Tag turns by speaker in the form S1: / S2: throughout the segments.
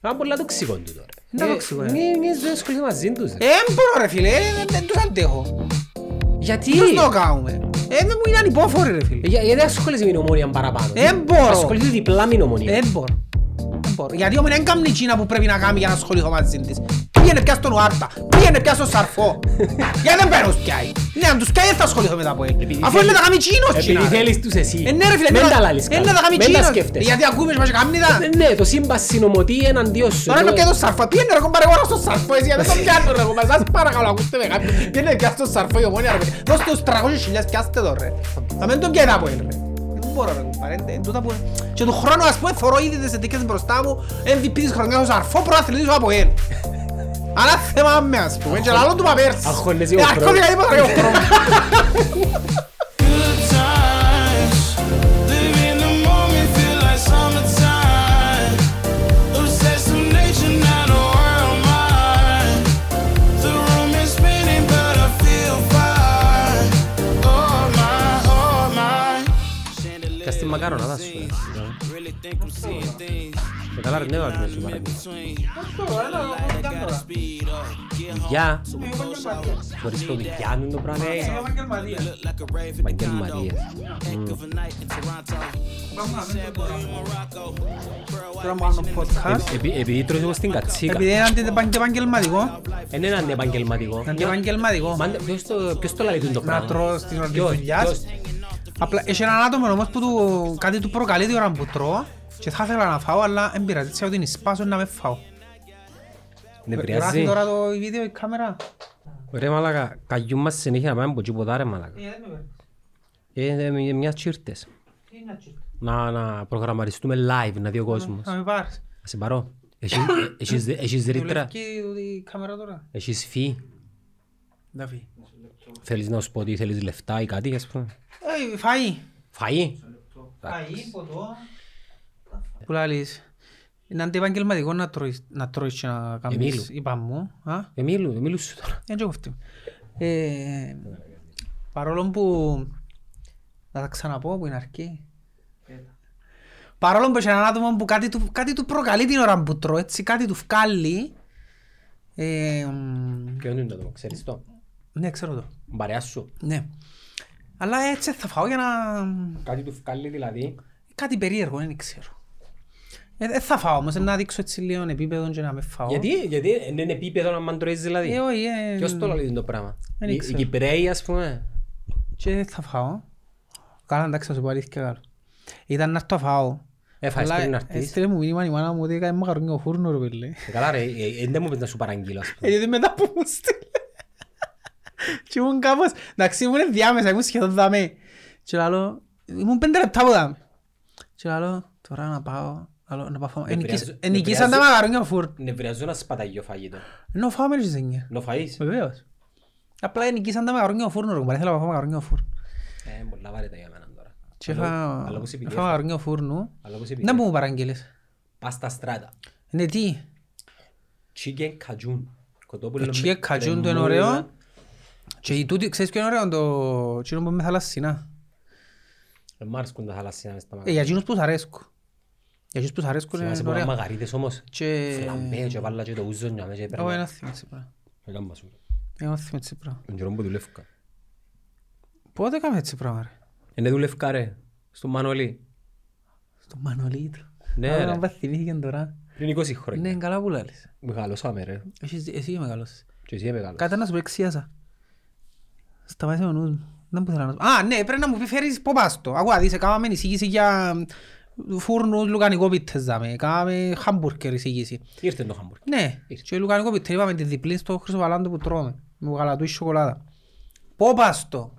S1: Άμα πολλά τοξικό του τώρα.
S2: Είναι τοξικό, ε.
S1: Μη μη δεν ασχολείται μαζί τους. ρε.
S2: Ε, δεν μπορώ ρε φίλε, ε, δεν- δεν τους αντέχω.
S1: Γιατί.
S2: Πώς το κάνουμε. Ε, δεν μου είναι ανυπόφοροι ρε φίλε.
S1: Ε, για- Γιατί ασχολείσαι με την ομόνια παραπάνω.
S2: Ε, μπορώ.
S1: Ασχολείται διπλά με την ομόνια.
S2: Ε, Δεν μπορώ. Δεν μπορώ. Γιατί όμως δεν κάνει εκείνα που πρέπει να κάνει για να ασχοληθώ μαζί της. Πήγαινε πια στον Ουάρτα, πήγαινε πια στον Σαρφό. Γιατί δεν παίρνω πιάει. Ναι, αν τους πιάει δεν θα ασχοληθώ μετά από ελ.
S1: Επειδή
S2: Αφού
S1: θέλει-
S2: είναι να κάνει εκείνος
S1: Επειδή
S2: εκείνα, ρε.
S1: θέλεις τους εσύ.
S2: Ε, ναι ρε φίλε,
S1: Μεν
S2: μην
S1: τα
S2: τα-
S1: λάλεις
S2: ε, να
S1: καλά.
S2: τα κάνει
S1: Μεν τα
S2: εκείνος.
S1: σκέφτεσαι.
S2: Γιατί ακούμε μας και καμνίτα.
S1: Ε, Ναι, το σύμπαν συνομωτεί εναντίον σου. Ε,
S2: Τώρα είναι
S1: Το-
S2: και το σαρφό. Πήγαινε ρε κομπάρε εγώ στο σαρφό εσύ, γιατί δεν το πιάνω ρε κομπάρε. Σας παρακαλώ ακούστε με κάποιον. Πήγαινε πια στο σαρφό η ομόνια ρε κομπάρε. Δώστε τους 300.000 πιάστε το ρε. Θα μην τον πιάει από ελ ρε. Δεν μπορώ ρε κομπάρε. εν- εν τούτα που- Και του χρόνου ας πούμε θωρώ ήδη τις αιτήκες μπροστά μου. MVP της χρονιάς ο σαρφό προαθλητής από ελ. Ανάθεμα με ας πούμε. Και λαλό του μα πέρσι.
S1: Αγχώνεσαι,
S2: Ε,
S1: ο
S2: αγχώνηκα,
S1: Φρόντ.
S2: τίποτα, ρε, ο Φρόντ.
S3: Good times, live in the moment, feel like summertime. Obsessed with nature, not a world mind. The room is spinning, but I feel fine. Oh my, oh my.
S1: Και στην μακαρονάδα σου. ρε.
S3: Really think I'm seeing things
S1: Και καλά ρε, ναι, να την σου
S3: in
S1: παρακολουθείς.
S3: between.
S2: τώρα. Ε,
S3: Speed up, get home.
S1: Γεια. Μπορείς το πιάνουν το πράγμα.
S2: Ε,
S3: Look like a rave at the condo.
S1: Επαγγελματίες.
S3: Think of a night in Toronto. She said, "Boy, you Morocco." Bro, I
S2: Τώρα μου κάνω podcast.
S1: Ε, επει- Επειδή τρώω εγώ στην κατσίκα. ε,
S2: Επειδή είναι αντι- επαγγελματικό,
S1: Είναι έναν επαγγελματικό.
S2: αντιεπαγγελματικό.
S1: Μα, ναι, ποιος το- Ποιος το λέει τούτο το
S2: να
S1: πράγμα.
S2: τρώω στην ώρα της
S1: Ποιος,
S2: δουλειάς.
S1: ποιος.
S2: Απλά έχει έναν άτομο όμως που του, κάτι του προκαλεί τη ώρα που τρώω και θα ήθελα να φάω αλλά δεν πειράζει, ξέρω ότι είναι σπάσο να με φάω.
S1: Δεν
S2: Γράφει
S1: πειράζει.
S2: τώρα το βίντεο η κάμερα.
S1: Ρε μαλάκα, καγιούν μας συνέχεια να πάμε από τίποτα ρε μαλάκα. Ε, ε, ε, Μιας τσίρτες. Να, να προγραμματιστούμε live, να δει ο κόσμος.
S2: Θα με πάρεις.
S1: Να σε πάρω. Εσύ- ε, Έχεις έχεις ρήτρα,
S2: Δουλεύει τούτη η κάμερα τώρα.
S1: έχεις φύ.
S2: Να φύγει.
S1: Θέλεις να σου πω ότι θέλεις λεφτά ή κάτι, ας πούμε.
S2: Ε, φαΐ.
S1: Φαΐ.
S2: Φαΐ, ποτό. Που λάλλεις. Είναι αντιεπαγγελματικό να τρώεις, να τρώεις και να κάνεις,
S1: Εμίλου.
S2: είπα μου. Α?
S1: Εμίλου, εμίλου ε, σου τώρα.
S2: Δεν ξέρω αυτό. Ε, παρόλο που... Να τα ξαναπώ που είναι αρκεί. Παρόλο που έχει έναν άτομο που κάτι του, κάτι του προκαλεί την ώρα που τρώει, έτσι, κάτι του βγάλει. Ε, μ,
S1: Ποιο είναι το άτομο, ξέρεις το.
S2: ναι, ξέρω το.
S1: Παρέα σου.
S2: Ναι. Αλλά έτσι θα φάω για να...
S1: Κάτι του φκάλει δηλαδή.
S2: Κάτι περίεργο, δεν ξέρω. Ε, δεν θα φάω όμως, ε, να δείξω έτσι λίγο επίπεδο και να με φάω.
S1: Γιατί, γιατί είναι επίπεδο να μαν τρώεις
S2: Ε,
S1: δηλαδή.
S2: όχι, ε,
S1: Ποιος το λέει το πράγμα.
S2: Δεν
S1: Οι- Οι
S2: ξέρω.
S1: Κυπραίοι ας πούμε.
S2: Και δεν θα φάω. Καλά, εντάξει, θα σου πω αλήθεια καλά. Ήταν να έρθω να φάω.
S1: Έφαγες
S2: Αλλά
S1: πριν να έρθεις.
S2: Έστειλε μου μήνυμα η μάνα μου ότι έκανε μακαρόνια ο φούρνο ρε παιδί.
S1: Ε, Καλά ρε, ε, ε, δεν μου πες να σου παραγγείλω ας πούμε.
S2: Ε, γιατί μετά που μου στείλε. Και ήμουν κάπως, εντάξει, ήμουν διάμεσα, ήμουν σχεδόν δαμέ. Και λέω, ήμουν πέντε λεπτά από δαμέ. Και λέω, τώρα να πάω, λέω, να πάω φάω.
S1: Δεν
S2: Ε, νικήσ-
S1: πειράζει-
S2: ε,
S1: δεν
S2: Νικήσαν τα
S1: πειράζει.
S2: μακαρόνια ο φούρνο.
S1: Νευριαζώ να σπαταγιώ φαγητό.
S2: Ενώ φάω με ζενιά.
S1: Να φαείς.
S2: Βεβαίως. Απλά ε, νικήσαν τα μακαρόνια ο φούρνο, ρε κουμπάρε, θέλω να φάω μακαρόνια ο φούρνο.
S1: Ε, πολλά βαρετά για μένα τώρα.
S2: Και
S1: Αλλά-
S2: φάω
S1: αλλά όπως είπε,
S2: φάω μακαρόνια ο φούρνο.
S1: Αλλά όπως
S2: Να
S1: είπε,
S2: που μου παραγγείλες.
S1: πάστα στράτα.
S2: Ναι, τι.
S1: Chicken cajun. Κοτόπουλο
S2: Το
S1: με
S2: Ε, chicken cajun του είναι
S1: κρεμούλα.
S2: ωραίο. Και η τούτη, ξέρεις ποιο είναι ωραίο, το τσίνο που είναι με θαλασσινά.
S1: Ε, Μ' αρέσκουν τα θαλασσινά μες στα
S2: Ε,
S1: μαγαζιά.
S2: για εκείνους που σ' αρέσκουν. Για εκείνους που σ' αρέσκουν
S1: Θυμάσαι
S2: είναι
S1: που έκανα
S2: ωραία.
S1: μαγαρίτες όμως.
S2: Και...
S1: Φλαμπέ και βάλα και το ούζο να με και
S2: Ε, Εγώ
S1: έπαιρνα.
S2: ένα θυμό τσίπρα.
S1: Έκανα σου.
S2: Ένα θυμό τσίπρα.
S1: Τον καιρό που δουλεύκα.
S2: Πότε έκαμε τσίπρα, ρε.
S1: Είναι δουλεύκα ρε. Στο Μανολί.
S2: Στο Μανολίτο.
S1: Ναι ρε.
S2: Αν βαθυνήθηκε τώρα.
S1: Πριν 20 χρόνια.
S2: Ναι, καλά που λάλλεις.
S1: Μεγαλώσαμε ρε.
S2: Έχεις- Εσύ και μεγάλος.
S1: Και εσύ μεγάλος.
S2: Κάτι να σου πω εξίασα. Σταμάτησε ο νους μου. Δεν που θέλω να σου πω. Α, ναι, πρέπει να μου πει φέρεις ποπάστο. Ακούω, δεις, κάναμε εισήγηση για φούρνους λουκανικό πίτες, δάμε. Κάναμε χαμπούρκερ εισήγηση.
S1: Ήρθε το Χαμπούργκ.
S2: Ναι, και λουκανικό πίτες, είπαμε τη διπλή στο χρυσοβαλάντο που τρώμε. Με γαλατούι σοκολάτα. Ποπάστο.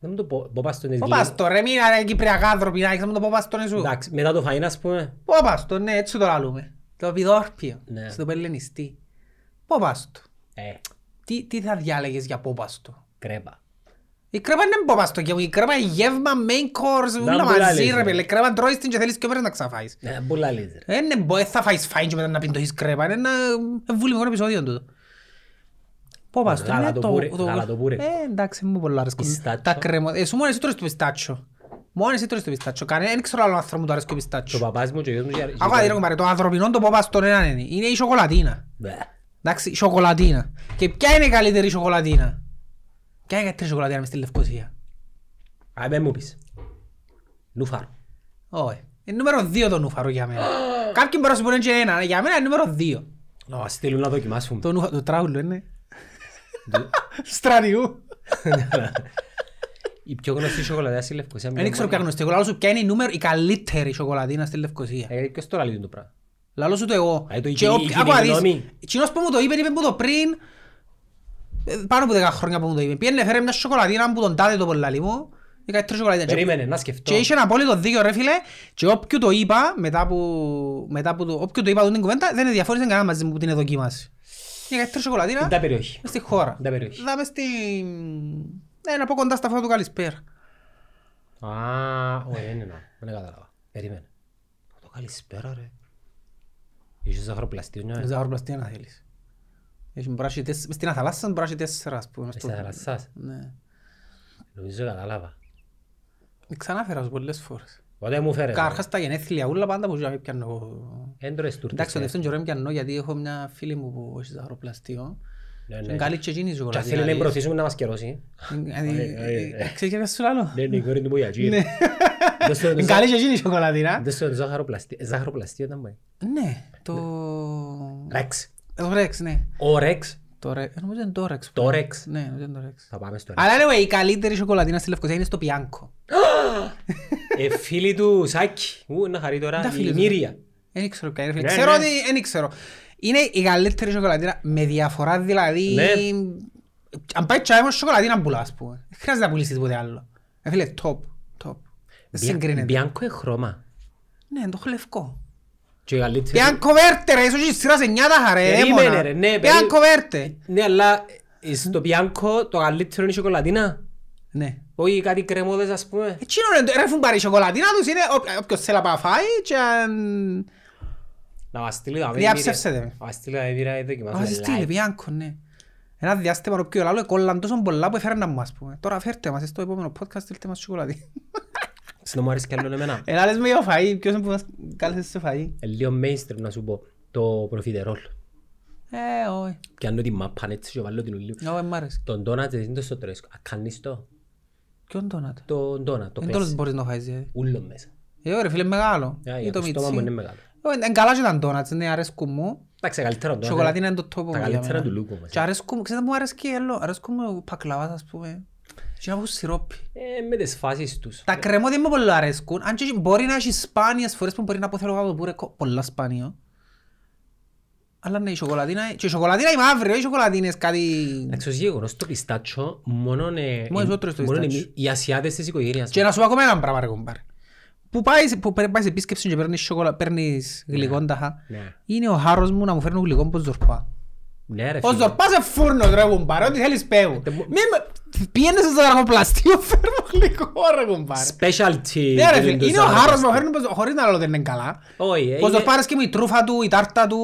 S1: Δεν μου το πω. Ποπάστο είναι γλυκό.
S2: Ποπάστο, ρε, μείνα ρε, κυπριακά άνθρωποι, να έχεις με το ποπάστο νεσού.
S1: Εντάξει, μετά το φαΐν ας πούμε.
S2: Ποπάστο, ναι, έτσι το λαλούμε. Το επιδόρπιο,
S1: Ναι.
S2: στο πελενιστή. Ποπάστο.
S1: Ε,
S2: Τι, τι θα διάλεγες για ποπάστο.
S1: κρέπα.
S2: Η κρέμα είναι μποπαστό και η κρέμα είναι γεύμα, main course, όλα
S1: μπουλαλείς,
S2: μαζί
S1: ναι.
S2: ρε παιδί. Η κρέμα τρώεις την και θέλεις και πρέπει να ξαφάεις.
S1: Ε, Πολλά λίτρα.
S2: Ε, ναι, μπο, ε, θα φάεις φάιν και μετά να πιντωχείς κρέμα. Είναι ένα ε, βουλημικό επεισόδιο τούτο. Ποπαστό. είναι
S1: Γαλατοπούρε- γαλατοπούρε.
S2: Ε, εντάξει, μου πολλά αρέσκουν.
S1: Πιστάτσιο.
S2: Τα κρέμα. Ε, σου μόνο εσύ τρώεις το πιστάτσιο. Μόνο εσύ τρώεις το πιστάτσιο. Κανένα, δεν ξέρω άλλον άνθρωπο που του αρέσει το
S1: Και ο
S2: πιστάτσιο.
S1: παπάς μου και ο γιος μου... και-
S2: Άκουγα τι ρε, το ανθρωπινό το πόπα στον έναν είναι. Είναι η σοκολατίνα.
S1: Μπε.
S2: Εντάξει, η σοκολατίνα. Και ποια είναι η καλύτερη σοκολατίνα. Ποια είναι η καλύτερη σοκολατίνα μες στη Λευκοσία.
S1: Α, μην μου πεις. Νουφάρο.
S2: Όχι. Είναι νούμερο 2 το νουφαρό για μένα. Κάποιοι μπορεί να σου πούνε και ένα, για μένα είναι νούμερο 2.
S1: Να μας στείλουν να δοκιμάσουν.
S2: Το νουφα... το τράουλο είναι. Στρατιού.
S1: Ε, Η πιο γνωστή σοκολατιά στη Λευκοσία.
S2: Δεν ξέρω ποια γνωστή. Εγώ λαλώ σου ποια είναι η νούμερο, η καλύτερη σοκολατίνα στη Λευκοσία.
S1: γνωστή. Ποιος τώρα λέει το πράγμα.
S2: Λαλώ σου το εγώ.
S1: Α, ε, το
S2: Και
S1: η-
S2: όποι-
S1: η κοινή
S2: άκου να δεις.
S1: γνώμη.
S2: Εκείνος που μου το είπε, είπε μου το πριν, ε, πάνω από 10 χρόνια που μου το είπε. Πήγαινε φέρε μια σοκολατίνα που τον τάδε το πολλαλή μου, η καλύτερη σοκολατίνα. Και-
S1: Περίμενε, να σκεφτώ.
S2: Και είχε ένα απόλυτο δίκιο ρε φίλε και όποιου το είπα μετά που, μετά που το, όποιου το είπα την κουβέντα δεν διαφόρησε κανένας μαζί μου που την εδοκίμασε. Είναι καλύτερη σοκολατίνα
S1: Εν τα περιοχή.
S2: μες στη χώρα.
S1: Δεν περιέχει.
S2: Δάμε στη... Ναι, να πω κοντά στα φώτα του καλησπέρα.
S1: Α, όχι, είναι νο. Δεν κατάλαβα. Περίμενε. Το καλησπέρα ρε. Είσαι ναι. ζαχαροπλαστείο
S2: Δεν
S1: νιώθει.
S2: ξέρω πλαστή να θέλεις. Έχει μπράσει τέσσερα, μες στην Αθαλάσσα μπράσει τέσσερα ας πούμε.
S1: Στα θαρασσάς.
S2: Ναι.
S1: Νομίζω κατάλαβα.
S2: Ξανάφερα τους πολλές φορές.
S1: Ποτέ μου φέρε.
S2: Καταρχάς τα γενέθλια ούλα πάντα που ζάμε πιάνω εγώ.
S1: Έντρες
S2: Εντάξει, το
S1: τουρτιστές.
S2: δεύτερο καιρό πιάνω γιατί έχω μια φίλη μου που έχει ζαχαροπλαστείο.
S1: Ναι, ναι.
S2: Είναι καλή και εκείνη η
S1: Και
S2: ζωγραφία.
S1: αν θέλει να εμπροθίσουμε να μας καιρώσει.
S2: Δηλαδή, Ξέρεις και σου λάλλω.
S1: Δεν είναι Ναι, η κόρη του που για τζίρ. Δες το-
S2: Είναι Ναι. καλή και εκείνη η σοκολατίνα.
S1: δες το ζαχαροπλαστή- ζαχαροπλαστείο ήταν πάει.
S2: Ναι, το...
S1: Ρεξ.
S2: Το Ρεξ, ναι.
S1: Ο Ρεξ.
S2: Το Ρεξ. Νομίζω είναι το Ρεξ.
S1: Το Ρεξ.
S2: Ναι, νομίζω είναι το Ρεξ.
S1: Θα πάμε στο Ρεξ.
S2: Αλλά anyway, η καλύτερη σοκολατίνα στη Λευκοσία είναι στο Πιάνκο.
S1: Ε, φίλοι του Σάκη. Ου, να χαρεί τώρα.
S2: Τα
S1: Η
S2: φίλοι του.
S1: Μύρια.
S2: Δεν ξέρω ποια είναι. φίλε.
S1: Ναι,
S2: Ξέρω
S1: ναι.
S2: ότι δεν ξέρω. Είναι η καλύτερη σοκολατίνα με διαφορά δηλαδή.
S1: Ναι.
S2: Αν πάει τσάι μόνος σοκολατίνα πουλά, ας πούμε. Δεν χρειάζεται να πουλήσεις τίποτε άλλο. Ε, Φίλε, top, top. Δεν συγκρίνεται.
S1: Μπιάνκο είναι χρώμα.
S2: Ναι, το έχω λευκό.
S1: Και η καλύτερη-
S2: Bianco verde, ρε, ίσως η σειρά σε νιάτα χαρέ,
S1: Περίμενε,
S2: δαίμονα.
S1: ρε, ναι, περί-
S2: Bianco verde.
S1: Ναι, αλλά ε, στο Μπιάνκο το καλύτερο είναι η σοκολατίνα.
S2: Ναι.
S1: Όχι κάτι κρεμόδες ας πούμε.
S2: Εκείνο είναι, το- ρε, φουμπάρει η σοκολατίνα τους, είναι όποι- όποιος θέλει να πάει να φάει και αν-
S1: Να μας στείλει τα
S2: Διαψεύσετε με.
S1: Να μας στείλει τα μύρια, ε, δοκιμάζουμε
S2: Ας στείλει,
S1: live.
S2: Ah, Bianco, ναι. Ένα διάστημα το πιο λαλό, εκόλλαν τόσο πολλά που έφεραν να μου, ας πούμε. Τώρα φέρτε μας στο επόμενο podcast, στείλτε μας σοκολατίνα.
S1: Στην μου αρέσει κι άλλο εμένα.
S2: Έλα, λες με για φαΐ, ποιος είναι που μας κάλεσες σε φαΐ.
S1: Ε, Λίγο mainstream να σου πω. Το προφιτερόλ.
S2: Ε, όχι.
S1: Πιάνω τη μάπα έτσι και βάλω την ουλίου.
S2: Εγώ, ε, μ' άρεσε.
S1: Τον ντόνατ δεν είναι στο τρέσκο. Α, κάνεις το.
S2: Ποιον donut?
S1: Το ντόνατ, το
S2: Εν τόλος
S1: πες.
S2: μπορείς να φάεις, ε.
S1: Ούλο μέσα.
S2: Ε, ωραία, φίλε, μεγάλο.
S1: Α,
S2: Ή
S1: για
S2: το
S1: Το στόμα μου
S2: μίτσι.
S1: είναι μεγάλο.
S2: Ε, εν καλά και τα donuts, ναι, αρέσκουν μου.
S1: Εντάξει, καλύτερο ντόνατ.
S2: Σοκολατίνα είναι το τόπο
S1: Τα
S2: μου για
S1: καλύτερα
S2: μένα.
S1: του λούκου μας.
S2: Και αρέσκουν, ξέρετε μου αρέσκει η ελό, αρέσκουν μου πακλαβάς ας πούμε. Και να έχουν σιρόπι.
S1: Ε, με τις φάσεις τους.
S2: Τα κρεμόδια μου πολύ αρέσκουν, αν και μπορεί να έχει σπάνιες φορές που μπορεί να πω θέλω να το πούρε πολλά σπάνιο. Αλλά ναι, η σοκολατίνα, και η σοκολατίνα η μαύρη, όχι οι σοκολατίνες κάτι...
S1: Εντάξει, ως γεγονός το πιστάτσιο, μόνον, ε,
S2: Μόνος εγώ τρώω το
S1: μόνον
S2: πιστάτσιο.
S1: εμείς- οι Ασιάτες της οικογένειας.
S2: Και να σου πω ακόμα έναν πράγμα ρε κομπάρε. Που πάει, που παίρνει- πάει σε επίσκεψη και παίρνεις, σοκολα... παίρνεις γλυκόν ταχά.
S1: Ναι.
S2: Είναι ο χάρος μου να μου φέρνουν γλυκόν πως ζορπά.
S1: Ναι, ρε
S2: Πως
S1: φίλε.
S2: ζορπάς σε φούρνος ρε κουμπάρε, ό,τι θέλεις παίγουν.
S1: Ε, μπο-
S2: Πιένες στο δραγοπλαστείο, φέρνω γλυκό ρε κουμπάρε.
S1: Specialty.
S2: Ναι ρε
S1: του- του
S2: φίλε, είναι ο
S1: Zara.
S2: χάρος μου, φέρνει πως- χωρίς να λέω ότι είναι καλά.
S1: Όχι, ε,
S2: Πως το
S1: είναι-
S2: πάρεις και με η τρούφα του, η τάρτα του,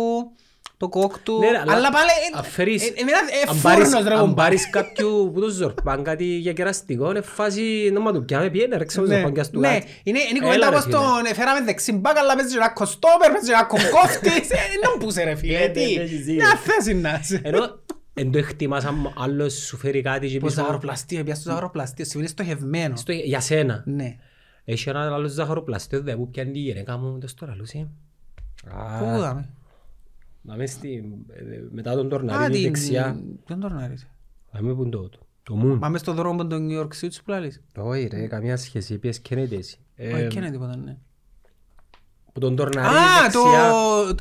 S2: το κόκ του,
S1: Ναι, ρε, αλλά-
S2: αλλά πάλι ε,
S1: αν φέρεις-
S2: είναι ε,
S1: αν πάρεις-
S2: φούρνος ρε
S1: Αν
S2: κουμπάρε.
S1: πάρεις κάποιου που το ζορπάν κάτι για κεραστικό, είναι φάση να μα του πιάμε πιένε, ρε ξέρω
S2: Ναι,
S1: ζορπάν και ας του
S2: ναι,
S1: κάτι.
S2: είναι είναι η
S1: Ε, Έλα,
S2: κουβέντα
S1: ρε,
S2: πως
S1: φίλε.
S2: τον φέραμε δεξί μπακ, αλλά παίζει ένα κοστόπερ, παίζει ένα κοκκόφτης, Ε, να μου πούσε ρε
S1: Ναι,
S2: φίλε,
S1: ναι,
S2: τι,
S1: ναι, Ε, έχεις δίκιο.
S2: μια θέση να είσαι.
S1: Ενώ εν το εκτιμάς αν άλλος σου φέρει κάτι και
S2: Πως
S1: πεις,
S2: ζαχαροπλαστείο, πιάσεις το ζαχαροπλαστείο, σημαίνει στοχευμένο.
S1: «Στο- για σένα.
S2: Ναι.
S1: Έχει ένα άλλο ζαχαροπλαστείο δε που πιάνει η γυναίκα μου το στο ε. λαλούσι.
S2: Πού είδαμε.
S1: Να μες στη, ε, μετά τον
S2: Α,
S1: τορναρίδι
S2: την-
S1: δεξιά.
S2: ποιον τον άρεσε.
S1: Να με πούν το το. Το μουν.
S2: Μα μες στον δρόμο των New York City που λαλείς.
S1: Όχι ρε, καμία σχέση. Πιες καίνεται εσύ. Ε,
S2: Όχι, και είναι τίποτα, ναι.
S1: Που τον τορναρίδι
S2: Α, το
S1: δεξιά.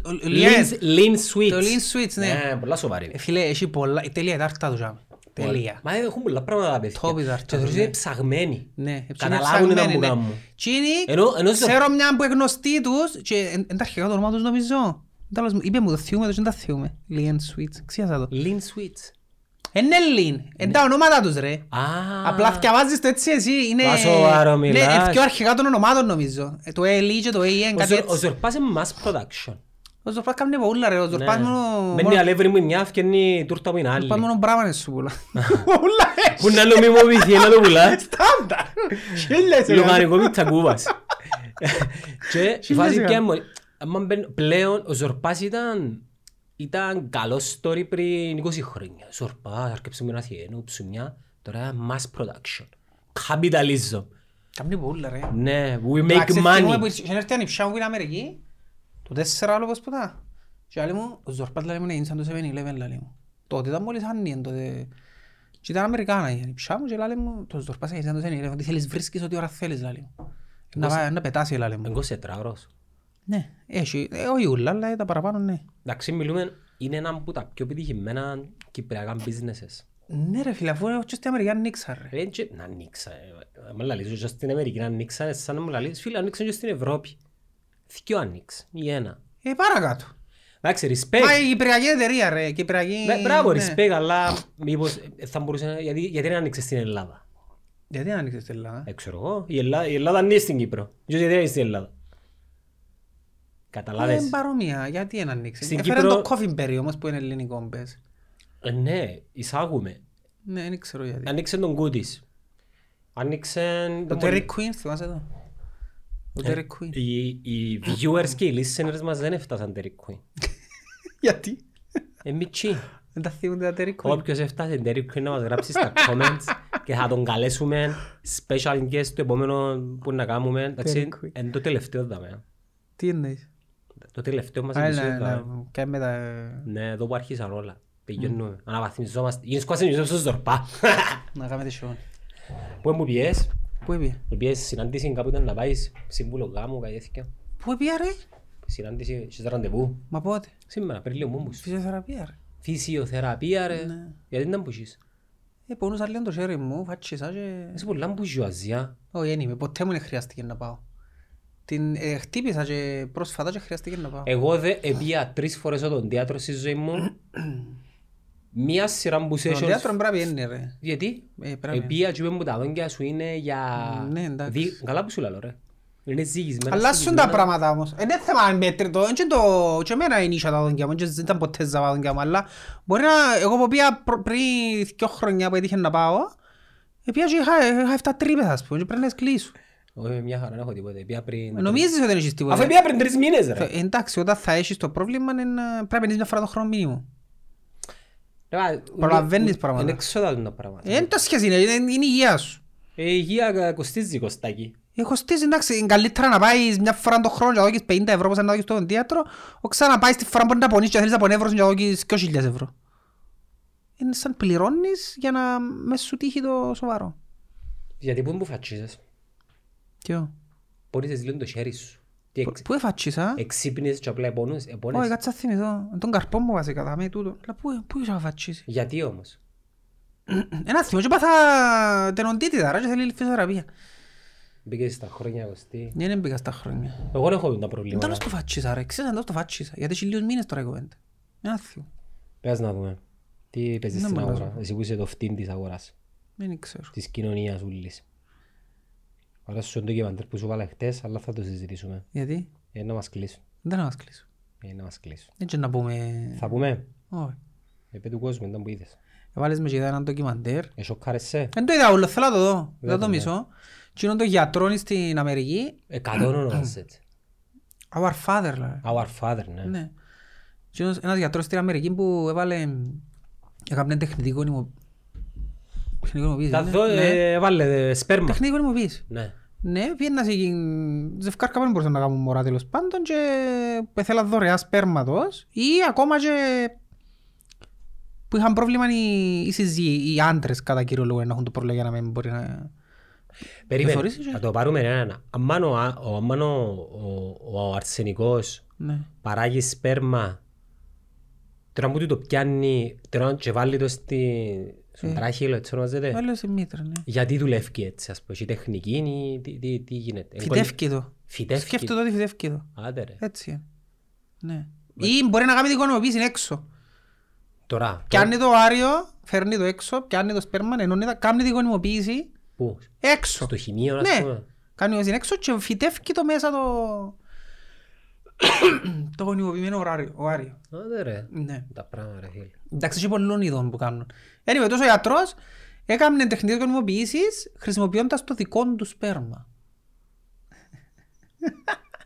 S2: το
S1: Lean,
S2: Lean.
S1: lean sweets.
S2: Το Lean Sweets, ναι.
S1: Ναι, πολλά σοβαρή.
S2: Ε, Φίλε, έχει πολλά. η Τέλεια η τάρτα του τζάμε. Τέλεια.
S1: Μα έχουν πολλά πράγματα τα παιδιά.
S2: Top η τάρτα,
S1: Και θεωρείς
S2: ναι.
S1: είναι ψαγμένοι.
S2: Ναι, έτσι είναι
S1: Καταλάβουν να
S2: ψαγμένη,
S1: μου
S2: ναι.
S1: κάνουν.
S2: Τσίνη,
S1: Ενώ- ενώ στο-
S2: ξέρω μια που είναι γνωστή τους και εν- εν τα αρχικά το όνομα τους νομίζω. Τέλος μου, είπε μου το θείουμε, το δεν τα θείουμε. Lean Sweets, ξέχασα το.
S1: Lean sweets.
S2: Είναι Lean, εν
S1: Ναι.
S2: τα ονόματα τους ρε.
S1: Α,
S2: Απλά θυκιαβάζεις το έτσι εσύ, είναι...
S1: Μα σοβαρό μιλάς.
S2: Ναι, εν δυο αρχικά των ονομάτων νομίζω. Ε, Το LE και το AN,
S1: ο
S2: κάτι
S1: Ζορ- Ο
S2: έτσι.
S1: Ζορπάς είναι mass production.
S2: Ο Ζορπάς κάνει πολλά ρε, ο
S1: Eh.
S2: Ζορπάς μόνο...
S1: Μπαίνει η αλεύρι μου η μια, φκένει η τούρτα μου η άλλη.
S2: Ζορπάς μόνο μπράβο είναι σου πολλά. Πολλά
S1: Που
S2: έχει.
S1: να λέω μη μου βυθεί, να το πουλά.
S2: Στάνταρ. Χίλιες ρε.
S1: Λογανικό πίτσα κούβας. Και η φάση
S2: σιγά.
S1: πια μου, άμα μπαίνω- πλέον ο Ζορπάς ήταν ήταν καλός story πριν 20 χρόνια. Ζορπάς, αρκέψε με ένα θιένο, ψουμιά. Τώρα mass production. Capitalism.
S2: Κάνει πολλά ρε.
S1: Ναι, we
S2: Να
S1: make
S2: ξεφύγουμε που
S1: money.
S2: είχε- είχε έρθει ανιψιά μου στην Αμερική, το τέσσερα άλλο πως ποτά. Και λέει μου, ο Ζορπάς λέει μου είναι σαν το 7-Eleven λέει μου. Τότε ήταν μόλις άνιεν τότε. Και ήταν Αμερικάνα η ανιψιά μου και λέει μου, το Ζορπάς είναι σαν το 7-Eleven, τι θέλεις βρίσκεις ό,τι ώρα θέλεις λέει μου. Να, πάει- να πετάσει λέει μου.
S1: Εγώ σε τράρος.
S2: Ναι, έχει, ε, όχι ούλα, αλλά τα παραπάνω ναι.
S1: Εντάξει, μιλούμε, είναι ένα από τα πιο επιτυχημένα κυπριακά businesses.
S2: Ναι ρε φίλε, αφού εγώ και στην Αμερική ανοίξα ρε.
S1: Ρε, και να ανοίξα, ε, μου λαλείς, και στην Αμερική να ανοίξα, ε, σαν να μου λαλείς, φίλε, ανοίξαν και στην Ευρώπη. Δυο ανοίξ, ή ένα.
S2: Ε, παρακάτω.
S1: Εντάξει,
S2: Μα
S1: respect.
S2: η Κυπριακή εταιρεία ρε, η Κυπριακή...
S1: Ε. Ναι, Μπράβο,
S2: ναι.
S1: respect, αλλά μήπως ε, θα μπορούσε να... Γιατί, γιατί να ανοίξες στην Ελλάδα.
S2: Γιατί να ανοίξεις την Ελλάδα.
S1: Ε, ξέρω εγώ, η Ελλάδα, η Ελλάδα είναι στην Κύπρο. Ίσως γιατί είναι στην Ελλάδα.
S2: Ε, Είναι
S1: Καταλάβες.
S2: παρόμοια, γιατί να ανοίξεις.
S1: Στην
S2: Έφερε
S1: Κύπρο-
S2: το Κόφιμπερι όμως που είναι ελληνικό μπες.
S1: Ε, ναι, εισάγουμε.
S2: Ναι, δεν ξέρω γιατί.
S1: Ανοίξε τον Κούτης. Ανοίξε...
S2: Το Terry Queen, θυμάσαι το. Το
S1: Ε,
S2: Terry Queen.
S1: Οι, οι viewers και οι listeners μας δεν έφτασαν Derek Queen.
S2: Γιατί.
S1: Ε, μητσί.
S2: Δεν τα θυμούνται τα Terry Queen.
S1: Όποιος έφτασε Derek Queen να μας γράψει στα comments και θα τον καλέσουμε special guest το επόμενο που να κάνουμε. Εντάξει,
S2: Derek Queen.
S1: εν το τελευταίο δάμε.
S2: Τι εννοείς.
S1: Το τελευταίο μας
S2: Άρα,
S1: επεισόδιο
S2: να- να-
S1: δάμε.
S2: κάνουμε τα... ε,
S1: Ναι, εδώ που αρχίσαν όλα.
S2: Mm.
S1: Πηγαίνουμε, αναβαθμιζόμαστε. Γίνεις κότσινιος στο ζορπά.
S2: Να κάνουμε τη show.
S1: Πού μου πιες,
S2: Πού έπια.
S1: μου πιες συνάντηση κάπου ήταν να πάεις σύμβουλο γάμου, κάτι τέτοιο.
S2: Πού έπια ρε.
S1: Συνάντηση, έχεις ραντεβού.
S2: Μα πότε.
S1: Σήμερα, Απρίλιο μου,
S2: Φυσιοθεραπεία ρε.
S1: φυσιοθεραπεία ρε.
S2: Ναι.
S1: Γιατί δεν μπουζείς.
S2: Ε, πονούσα λίγο το χέρι μου, φάτσισα και...
S1: Είσαι πολλά μπουζουαζιά.
S2: Όχι, δεν είμαι. Ποτέ μου δεν χρειάστηκε να πάω. Την ε, χτύπησα και πρόσφατα και χρειάστηκε να πάω.
S1: Εγώ δε επία τρεις φορές τον θέατρο στη ζωή μου. Μία σειρά που σε
S2: Στον θέατρο πρέπει να πηγαίνει, ρε.
S1: Γιατί?
S2: Ε, πρέπει.
S1: Επία και είπε μου τα δόντια σου είναι για...
S2: Ναι, εντάξει.
S1: Δι- Καλά που σου λέω ρε. Είναι ζυγισμένα.
S2: Αλλάσουν τα πράγματα όμως. Ε, Δεν θέμα αν μέτρητο, είναι και το... και εμένα είναι ίσια τα δόντια μου, και δεν ήταν ποτέ ζαβά τα δόντια μου, αλλά μπορεί να... Εγώ που πήγα πρω- πριν δυο χρόνια που έτυχε να πάω, ε, πήγα και είχα, είχα 7 τρύπες ας πούμε, και πρέπει να τις κλείσω.
S1: Όχι, μια χαρά, δεν έχω τίποτα. Επία πριν...
S2: Ε, Νομίζεις ότι δεν έχεις
S1: Αφού
S2: τίποτα.
S1: επία πριν τρεις μήνες ρε.
S2: Ε, Εντάξει, όταν θα έχεις το πρόβλημα, είναι να- πρέπει να είναι μια φορά το χρόνο μήνυμο.
S1: Ρε,
S2: προλαβαίνεις
S1: είναι-
S2: πράγματα.
S1: Είναι εξόδα ε, τα πράγματα.
S2: Ε, Δεν το σχέση, είναι, είναι, είναι η υγεία σου.
S1: Ε, Η υγεία κοστίζει κοστάκι.
S2: Έχω στήσει, εντάξει, είναι καλύτερα να πάεις μια φορά το χρόνο και να δώσεις 50 ευρώ όπως να δώσεις στον θέατρο, ο ξαναπάεις τη φορά που μπορεί να πονείς και θέλεις να πονεύρωσουν και να δώσεις 2.000 ευρώ. Είναι σαν πληρώνεις για να μες σου τύχει το σοβαρό.
S1: Γιατί πού μου φατσίζες.
S2: Ποιο?
S1: Πόνισες λίγο το χέρι σου. Τι εξ-
S2: Πού εφατσίσα?
S1: εξύπνησες και απλά επώνες.
S2: Όχι, κάτσα θυμηθώ. Ε, Τον καρπό μου βασικά, θα με τούτο. Αλλά πού, πού είσαι αφατσίσει.
S1: Γιατί όμως.
S2: Ένα θυμό και πάθα τενοντίτιδα, ρε, και θέλει φυσιοθεραπεία.
S1: Μπήκες στα χρόνια κοστί.
S2: Ναι, δεν πήγα στα χρόνια.
S1: Εγώ δεν έχω τα
S2: Δεν
S1: προβλήματα.
S2: τέλος το φατσίσα, ρε, ξέρεις, δεν τέλος το φατσίσα. Γιατί έχει λίγους μήνες τώρα η κουβέντα. Ένα θυμό.
S1: Πες να δούμε. Τι παίζεις
S2: Να
S1: στην
S2: μου λες.
S1: αγορά. Εσύ που είσαι το φτύν της αγοράς.
S2: Δεν ξέρω.
S1: Της κοινωνίας ούλης. Άρα σου είναι το ντοκιμαντέρ που σου βάλα χτες, αλλά θα το συζητήσουμε.
S2: Γιατί
S1: Ε, να μας κλείσουν.
S2: δεν θα μας κλείσω.
S1: Ε, να μας κλείσουν.
S2: Έτσι να πούμε...
S1: Θα πούμε.
S2: Όχι. Ε,
S1: Επί του κόσμου ήταν που είδες.
S2: Βάλες με και είδα έναν ντοκιμαντέρ.
S1: Ε, σοκάρεσαι.
S2: Δεν το είδα όλο, θέλω να το δω.
S1: Δεν
S2: Δεν
S1: το ναι.
S2: το μισώ. Τι είναι το γιατρό στην Αμερική.
S1: Εκατόν ονομάζεται. έτσι.
S2: Our father, λέει.
S1: Our father, ναι.
S2: Ναι. Τι είναι ένας γιατρός στην Αμερική που έβαλε... Έκανε τεχνητή γονιμο... Τεχνητή γονιμοποίηση.
S1: Τα
S2: είναι.
S1: δω,
S2: Ναι.
S1: ε, βάλε ε, σπέρμα.
S2: Τεχνητή γονιμοποίηση.
S1: Ναι.
S2: Ναι, πήγαινα σε γυν- ζευκάρκα που δεν μπορούσαν να κάνουν μωρά τέλος πάντων και πεθέλα δωρεά σπέρματος ή ακόμα και που είχαν πρόβλημα οι, οι, συζύγοι, οι άντρες κατά κύριο λόγο να έχουν το πρόβλημα για να μην μπορεί να...
S1: Περίμενε,
S2: θεωρείς, είσαι?
S1: θα το πάρουμε ένα-ένα. Αν ο, α- ο, αμάν ο, ο, ο αρσενικός
S2: Ναι.
S1: παράγει σπέρμα, τώρα που του το πιάνει, τώρα και βάλει το στη,
S2: Ε.
S1: στον τράχυλο, έτσι ονομάζεται.
S2: Άλλο σε μήτρα, ναι.
S1: Γιατί δουλεύει έτσι, ας πούμε, η τεχνική είναι, ή τι, τι, τι γίνεται. Εγκολ-
S2: Φυτεύκει το.
S1: Φυτεύκει.
S2: Σκέφτεται ότι φυτεύκει το.
S1: Άντε ρε.
S2: Έτσι είναι. Ναι. Ή μπορεί να κάνει την οικονομοποίηση έξω.
S1: Τώρα,
S2: Πιάνει το άριο, φέρνει το έξω, πιάνει το σπέρμα, ενώνει τα, κάνει την οικονομοποίηση
S1: πού,
S2: έξω.
S1: στο χημείο, ας
S2: Ναι,
S1: πούμε.
S2: κάνει ο έξω και φυτεύει το μέσα το... Το γονιμοποιημένο ωράριο- ωάριο.
S1: Άντε ρε.
S2: Ναι.
S1: Τα πράγματα ρε φίλε.
S2: Εντάξει, έχει πολλών ειδών που κάνουν. Anyway, τόσο ο ιατρός έκανε τεχνητές γονιμοποιήσεις χρησιμοποιώντας το δικό του σπέρμα.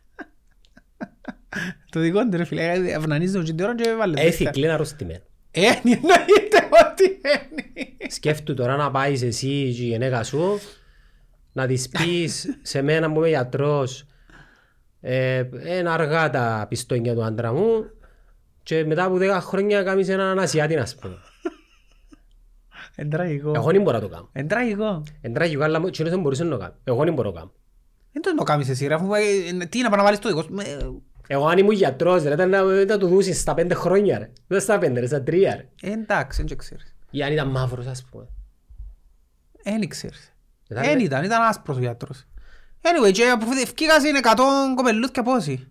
S2: το δικό του ρε φίλε, ευνανίζεται τον τσιντήρο και βάλε. το
S1: Έθι
S2: ύστερα.
S1: κλείνα αρρωστημένο.
S2: Ένι, εννοείται ότι ένι.
S1: Σκέφτου τώρα να πάεις εσύ η γυναίκα σου να της πεις σε μένα που είμαι γιατρός ε, ένα αργά τα πιστόνια του άντρα μου και μετά από 10 χρόνια να κάνεις έναν Ασιάτη να πούμε.
S2: Εν τραγικό.
S1: Εγώ δεν μπορώ να το κάνω.
S2: Εν Ε, τραγικό.
S1: Εν τραγικό, αλλά εκείνος δεν μπορούσες να το κάνεις. Εγώ δεν μπορώ να το κάνω.
S2: Δεν το το κάνεις εσύ ρε, αφού ε, ε, τι να πάω να βάλεις το δικό σου. Ε,
S1: Εγώ αν ήμουν γιατρός, ρε, ήταν να ήταν να του δούσεις στα πέντε χρόνια, ρε. Δεν στα πέντε, ρε, στα τρία, ρε.
S2: ε, Εντάξει, δεν ξέρεις.
S1: Ή αν ήταν μαύρος, ας πούμε.
S2: Δεν ξέρεις.
S1: Ήταν- ε.
S2: Δεν ήταν, ήταν άσπρος ο γιατρός. Anyway, και ευκήκας είναι 100 κοπελούθια πόσοι.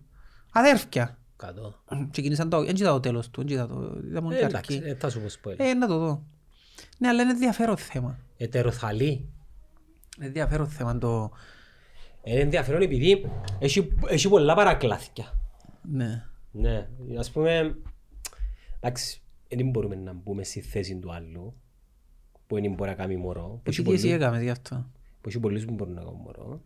S2: Αδέρφια.
S1: Κατώ.
S2: Ξεκίνησαν το, δεν κοιτάω το τέλος του, δεν κοιτάω το, είδα μόνο
S1: Ε,
S2: την
S1: Εντάξει,
S2: αρχή.
S1: ε, θα σου πω σπόιλερ.
S2: Ε, να το δω. Ναι, αλλά είναι ενδιαφέρον θέμα.
S1: Ετεροθαλή.
S2: Είναι ενδιαφέρον θέμα το...
S1: Είναι Ε, ενδιαφέρον επειδή έχει, έχει πολλά παρακλάθηκια.
S2: Ναι.
S1: Ναι, ας πούμε, εντάξει, δεν μπορούμε να μπούμε στη θέση του άλλου που δεν μπορεί να κάνει μωρό. Που
S2: Εσύ
S1: έχει
S2: και εσύ
S1: πολλούς-
S2: έκαμες γι' αυτό.
S1: που έχει πολλούς που μπορούν να κάνουν μωρό.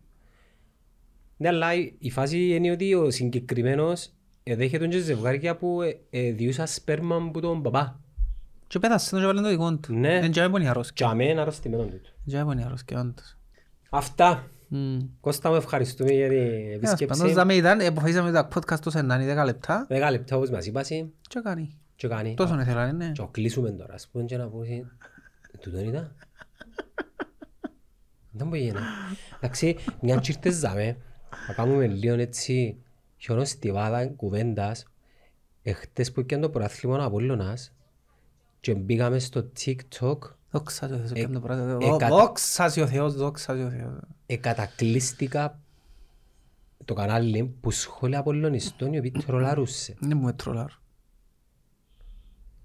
S1: Ναι, αλλά η η φάση είναι ότι ο συγκεκριμένος ε, δέχεται και ζευγάρια που ε, ε, διούσα σπέρμα από τον παπά.
S2: Και πέτασε τον και βάλε το δικό του.
S1: Ναι.
S2: Εν τζάμε πονή αρρώσκια.
S1: Και αμένα αρρωστημένο τούτο.
S2: Εν τζάμε πονή αρρώσκια, όντως.
S1: Αυτά.
S2: Μμμ.
S1: Κώστα μου ευχαριστούμε για την
S2: Τέλος πάντων,
S1: επισκέψη.
S2: δάμε ήταν, αποφασίσαμε τα podcast τόσο να είναι 10 λεπτά.
S1: Δέκα λεπτά όπως μας είπασαι
S2: Τι κάνει.
S1: και κάνει.
S2: Τόσο ήθελα, ναι.
S1: Ε, Και κλείσουμε τώρα, ας πούμε, και να πούμε... Τούτον ήταν. Δεν μπορεί να. Εντάξει, μια και ήρθες δάμε, να κάνουμε λίγο έτσι χιονοστιβάδα κουβέντας. Εχθές που έκανε το προάθλημα ο Απόλλωνας και μπήκαμε στο TikTok,
S2: Δόξα τω Θεός, έπιαμε το πράγμα.
S1: ε,
S2: Δο-
S1: κατα-
S2: Δόξα σε ο Θεός, δόξα σε ο Θεός.
S1: e εκατακλείστηκα το κανάλι που σχόλια Απολλωνιστών οι οποίοι τρολαρούσε.
S2: Δεν μου τρολάρω.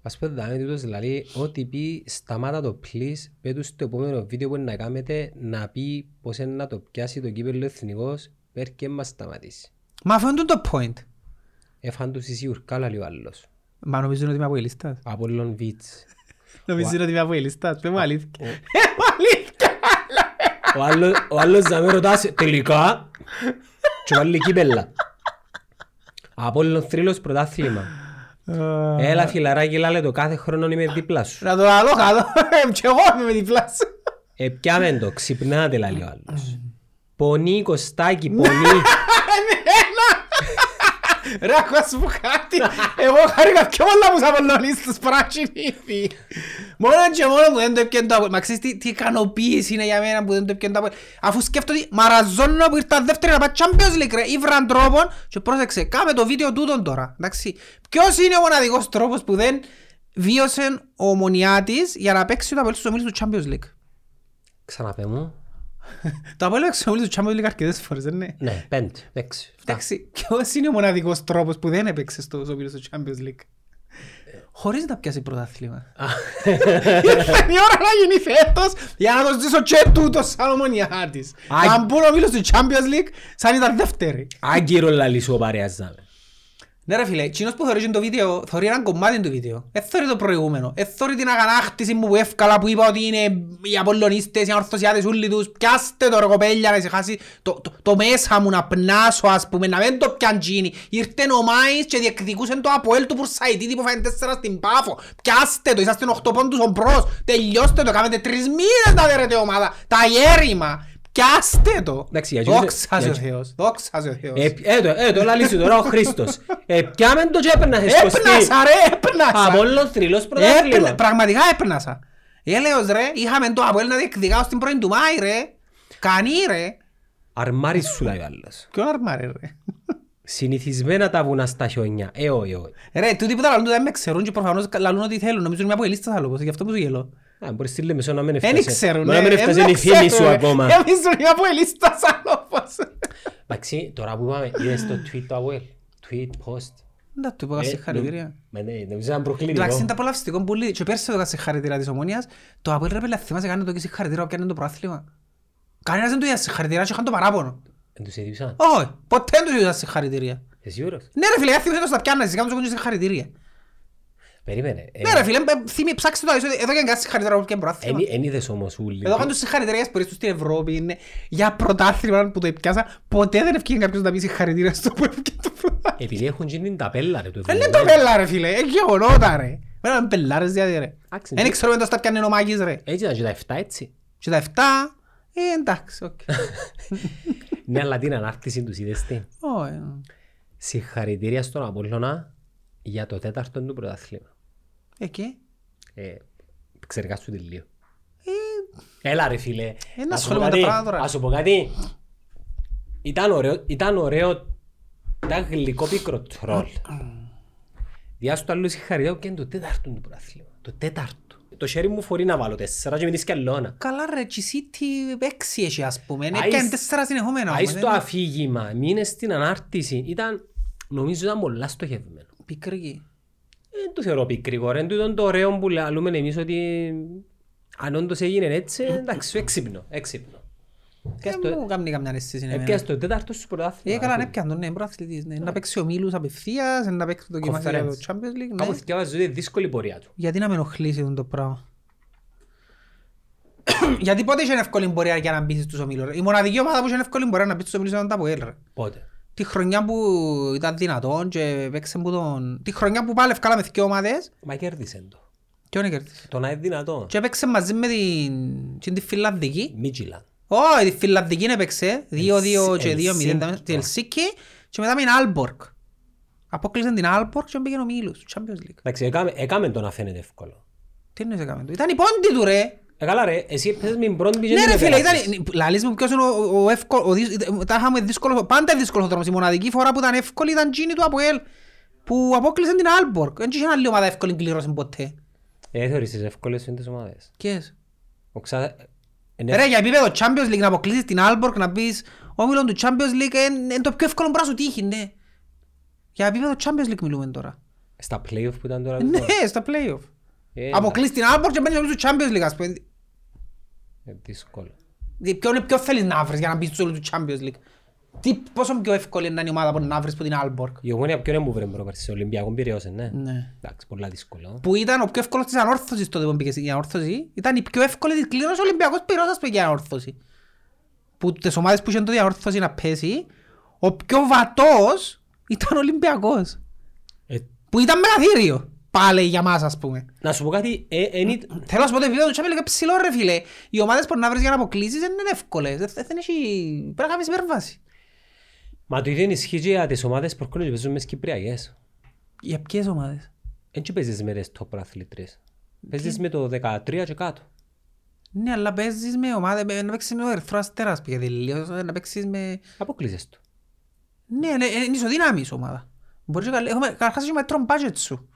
S1: Ας πούμε δάμε τούτος δηλαδή ό,τι πει σταμάτα το please πέτου στο επόμενο βίντεο που είναι να κάνετε να πει πως είναι να το πιάσει το κύπελλο εθνικός πέρ και μας σταματήσει.
S2: Μα αυτό είναι το point.
S1: Έφαν τους εσύ ουρκάλα λίγο άλλος.
S2: Μα νομίζουν ότι είμαι αποελιστάς.
S1: Απόλλων Βίτς.
S2: Νομίζουν ότι είμαι αποελιστάς. Πες μου αλήθεια. Ε, μου αλήθεια.
S1: ο, άλλος, ο άλλος να με ρωτάσει τελικά και βάλει κύπελλα. Απόλλων θρύλος πρωτάθλημα.
S2: Uh,
S1: Έλα φιλαράκι λάλε το κάθε χρόνο είμαι δίπλα σου.
S2: Να το λαλώ κάτω. Ε, Κι εγώ είμαι με την πλάση.
S1: Επιάμε Ε, το, ξυπνάτε λαλεί ο άλλος. Πονή Κωστάκη, πονή.
S2: Ρε, ακούω να σου πω κάτι. Εγώ χάρηκα πιο πολλά που σαν πολωνίστες πράσινοι. Μόνο και μόνο που δεν το έπιαν το Αποέλ. Μα ξέρεις τι, τι ικανοποίηση είναι για μένα που δεν το έπιαν το Αποέλ. Αφού σκέφτομαι ότι μαραζώνω που ήρθα δεύτερη να πάει Champions League ρε. Ήβραν τρόπον και πρόσεξε, κάμε το βίντεο τούτον τώρα. Εντάξει. Ποιος είναι ο μοναδικός τρόπος που δεν βίωσε ο Μονιάτης για να παίξει το Αποέλ στους ομίλους του Champions League.
S1: Ξαναπέ μου.
S2: Το Αποέλ παίξει στους ομίλους του Champions League αρκετές φορές, δεν είναι.
S1: Ναι, πέντε, έξι, εφτά.
S2: Εντάξει, ποιος είναι ο μοναδικός τρόπος που δεν έπαιξε στο Σοβίλιο στο Champions League. Χωρίς να πιάσει πρωτάθλημα. Ήρθε η ώρα να γίνει φέτος για να το ζήσω και τούτο σαν ομονιάτης.
S1: Α,
S2: Να μπουν ο Μίλος στο Champions League σαν ήταν δεύτερη.
S1: Άγκυρο λαλή σου ο παρέας δάμε.
S2: Ναι ρε φίλε, εκείνος που θεωρεί το βίντεο, θεωρεί έναν κομμάτι του βίντεο. Ε, θεωρεί το προηγούμενο. Ε, θεωρεί την αγανάκτηση μου που εύκολα που είπα ότι είναι οι Απολλωνίστες, οι Ορθωσιάτες, όλοι τους. Πιάστε το ρε κοπέλια να σε χάσει το, το, το μέσα μου να πνάσω ας πούμε, να μην το πιαν γίνει. Ήρθε ο Μάης και διεκδικούσε το Αποέλ του Πουρσαϊτίδη που φάνε τέσσερα στην Πάφο. Πιάστε το, είσαστε οχτώ πόντους ο μπρος. Τελειώστε το, κάμετε τρεις μήνες να δέρετε ομάδα. Τα γέρημα. Πιάστε το.
S1: Εντάξει, για εκείνους- Ε,
S2: Δόξα σε
S1: για
S2: ο Θεός. Δόξα σε ο Θεός.
S1: Έτω, έτω λαλή σου τώρα ο Χρήστος. Επιάμε το και έπαιρνασες κοστί.
S2: Έπνασα ρε, έπνασα.
S1: Απόλλων θρύλος
S2: Έπαινα-
S1: πρωτάθλημα.
S2: Πραγματικά έπαιρνασα. Έλεος ρε, είχαμε το Αποέλ να διεκδικάω στην πρώην του Μάη ρε. Κανεί ρε.
S1: Αρμάρις σου λέει ο άλλος.
S2: Ποιον αρμάρε ρε.
S1: Συνηθισμένα τα βουνά στα χιόνια. Ε, όχι, όχι.
S2: Ρε, τούτοι που τα λαλούν δεν με ξέρουν και προφανώς λαλούν ό,τι θέλουν. Νομίζουν μια αποελίστα θα λόγω, γι' αυτό που σου γελώ.
S1: Α, μπορείς στη λέμε να μην
S2: Ε, Δεν ε.
S1: έφτασε.
S2: ξέρουν.
S1: Μπορεί να μην έφτασε η φήμη σου ακόμα.
S2: Εμείς μια αποελίστα σαν λόγος.
S1: Εντάξει, τώρα που είπαμε, είδες το tweet του Αβουέλ. Tweet, post.
S2: Να του είπα
S1: Ε,
S2: συγχαρητήρια.
S1: Με ναι, νομίζω να προκλίνει.
S2: Εντάξει, είναι τα απολαυστικό που λέει. Και πέρσι το συγχαρητήρια της Ομόνιας, το Αποέλ ρε πέλα θυμάσαι κάνει το και συγχαρητήρια όπου έκανε το πρωτάθλημα. Κανένας δεν του είδα συγχαρητήρια και είχαν το παράπονο.
S1: Εν τους ειδήσαν.
S2: Όχι, ποτέ δεν τους είδα συγχαρητήρια.
S1: Είσαι σίγουρος.
S2: Ναι ρε φίλε, γιατί δεν θα πιάνεσαι, κάνω τους κοντζούς χαρητήρια.
S1: Περίμενε. Ε,
S2: Ναι ρε φίλε, ε, θυμή, ψάξτε το, ε, εδώ και κάτι συγχαρητήρα όπως και
S1: εν-
S2: προάθλημα.
S1: εν είδες όμως ούλοι.
S2: Εδώ κάνουν συγχαρητήρια που στην Ευρώπη, είναι για πρωτάθλημα που το επιάσα. Ποτέ δεν ευκήγε κάποιος να πει συγχαρητήρια στο που ευκήγε το πρωτάθλημα. Ε,
S1: Επειδή έχουν γίνει την ταπέλα ρε, του
S2: Δεν είναι
S1: Ευρωβουλίου.
S2: ταπέλα ρε φίλε, είναι γεγονότα ρε. Πρέπει να είναι πελάρες δηλαδή ρε.
S1: Εντάξει,
S2: Δεν
S1: ναι.
S2: ξέρω εντός τα πιάνε ο Μάκης ρε.
S1: Έτσι ήταν και τα εφτά, έτσι.
S2: Και τα 7, ε, εντάξει, οκ.
S1: Ναι, αλλά την ανάρτηση τους είδες τι.
S2: ε,
S1: Συγχαρητήρια στον Απόλλωνα για το τέταρτο του πρωτάθλημα.
S2: Εκεί.
S1: Ε, ξεργά σου τελείω. Έλα ρε φίλε.
S2: Ε, να
S1: Να σου πω
S2: ασχολούμαι με τα
S1: κάτι,
S2: πράγματα τώρα.
S1: να σου πω κάτι. Ήταν ωραίο, ήταν ωραίο, ήταν γλυκό πικρό τρόλ. Διάστο άλλο συγχαρητήριο και είναι το τέταρτο του πρωτάθλημα. Το τέταρτο. Το χέρι μου φορεί να βάλω τέσσερα και με τη σκελώνα.
S2: Καλά ρε, και η City έξι έχει ας πούμε,
S1: Άι,
S2: έκανε τέσσερα συνεχόμενα.
S1: Πάει
S2: όμως,
S1: στο
S2: δεν-
S1: αφήγημα, μείνε στην ανάρτηση. Ήταν, νομίζω ήταν πολλά στοχευμένο.
S2: Πικρή.
S1: Δεν το θεωρώ πικρικό ρε, τούτο είναι το ωραίο που λέμε εμείς ότι αν όντως έγινε έτσι, εντάξει, έξυπνο, έξυπνο. Πιάσε
S2: Δεν μου
S1: το-
S2: κάνει καμιά αίσθηση εμένα.
S1: Έπιασε το τέταρτο σου πρωτάθλημα.
S2: Ε, καλά, ναι, πιάνε τον, ναι, πρωταθλητής, ναι. Να παίξει ο Μίλους απευθείας, να παίξει το δοκιμαστήριο
S1: Conference.
S2: του Champions League, ναι.
S1: Κάπου θυκιάβαζε ότι είναι δύσκολη η πορεία του.
S2: Γιατί να με ενοχλήσει αυτό το πράγμα. Γιατί πότε είχε εύκολη πορεία για να μπεις στους ομίλους. ρε. Η μοναδική ομάδα που είχε εύκολη πορεία να μπεις στους ομίλους ήταν τα ΑΠΟΕΛ, ρε.
S1: Πότε.
S2: Τη χρονιά που ήταν δυνατόν και παίξε που τον... Τη χρονιά που πάλι ευκάλαμε δύο ομάδες,
S1: Μα κέρδισε το.
S2: ποιον έκερδισε.
S1: Το να είναι δυνατό.
S2: Και έπαιξε μαζί με την, την τη Φιλανδική.
S1: Μίτζιλαν.
S2: Όχι, τη Φιλανδική έπαιξε. 2-2 και 2-0
S1: Ελσίνκι.
S2: ήταν στη Ελσίκη. Και μετά με την Άλμπορκ. Απόκλεισε την Άλμπορκ και πήγαινε ο Μίλους, Champions League.
S1: Εντάξει, έκαμε- έκαμε το να φαίνεται εύκολο.
S2: Τι είναι σε κάμεντο. Ήταν η πόντη του ρε.
S1: Ε, καλά ρε, εσύ έπαιζες με την πρώτη και
S2: Ναι
S1: την
S2: ρε φίλε,
S1: επέραψες.
S2: ήταν, λαλείς μου ποιος είναι ο, ο εύκολο, ο, δύσ- τα είχαμε δύσκολο, πάντα δύσκολο ο δρόμος. Η μοναδική φορά που ήταν εύκολη ήταν τζίνη του Αποέλ που απόκλεισε την Άλμπορκ. Δεν είχε άλλη ομάδα εύκολη κλήρωση ποτέ.
S1: Ε, θεωρείς τις εύκολες είναι τις ομάδες.
S2: Ποιες.
S1: Ο Ξα- ε, ναι, είναι
S2: Ρε για επίπεδο Champions League να αποκλείσεις την Άλμπορκ να πεις όμιλον του Champions League είναι το πιο εύκολο πράγμα σου τύχει, ναι. Για επίπεδο Champions League μιλούμε τώρα.
S1: Στα play-off που ήταν τώρα. Ε,
S2: Ναι, Ε, στα play-off.
S1: Έλα.
S2: Αποκλείς την Άλμπορκ και μπαίνεις στο Champions League ας πούμε.
S1: Ε, Δύσκολο.
S2: Δι- Ποιον, ποιον θέλεις να βρεις για να μπεις στο του Champions League. Τι, πόσο πιο εύκολη είναι η ομάδα που να βρεις που την Άλμπορκ.
S1: Η ομόνια ποιον έμου βρε προπέρσι, σε Ολυμπιακό Πειραιώς, ε, ναι.
S2: Ναι.
S1: Εντάξει, πολλά δύσκολο.
S2: Που ήταν ο πιο εύκολος της ανόρθωσης τότε που μπήκε η ανόρθωση. Ήταν η πιο εύκολη της κλήρωσης ο Ολυμπιακός πυρός ας πούμε για ανόρθωση. Που τις ομάδες που είχαν τότε η ανόρθωση να πέσει, ο πιο βατός ήταν ο Ολυμπιακός.
S1: Ε,
S2: Που ήταν μεγαθύριο πάλι για μας ας πούμε.
S1: Να σου πω κάτι, ε, εν ήταν-
S2: Θέλω να σου πω το επίπεδο του Champions League είναι ψηλό ρε φίλε. Οι ομάδες που να βρεις για να αποκλείσεις δεν είναι εύκολες. Δεν- Δεν έχει... Πρέπει να κάνεις υπέρβαση.
S1: Μα το ίδιο ενισχύει και για τις ομάδες που έρχονται και παίζουν μες τις Κυπριακές.
S2: Για ποιες ομάδες.
S1: Εν και παίζεις με τις top αθλητρίες. Παίζεις με το 13 και κάτω.
S2: Ναι, αλλά παίζεις με ομάδα, με- να παίξεις με τον Ερυθρό Αστέρας που γιατί λίγο, να παίξεις με...
S1: Αποκλείζεσαι το.
S2: Ναι, ναι, είναι ισοδύναμης η ομάδα. Μπορείς και καλ- έχουμε, καταρχάς έχουμε τρον budget σου.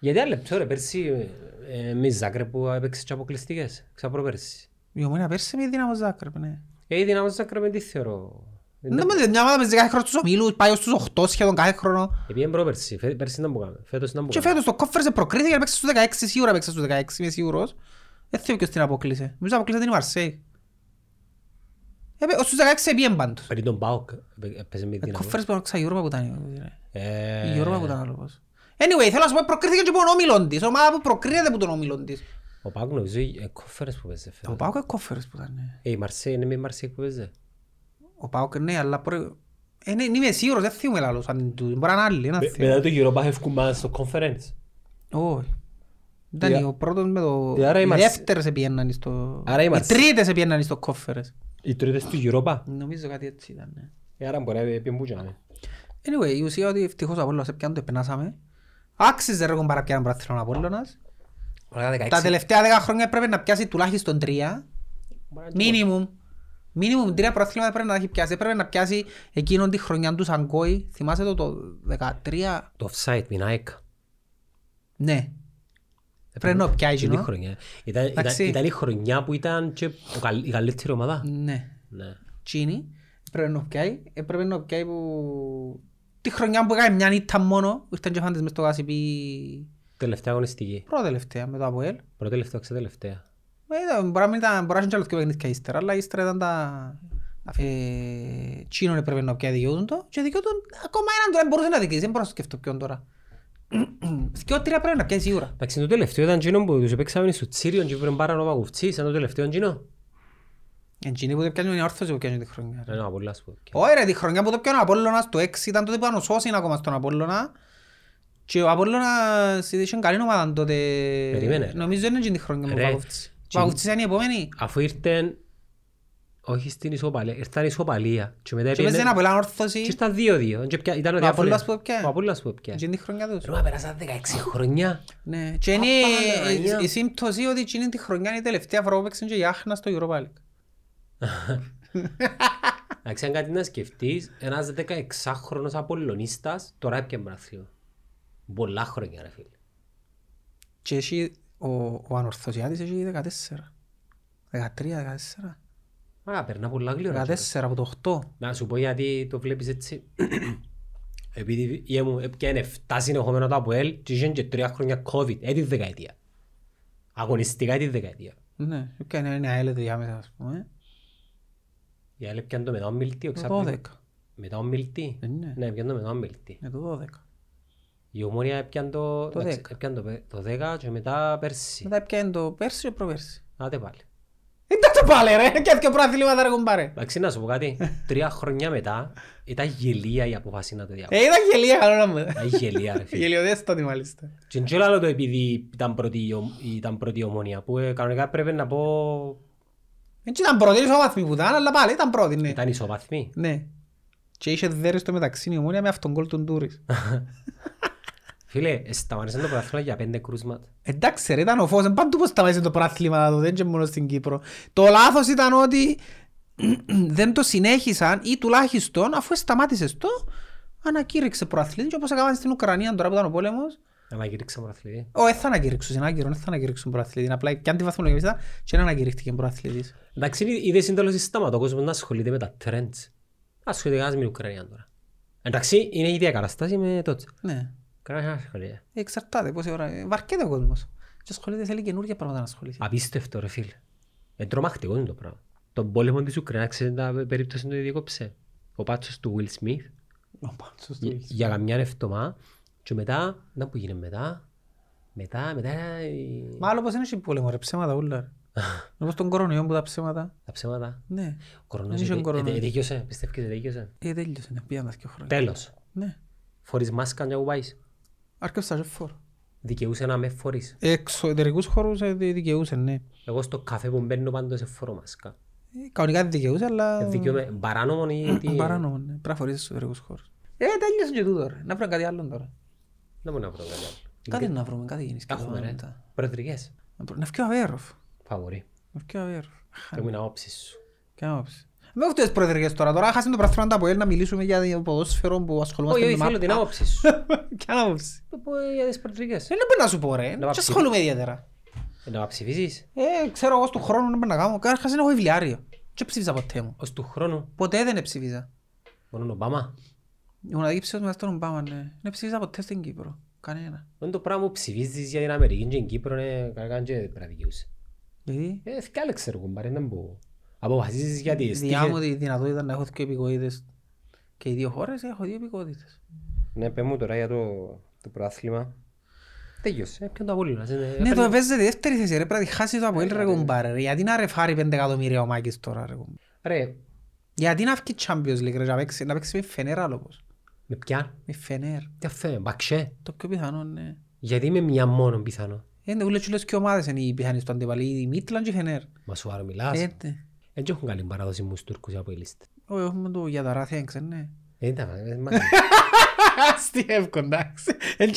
S1: Γιατί άλλο λεπτό ρε, πέρσι ε, με η Ζάκρε που έπαιξε και αποκλειστικές, ξαπροπέρσι.
S2: Η ομονία πέρσι με δύναμο Ζάκρεπ, ναι.
S1: Ε, η δυνάμωση Ζάκρε με τι θεωρώ. Ε,
S2: Δεν το μια ομάδα παίζει κάθε χρόνο στους ομίλους, πάει ως τους 8 σχεδόν κάθε χρόνο.
S1: Επειδή είναι προπέρσι, φε- πέρσι ήταν που κάναμε, φέτος ήταν που
S2: Και
S1: κάναμε.
S2: φέτος το κόφερ σε προκρίθηκε για να παίξει στους 16, σίγουρα παίξει στους 16, είμαι σίγουρος. Δεν θυμάμαι ποιος την αποκλείσε. Νομίζω αποκλείσε την η Μαρσέη. Έπαι- ως τους 16 επίεν πάντως.
S1: Πριν τον ΠΑΟΚ έπαι- έπαιζε με
S2: Ε,
S1: δυνάμωση.
S2: Κόφερς που άκουσα, η Europa που ήταν, ε,
S1: Ε,
S2: Η Europa που ήταν άλλο πώς. Anyway, θέλω να σου πω, προκρίθηκε και από τον όμιλον της. Ομάδα που προκρίνεται από τον όμιλον της.
S1: Ο ΠΑΟΚ νομίζω ε, κόφερες που παίζε
S2: Ο
S1: φέτος.
S2: Πάοκ είναι κόφερες που ήταν. ε.
S1: Ε, η Μαρσέ είναι με η Μαρσέ που παίζε.
S2: Ο Πάοκ ναι, αλλά προ... ε, ναι, είμαι σίγουρος, δεν θυμούμαι λάλλος. Αν του... Μπορεί να είναι άλλοι, ένα
S1: Με-
S2: θυμούμαι.
S1: Μετά το γύρο πάνε ευκούμε στο conference.
S2: Όχι. Ήταν
S1: Δια-
S2: ο πρώτος με το...
S1: Άρα
S2: Οι
S1: είμαστε-
S2: δεύτερες επιέναν στο...
S1: Άρα
S2: Οι
S1: είμαστε-
S2: τρίτες επιέναν στο κόφερες.
S1: Οι τρίτες του Europa.
S2: Νομίζω κάτι έτσι ήταν. ναι.
S1: Ε, Άρα μπορεί να πει ναι. που κάναμε.
S2: Anyway, η ουσία ότι ευτυχώς ο Απόλλωνας έπιανε το επενάσαμε. Άξιζε ρε κομπάρα παραπιάνει πράθυνον ο Απόλλωνας. Τα τελευταία δέκα χρόνια πρέπει να πιάσει τουλάχιστον τρία. Μίνιμουμ. Μίνιμουμ τρία προαθλήματα πρέπει να τα έχει πιάσει. Έπρεπε να πιάσει εκείνον τη χρονιά του Σαγκόη. Θυμάσαι το το 13.
S1: Το offside, με την ΑΕΚ.
S2: Ναι. Πρέπει να πιάσει
S1: Ήταν η
S2: εκείνο.
S1: χρονιά. Ήταν- ήταν-
S2: Εντάξει.
S1: Ήταν η χρονιά που ήταν και ο καλ- η καλύτερη ομάδα.
S2: Ναι.
S1: Ναι.
S2: Τσίνη. Πρέπει να πιάσει. Έπρεπε να πιάσει που... Τη χρονιά που έκανε μια νύχτα μόνο. Ήρθαν και φάντες μες στο Γασιπί.
S1: Τελευταία αγωνιστική.
S2: Πρώτα τελευταία με το Αποέλ.
S1: Πρώτη τελευταία, ξετελευταία.
S2: Ε, ήταν- Μπορεί να μην ήταν- μπορεί να ήταν και άλλος δύο παιχνίδια ύστερα, αλλά ύστερα ήταν τα- Ε, Τσίνον έπρεπε να πιάει δικαιούτον το και δικαιούτον ακόμα έναν τώρα μπορούσε να δικαιούτον, δεν μπορώ να σκεφτώ ποιον τώρα. Δυο τρία πρέπει να πιάει σίγουρα.
S1: Εντάξει, το τελευταίο ήταν εκείνο που τους επέξαμε στο Τσίριον και βρουν πάρα νόμα κουφτσί, σαν το τελευταίο εκείνο.
S2: Εντζίνη Ε, που δεν πιάνουν είναι όρθος που πιάνουν τη χρονιά.
S1: Ένα από Ναι, όλα σου.
S2: Όχι ρε, τη χρονιά που το πιάνουν ο Απόλλωνας το 6 ήταν τότε που ήταν ο Σώσιν ακόμα στον Απόλλωνα και ο Απόλλωνας είχε καλή ομάδα τότε.
S1: Περίμενε, ρε.
S2: Νομίζω είναι εκείνη τη χρονιά που
S1: Ρε,
S2: παγούφτησε.
S1: και-
S2: Παγούφτησε ήταν η επόμενη
S1: Αφού ήρθαν, όχι στην ισοπαλία, ήρθαν ισοπαλία και μετά
S2: και μέσα
S1: έπαιρνε
S2: ένα πολλά όρθωση
S1: και ήρθαν δύο-δύο. και πια- Ήταν ο
S2: Ο Απόλλωνας
S1: διάφορος.
S2: που έπιανε.
S1: Ο Απόλλωνας που έπιανε.
S2: εκείνη τη χρονιά τους.
S1: Ρώμα πέρασαν 16 χρόνια.
S2: Ναι, και είναι
S1: Παναγία.
S2: η- η σύμπτωση ότι εκείνη τη χρονιά είναι η τελευταία φορά που παίξαν και η Άχνα στο Europa League.
S1: Εντάξει, αν κάτι να σκεφτείς, ένας 16χρονος Απολλωνίστας τώρα έπιανε μπραθείο. Πολλά χρόνια ρε φίλε.
S2: Και έχει, ο, ο Ανορθωσιάτης έχει 14. 13, 14.
S1: Μα περνά πολλά γλυόρα.
S2: 14 από το 8.
S1: Να σου πω γιατί το βλέπεις έτσι. Επειδή η ΕΜΟΥ έπιανε 7 συνεχόμενα το ΑΠΟΕΛ και είχε και 3 χρόνια COVID, έτη δεκαετία. Αγωνιστικά έτη δεκαετία.
S2: Ναι, και είναι ένα αέλετο διάμεσα ας πούμε.
S1: Η άλλη έπιανε το μετά ομιλτή, ο
S2: Το
S1: Ξάπλης.
S2: 12.
S1: Μετά ομιλτή.
S2: Ε, ναι.
S1: Ναι, έπιανε το μετά ομιλτή.
S2: Ναι, το 12.
S1: Η ομόνια έπιανε το,
S2: Το
S1: εντάξει,
S2: δέκα.
S1: έπιανε το πε- το 10 και μετά πέρσι.
S2: Μετά πιάνε το πέρσι και προπέρσι.
S1: Άντε πάλι.
S2: Ήταν το πάλι ρε, και έτσι προαθλήματα ρε κουμπάρε.
S1: Εντάξει, να σου πω κάτι. Τρία χρόνια μετά ήταν γελία η αποφάση να το διάβω.
S2: Ε, ήταν γελία καλό να μου.
S1: Ήταν γελία, ρε φίλε.
S2: Γελιοδέστατη μάλιστα.
S1: Και δεν ξέρω άλλο το επειδή ήταν πρώτη, η ομ- ήταν πρώτη η ομόνια, που ε, κανονικά πρέπει να πω
S2: Έτσι ήταν πρώτη, ίσως βαθμοί που ήταν, αλλά πάλι ήταν πρώτη, ναι.
S1: ήταν ισοβαθμή.
S2: Ναι. Και είχε δέρες στο μεταξύ η ομόνια με αυτόν γκολ του Ντούρης.
S1: Φίλε, ε, σταματήσαν το πρωτάθλημα για πέντε κρούσματα.
S2: Εντάξει ρε, ήταν ο φως, Ε, παντού πως σταμάτησε το πράθλημα τότε, δεν και μόνο στην Κύπρο. Το λάθος ήταν ότι δεν το συνέχισαν ή τουλάχιστον αφού σταμάτησες το, ανακήρυξε προαθλήτη και όπως έκαναν στην Ουκρανία τώρα που ήταν ο πόλεμος,
S1: Ανακήρυξα πρωταθλητή.
S2: Ω, δεν θα ανακηρύξουν, είναι άκυρο, δεν θα ανακηρύξουν προαθλήτη. Απλά και αν τη βαθμολογία ήταν και δεν ανακηρύχθηκε προαθλήτης.
S1: Εντάξει, είναι- είδες είναι τέλος στάματο, ο κόσμος να ασχολείται με τα trends. Ασχολείται κανένας με την Ουκρανία τώρα. Εντάξει, είναι η ίδια κατάσταση με τότε.
S2: Ναι,
S1: Κανένας δεν ασχολείται.
S2: εξαρτάται πόση ώρα. ε, Βαρκέται ο κόσμος. Και ασχολείται, θέλει καινούργια πράγματα να ασχοληθεί.
S1: Απίστευτο ρε φίλε. Ε, τρομακτικό είναι το πράγμα. Τον πόλεμο της Ουκρανίας, ξέρετε τα περίπτωση του διέκοψε. Ο πάτσος του Will Smith για- για καμιά εβδομάδα και μετά, να που γίνεται μετά, μετά, μετά, η-
S2: Μάλλον πως είναι και πόλεμο ρε, ψέματα όλα. ρε. Όπως τον κορονοϊό που τα ψέματα.
S1: τα ψέματα.
S2: Ναι,
S1: Ο κορονοϊός
S2: Δεν είχε
S1: ε- ε-
S2: κορονοϊό.
S1: ε- τελείωσε, πιστεύεις ότι τελείωσε.
S2: ε, τέλειωσε, ναι, πήγαν τα δυο χρόνια.
S1: Τέλος.
S2: Ναι.
S1: Φορείς μάσκα και κουβάεις.
S2: Αρκεύσα και φόρ.
S1: Δικαιούσε να με φορείς.
S2: Εξωτερικούς χώρους ε, δι- δικαιούσε, ναι.
S1: Εγώ στο καφέ που μπαίνω πάντως σε φορώ μάσκα.
S2: Ε, Κανονικά δεν δικαιούσε, αλλά...
S1: Ε, Δικαιούμαι παράνομο ή τι.
S2: Παράνομο, ναι. Πρέπει να φορείς εξωτερικούς χώρους. Ε, τέλειωσε και τούτο, ρε. Να βρούμε κάτι άλλο τώρα.
S1: Να μου να βρω κάτι άλλο.
S2: Κάτι να βρούμε, κάτι γίνει.
S1: Έχουμε ρε. Προεδρικές.
S2: Να φκεί ο Αβέροφ.
S1: Φαβορή.
S2: Να φκεί ο Αβέροφ. Χα,
S1: Το μου είναι άποψη σου.
S2: Ποια άποψη. Με έχετε τις προεδρικές τώρα. Τώρα χάσαμε το πράσινο από ελ να μιλήσουμε για το ποδόσφαιρο που ασχολούμαστε
S1: Όχι, όχι,
S2: με μάπα.
S1: θέλω την άποψη σου.
S2: Ποια άποψη.
S1: Που- που- Για τις προεδρικές.
S2: Ε, Δεν μπορεί να σου πω ρε.
S1: Να
S2: Τι
S1: πάψεις.
S2: ασχολούμαι ιδιαίτερα.
S1: Ε, Να ψηφίσεις.
S2: Ε, ξέρω εγώ στον χρόνο να μπορώ να κάνω. Καταρχάς είναι εγώ βιβλιάριο. Και ψήφιζα ποτέ μου.
S1: Ως του χρόνου,
S2: Ποτέ δεν ψήφιζα.
S1: μόνο ο Ομπάμα.
S2: Η μοναδική ψήφος μετά στον Ομπάμα, ναι. Δεν ψήφιζα ποτέ στην Κύπρο. Κανένα.
S1: Είναι το πράγμα που ψηφίζεις για την Αμερική και την Κύπρο είναι κανένα και δεν πρέπει να δικαιούσε.
S2: Γιατί
S1: Ε, θκιάλε ξέρω κουμπάρε, δεν μπορώ. Αποφασίζεις για
S2: η
S1: τις
S2: διά μου
S1: τύχες.
S2: τη δυνατότητα να έχω δύο επικοίδες και οι δύο χώρες έχω δύο επικοίδες.
S1: Ναι, πες μου τώρα για το, το προάθλημα. Τέλειωσε, ποιον το ε, απολύνας.
S2: Ναι, το παίζεται δεύτερη θέση ρε, πρέπει να τη χάσει το Αποέλ Ε, ρε κουμπάρε. ρε. Γιατί να ρεφάρει πέντε εκατομμύρια ο Μάκης τώρα ρε κουμπάρε.
S1: ε, Ρε,
S2: Γιατί να φύγει Champions League ρε, να παίξει- να παίξει με Φενέρ άλλο πως.
S1: με πιάν,
S2: Με Φενέρ.
S1: τι αφέ, μπαξέ.
S2: Το πιο πιθανό ναι.
S1: Γιατί είμαι μια μόνο πιθανό.
S2: Είναι Ε, ναι, ούλες και ούλες και ομάδες είναι οι πιθανείς του αντιπαλή, η Μίτλαν και η Φενέρ.
S1: Μα σου άρω μιλάς.
S2: Ε, ναι.
S1: Έτσι έχουν καλή παράδοση μου στους Τούρκους οι απολύστες.
S2: Ω, Έχουμε το για τα ράθια, ξένε.
S1: Ε, Δεν τα ε, μα-
S2: Άστι εύκολο, εντάξει.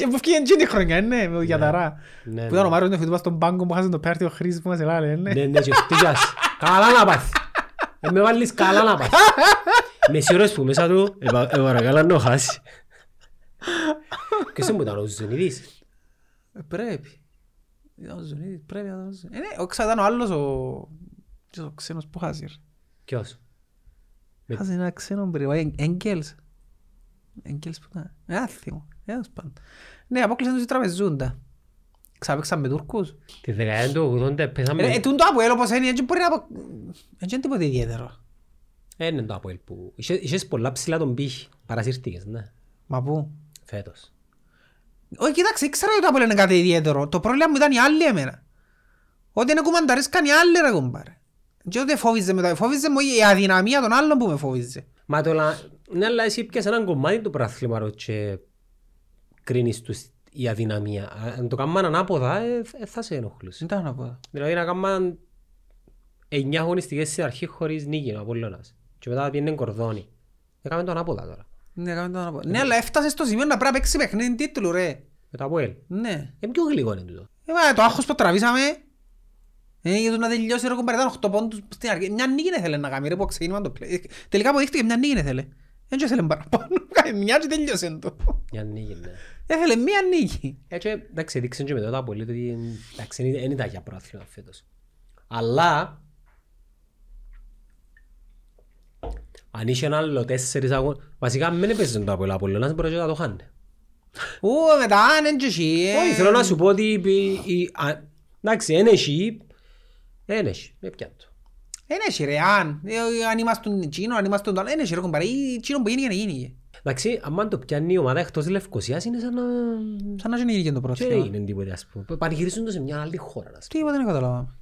S2: Που φύγει εντζίνη χρονιά, ναι, με το Γιαταρά.
S1: Ναι,
S2: Που ήταν ο
S1: ναι.
S2: Μάριος Νεφιτούπας στον πάγκο που χάσε το πέρτι ο Χρήση που μας ελάλε, ναι.
S1: Ναι, ναι, και χτύχιας. Καλά να πάθει. Ε, με βάλεις καλά να πάθει. Με σύρρος που μέσα του, ε, πα- ε, παρακαλώ να το χάσει. Και σε μου ήταν ο Ζενιδής.
S2: Ε, Πρέπει. Ήταν ο Ζωνίδης, πρέπει να ήταν ο Ζωνίδης. Ε, ναι, ο ξα- ήταν ο άλλος ο... και ο ξένος που χάζει. ρε.
S1: Ποιος. Με-
S2: Χάζει ένα ξένο πριν, ο Έγγ- Έγγελς. Έγγελς που ήταν. Ε, άθιμο. Ε, τέλος πάντων. Ναι, απόκλεισαν τους οι τραπεζούντα. Ξαπέξαν με Τούρκους.
S1: Τη δεκαετία του 80
S2: Ε,
S1: πέσαμε.
S2: ε, τούν το Αποέλ όπως είναι, έτσι μπορεί να... απο- Έτσι είναι τίποτε ιδιαίτερο.
S1: Ε, είναι το Αποέλ που... Είχε- Είχες πολλά ψηλά τον πύχη. Παρασύρθηκες, ναι.
S2: Μα πού.
S1: Φέτος.
S2: Όχι, κοίταξε, ήξερα ότι το Απόλλωνα είναι κάτι ιδιαίτερο. Το πρόβλημα μου ήταν οι άλλοι εμένα. Ότι είναι κουμανταρίσκαν οι άλλοι ρε κουμπάρε. Και ούτε φόβιζε μετά. Φόβιζε μου η αδυναμία των άλλων που με φόβιζε.
S1: Μα το λα... Ναι, αλλά εσύ πιάσες έναν κομμάτι του πραθλήματος και κρίνεις τους η αδυναμία. Αν το κάνουμε ανάποδα, ε, ε, θα σε ενοχλούσε.
S2: Δεν τα να πω.
S1: Δηλαδή να κάνουμε εννιά αγωνιστικές στην αρχή χωρίς νίκη ο Απόλλωνας. Και μετά Ε, πήγαινε κορδόνι. Έκαμε το ανάποδα τώρα.
S2: Ναι, κάμε το να πω. Ναι, αλλά έφτασε στο σημείο να πρέπει να παίξει παιχνίδι τίτλου ρε.
S1: Με το Αποέλ.
S2: Ναι.
S1: Είναι πιο γλυκό είναι τούτο.
S2: Ε, μα, το άγχος που τραβήσαμε. Ε, για το να τελειώσει ρε κουμπάρε ήταν 8 πόντους στην αρχή. Μια νίκη ήθελε να κάνει ρε που ξεκίνημα το play. Τελικά αποδείχτηκε μια νίκη ήθελε. Δεν ήθελε παραπάνω. Κάνε Μια και τελειώσε το.
S1: Για νίκη, ναι.
S2: Έθελε μια νίκη.
S1: Έτσι, εντάξει, δείξαν και μετά το Αποέλ ότι εντάξει, δεν- δεν ήταν για πρόθυμα φέτος. Αλλά αν είχε ένα άλλο τέσσερις αγώνες, βασικά μην έπαιζε το Αποέλ Απολλωνάς, μπορεί και να το χάνε.
S2: Ω, μετά, ναι, και εσύ, ε.
S1: Όχι, θέλω να σου πω ότι η- η- α, εντάξει, δεν έχει, δεν έχει, ε, δεν πιάνω το.
S2: Εν έχει ρε, αν. Ε, αν είμαστε Τσίνο, αν είμαστε τον άλλο, εν έχει ρε κομπάρε. Ή Τσίνο που γίνηκε, γίνηκε.
S1: Εντάξει, άμα το πιάνει η ομάδα εκτός Λευκοσίας είναι σαν να...
S2: Σαν να γίνηκε το
S1: Και
S2: πρόθυμα.
S1: δεν είναι τίποτε, ας πούμε. Πανηγυρίζουν το σε μια άλλη χώρα, ας πούμε.
S2: Τίποτα δεν καταλάβαμε.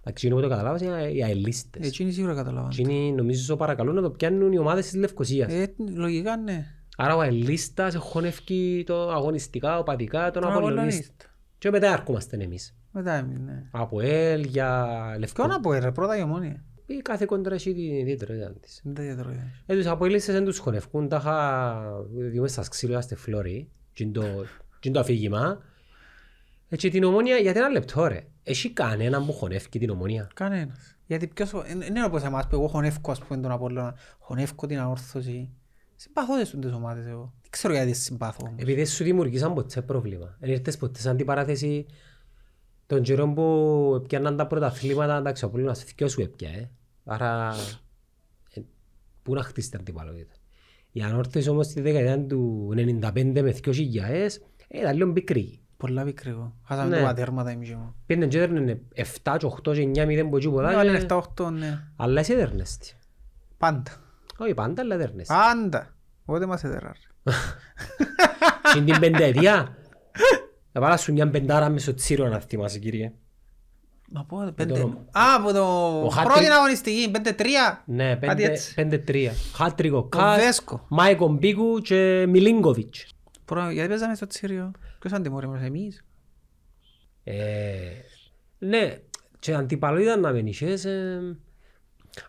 S1: Εντάξει, είναι που το καταλάβες, είναι οι αελίστες.
S2: Εκείνοι σίγουρα καταλάβαμε.
S1: Εκείνοι νομίζω παρακαλούν να το πιάνουν οι ομάδες της Λευκοσίας.
S2: Ε, λογικά ναι.
S1: Άρα ο αελίστας χωνεύει το αγωνιστικά, οπαδικά, τον
S2: Τον
S1: Απολλωνίστη.
S2: Απολλωνίστη.
S1: Και μετά έρχομαστε εμείς.
S2: Μετά εμείς, ναι.
S1: Από ελ, για
S2: Ποιο
S1: λευκό.
S2: να πω, ε, ρε, πρώτα η ομόνια.
S1: Ή κάθε κόντρα έχει την ιδιαιτερότητα της.
S2: Δεν τα διατρώει.
S1: Ε, τους αποελίστες δεν τους χωνεύκουν, τα είχα δει μέσα στα ξύλα στη φλόρη, τζιν το- τζιν το αφήγημα. Έτσι την ομόνια, γιατί ένα λεπτό ρε, έχει κανέναν που χωνεύει την ομόνια.
S2: Κανένας. Γιατί ποιος, ε, δεν είναι όπως εμάς που εγώ χωνεύκω ας πούμε τον Απόλλωνα, χωνεύκω την Αόρθωση. Συμπαθώ τις τις ομάδες εγώ. Δεν ξέρω γιατί τις συμπαθώ. όμως.
S1: Επειδή σου δημιουργήσαν ποτέ πρόβλημα. Δεν ήρθες ποτέ σαν αντιπαράθεση των καιρών που πιάνναν τα πρωταθλήματα, εντάξει, ο Απόλλωνας θυκιό σου έπια, ε. Άρα, ε, πού να χτίσετε αντιπαλότητα. Η ανόρθωση όμως στη δεκαετία του 95 με 2000, ε, ήταν λίγο πικρή.
S2: Πολλά πικρή εγώ. Χάσαμε
S1: Ναι.
S2: το πατέρματα εμείς και εγώ.
S1: Πήγαινε και έδερνε 7 και 8 και 9 μηδέν που
S2: Ναι,
S1: τίποτα.
S2: αλλά
S1: και-
S2: 7-8, ναι.
S1: Αλλά εσύ έδερνες. τη.
S2: Πάντα.
S1: Όχι πάντα, αλλά έδερνες.
S2: Πάντα. Οπότε μας έδεραρε.
S1: Συν την πενταετία. Θα πάρω σου μια πεντάρα μέσω τσίρο να θυμάσαι κύριε.
S2: Μα πω,
S1: το
S2: πέντε.
S1: όνομα.
S2: Α, από το
S1: Ο Χάτρι-
S2: πρώτη αγωνιστική, πέντε-τρία.
S1: Ναι,
S2: Κάτι
S1: πέντε-
S2: έτσι.
S1: 5-3. Χάτρικο Κάς,
S2: Βέσκο.
S1: Μάικον Μπίκου και Μιλίνκοβιτς.
S2: Πρώτα, γιατί παίζαμε στο τσίριο. Ποιος αντιμόρυμος εμείς.
S1: Ε, Ναι, και αντιπαλότητα να μην είχες. ε,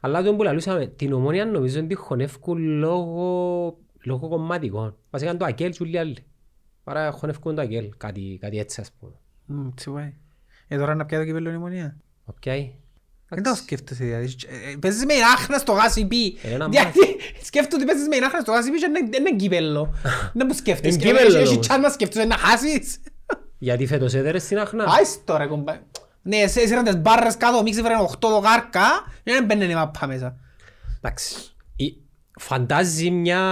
S1: Αλλά τον που λαλούσαμε, την ομόνια νομίζω ότι χωνεύκουν λόγω, λόγω κομμάτικων. Βασικά είναι το Ακέλ και όλοι οι άλλοι. Άρα χωνεύκουν το Ακέλ, κάτι, κάτι έτσι ας πούμε.
S2: Μμ, Τι πάει. Ε, τώρα να πιάτο κύπελλο η μονία.
S1: Οκ.
S2: Δεν το σκέφτεσαι δηλαδή. Ε, ε, Παίζεις με άχνα στο γάσιπι.
S1: Ε, ένα
S2: Γιατί σκέφτομαι ότι παίζεις με άχνα στο γάσιπι και είναι- είναι κύπελλο. Δεν που σκέφτεσαι.
S1: Είναι κύπελλο,
S2: Έχει
S1: όμως.
S2: τσάν να σκέφτεσαι να χάσεις.
S1: Γιατί φέτος έδερες στην Αχνά.
S2: Άις τώρα κομπά. Ναι, εσύ έσυραν τις μπάρρες κάτω, μίξε φέραν 8 δοκάρκα και δεν μπαίνουν η μαπά μέσα.
S1: Εντάξει. Η- Φαντάζει μια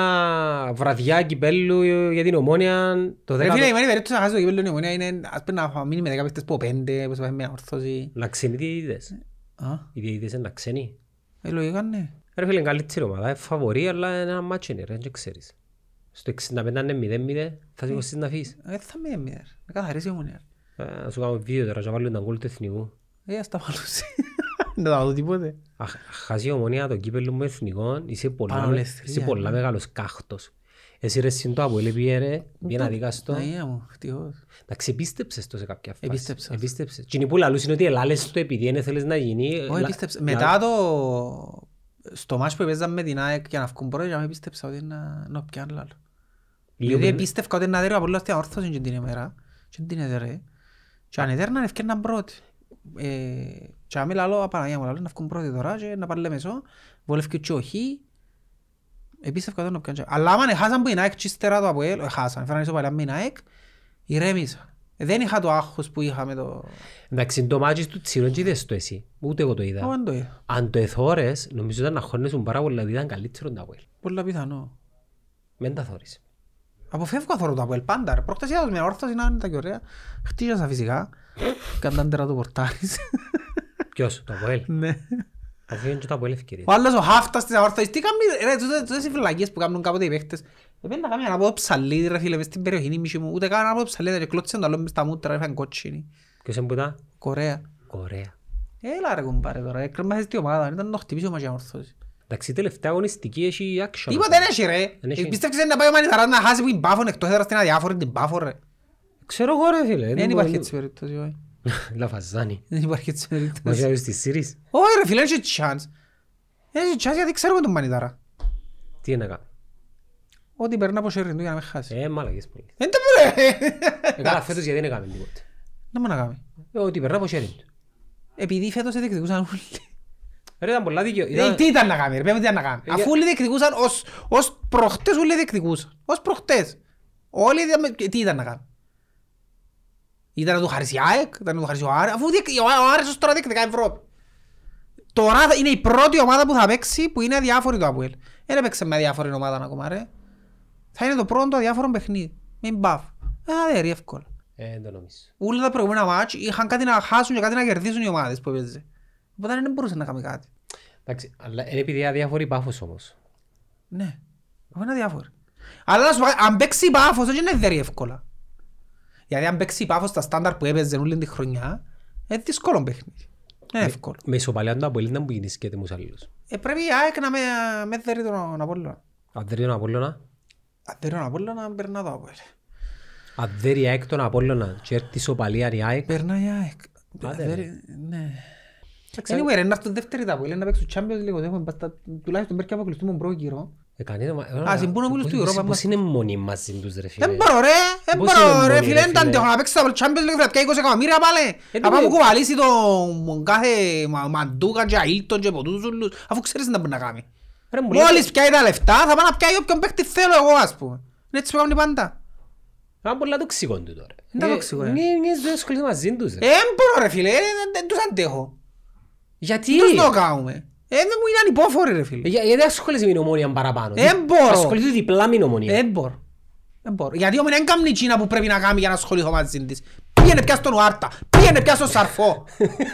S1: βραδιά κυπέλου για την ομόνια το
S2: Ρε φίλε, η
S1: 10ο.
S2: μόνη περίπτωση να χάσει το κύπελλο η Ομόνοια είναι ας πούμε να μείνει με 10 παίκτες που πέντε, όπως είπαμε, με ανόρθωση.
S1: Να ξένοι διαιτητές.
S2: Α,
S1: Οι διαιτητές είναι να ξένοι.
S2: ε, λογικά ναι.
S1: Ρε φίλε, είναι καλύτερη ομάδα. ε, Φαβορή, αλλά είναι ένα μάτσο είναι, ρε, δεν το ξέρεις. Στο 65 αν είναι 0-0, θα σηκωθείς να φύγεις.
S2: Ε, θα με έμεινε, ρε. να καθαρίσει η Ομόνοια.
S1: Ε, Να σου κάνω βίντεο τώρα, και να βάλουν τον κόλ του εθνικού.
S2: Ε, ας τα βάλουσε. Να τα δω τίποτε.
S1: Αχ, Χάσει η ομονία τον κύπελλο μου εθνικών, είσαι πολλά, με-
S2: Πανολεθρία,
S1: είσαι πολλά μεγάλος κάχτος. Εσύ ρε συντό από ελεπιέρε, πήγαινε αδικαστό.
S2: Αγία μου, ευτυχώς.
S1: Να ξεπίστεψες το σε κάποια φάση.
S2: Επίστεψα.
S1: Επίστεψες. Και είναι που λαλούς είναι ότι ελάλες το επειδή δεν θέλεις να γίνει.
S2: Όχι,
S1: Ε, λα-
S2: πίστεψα.
S1: λα-
S2: Μετά το... Στο μάτς που παίζαμε με την ΑΕΚ για να βγουν πρώτοι, για μένα πίστεψα ότι να, να πιάνε λάλο.
S1: λίγο
S2: Διότι
S1: πριν-
S2: πίστευκα ότι να δέρει από όλα όρθωση και την ημέρα. Και την έδερε. Και αν έδερναν ευκαιρναν πρώτοι. Ε, και άμα λάλο, απαναγία μου λάλο, να βγουν πρώτοι τώρα και να πάνε μεσό. Βολεύκει και όχι. Επίστευκα ότι να πιάνε. Αλλά άμα χάσαν που η ΑΕΚ και ύστερα το Αποέλ, ε, χάσαν. Φέραν ισοπαλία με την ΑΕΚ, ηρέμησα. Ε, Δεν είχα το άγχος που είχα με το...
S1: Εντάξει, το μάτσι του Τσίρον και είδες το εσύ. Ούτε εγώ το είδα.
S2: Εγώ δεν το είδα.
S1: Αν το εθώρες, νομίζω ήταν να χώνεσουν πάρα πολλά, επειδή ήταν καλύτερο τα Αποέλ.
S2: Πολλά πιθανό.
S1: Μεν τα θώρεις.
S2: Αποφεύγω αθώρο το Αποέλ πάντα ρε. Πρόκταση έδωσε μια όρθωση να είναι τα και ωραία. Χτίζασα φυσικά. Καντάντερα το πορτάρις.
S1: Ποιος, το Αποέλ.
S2: Ναι.
S1: Αφήνει και το Αποέλ ευκαιρία.
S2: Ο άλλος ο Χάφτας της Αόρθωσης, τι κάνει ρε, τούτε- τούτες οι φυλακίες που κάνουν κάποτε οι παίχτες. Επίσης να κάνει ένα από ψαλίδι ρε φίλε, μες στην περιοχή νήμιση μου, ούτε καν ένα από ψαλίδι, ρε κλώτσαν το άλλο μες στα μούτρα, ρε φαν κότσινη.
S1: Ποιος είναι που τα?
S2: Κορέα.
S1: Ωραία.
S2: Έλα ρε κουμπάρε τώρα, Ε, έκρεμασες τη ομάδα, ήταν να χτυπήσει ο μας η Αόρθωσης.
S1: Εντάξει, η τελευταία αγωνιστική έχει action.
S2: Τίποτε δεν έχει ρε.
S1: Δεν έχει.
S2: Ε, Πίστεψε να πάει ο Μανιταράς να χάσει που είναι πάφον εκτός έδρας την αδιάφορη την πάφο
S1: Ε,
S2: ρε.
S1: Ξέρω εγώ ρε φίλε.
S2: Δεν υπάρχει έτσι περίπτωση, όχι.
S1: Λαφαζάνι.
S2: Δεν υπάρχει έτσι
S1: Μας
S2: περίπτωση.
S1: είδαμε στη Σύρις.
S2: Όχι ρε φίλε, έχει chance. Έχει chance γιατί ξέρουμε τον Μανιταρά.
S1: Τι είναι να κάνει.
S2: Ό,τι περνά από χέρι του για να με χάσει.
S1: Ε, μαλακές πολύ.
S2: Δεν το πρέπει.
S1: Ε, Καλά φέτος γιατί δεν έκαμε τίποτα.
S2: Να μου να κάνει.
S1: Ε, Ότι περνά από χέρι του.
S2: Επειδή φέτος δεν διεκδικούσαν όλοι.
S1: Ρε ήταν πολλά δίκαιο.
S2: Ε, Τι ήταν να κάνει, ρε παιδί, τι ήταν να κάνει.
S1: Ε,
S2: Αφού
S1: για-
S2: όλοι διεκδικούσαν, ως- ως προχτές όλοι διεκδικούσαν. Ως προχτές. Όλοι, δια- και τι ήταν να κάνει. Ήταν να του χαρίσει η ΑΕΚ, ήταν να του χαρίσει ο Άρης, αφού διεκ- ο ο Άρης ως τώρα διεκδικά Ευρώπη. Τώρα θα- είναι η πρώτη ομάδα που θα παίξει που είναι αδιάφορη το Αποέλ. Δεν έπαιξε με αδιάφορη ομάδα ακόμα ρε. Θα είναι το πρώτο αδιάφορο παιχνίδι. Με μπαφ. Α, δεν εύκολα.
S1: Ε, δεν το νομίζω.
S2: όλα τα προηγούμενα μάτς είχαν κάτι να χάσουν και κάτι να κερδίσουν οι ομάδες που έπαιζε. Οπότε δεν μπορούσε να κάνει κάτι.
S1: Εντάξει, αλλά είναι επειδή αδιάφορη πάφος όμως.
S2: Ναι. Αυτό είναι διάφορο. Αλλά να σου πω, κάτι, αν παίξει η πάφος, δεν είναι very εύκολα. Γιατί αν παίξει η πάφος στα στάνταρ που έπαιζε όλη τη χρονιά, είναι δύσκολο παιχνίδι. Είναι εύκολο.
S1: Με ισοπαλιά του Αποέλ ήταν που γεννήσκεται μους άλλους.
S2: Ε, πρέπει η ΑΕΚ να με, με δερεί τον Απόλλωνα.
S1: Αν δεν είναι ο Απόλλωνα,
S2: Αν δερεί τον Απόλλωνα, περνά το Απόλλωνα.
S1: αν δεν είναι η ΑΕΚ τον Απόλλωνα και έρθει ισοπαλία η ΑΕΚ,
S2: Περνά η ΑΕΚ.
S1: Άντε,
S2: Αν
S1: ρε.
S2: δέρει- Ναι. Anyway, ρε, να έρθουν δεύτερη τα Απόλλωνα, να παίξουν Champions League, ότι έχουν πάστα- τουλάχιστον πρέπει να αποκλειστούμε τον πρώτο γύρο.
S1: Ε, κανένα μα- ε,
S2: Α, συμπούν όλους
S1: πώς-
S2: του Europa,
S1: πώς- Πώς
S2: μας.
S1: είναι μόνοι μαζί τους ρε φίλε.
S2: Δεν μπορώ Ε, ρε, δεν
S1: Ε, Πώς είναι
S2: μπορώ
S1: μόνοι,
S2: ρε
S1: ρε,
S2: φίλε, δεν τα
S1: φίλε.
S2: αντέχω να παίξω τα Champions League βραδιά 20 εκατομμύρια πάλι.
S1: Ε,
S2: Να
S1: τι
S2: πάω
S1: λέει.
S2: κουβαλήσει τον κάθε μα- μαντούκα και αίλτον και ποτούς ούλους, αφού ξέρεις τι να μπορεί να κάνει.
S1: Ρε, μου λέτε-
S2: Μόλις πιάει τα λεφτά θα πάω να πιάει όποιον παίκτη θέλω εγώ ας πούμε. Είναι έτσι που κάνουν οι πάντα.
S1: Ήταν πολλά τοξικό του τώρα.
S2: Είναι τα
S1: Ε,
S2: τοξικό, ε.
S1: ναι, ναι, δεν ασχολείται μαζί τους. ρε.
S2: Ε, δεν μπορώ ρε φίλε, ε, δεν- δεν τους αντέχω.
S1: Γιατί?
S2: Τι τους το κάνουμε. Ε, δεν μου είναι ανυπόφοροι ρε
S1: Ε,
S2: φίλε.
S1: για- Γιατί ασχολείσαι με την ομόνια παραπάνω.
S2: Ε,
S1: Τι-
S2: μπορώ.
S1: Ασχολείται διπλά με την
S2: Ε,
S1: ομόνια.
S2: Δεν μπορώ. Δεν μπορώ. Γιατί όμως δεν κάνει εκείνα που πρέπει να κάνει για να ασχοληθώ μαζί της. Πήγαινε πια στον Ουάρτα, πήγαινε πια στον Σαρφό.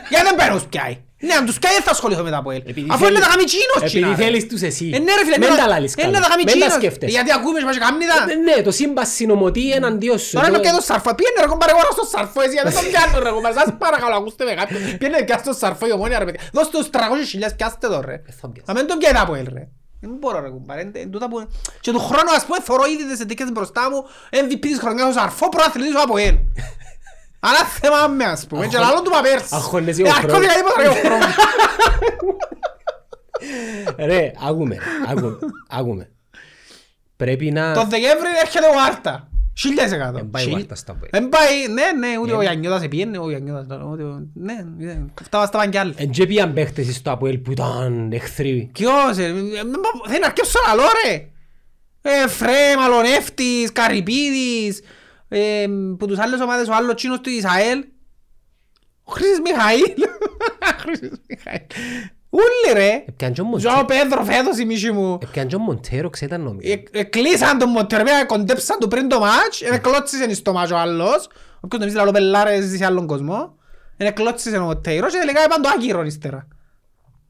S2: Γιατί δεν παίρνω πιάει. Ναι, αν τους πιάει δεν θα ασχοληθώ με τα Αποέλ.
S1: Επειδή
S2: Αφού είναι
S1: θέλεις-
S2: να κάνει εκείνος
S1: Επειδή
S2: εκείνα, ρε.
S1: θέλεις τους εσύ.
S2: Ε, ναι ρε φίλε,
S1: Μεν
S2: είναι να-
S1: τα λάλλεις
S2: είναι να
S1: καλά.
S2: τα κάνει
S1: Μεν τα
S2: εκείνος.
S1: σκέφτεσαι.
S2: Γιατί ακούμε μας καμνίδα.
S1: Ε, Ναι, το σύμπαν συνομωτεί εναντίον σου.
S2: Τώρα
S1: Το-
S2: είναι πια τον Σαρφό. Πήγαινε ρε κομπάρε εγώ στον Σαρφό εσύ, γιατί δεν τον πιάνω ρε κομπάρε. Σας παρακαλώ ακούστε με κάποιον. Πήγαινε πια στον Σαρφό η ομόνια ρε παιδιά. Δώστε τους 300.000 πιάστε το ρε.
S1: θα πιάσω.
S2: Να μην τον πιάει τα Αποέλ ρε. Δεν μπορώ ρε κουμπάρε. εν- εν τούτα που- Και του χρόνου ας πούμε θωρώ ήδη τις ειδικές μπροστά μου. MVP της χρονιάς ο Σαρφό προαθλητής ο Αποέλ. Ανάθεμα με ας πούμε. Και λαλό του παπέρσι.
S1: αγχώνεσαι ο
S2: Ε,
S1: χρόνος.
S2: αγχώθηκα τίποτα, ρε, ο χρόνος.
S1: Ρε, άκουμε, άκουμε, άκουμε. Πρέπει να...
S2: Τον Δεκέμβρη έρχεται ο Άρτα. Χίλιες εκατό.
S1: Εν πάει
S2: Χίλ-
S1: βάρτα στα πόδια.
S2: Εν πάει, ναι, ναι, ούτε ο Γιαννιώτας επιένε, ο Γιαννιώτας, ούτε ο- ναι, ναι, αυτά τα πάνε κι άλλοι.
S1: Εν και πήγαν παίχτες στο Αποέλ που ήταν εχθροί.
S2: Ποιος, ε, ε, μα- δεν αρκέψω να λώ ρε. Ε, Φρέ, Μαλονεύτης, Καρυπίδης, ε, που τους άλλες ομάδες ο άλλος τσίνος του Ισαέλ. Ο Χρήστης Μιχαήλ. Χρήστης Μιχαήλ. Ούλοι ρε.
S1: Επιαν και ο Μοντέρο.
S2: Ζωάο Πέδρο φέτος η μίση μου.
S1: Επιαν και ο Μοντέρο, ξέρετε ήταν νομίζω.
S2: Ε- ε, Κλείσαν τον Μοντερμέα, κοντέψαν του πριν το μάτς, ε, κλώτσισε στο μάτς ο άλλος. Όποιος νομίζει λαλό πελάρες ζει σε άλλον κόσμο. Ε, κλώτσισε ο Μοντέιρος και τελικά έπαν το άκυρο ύστερα.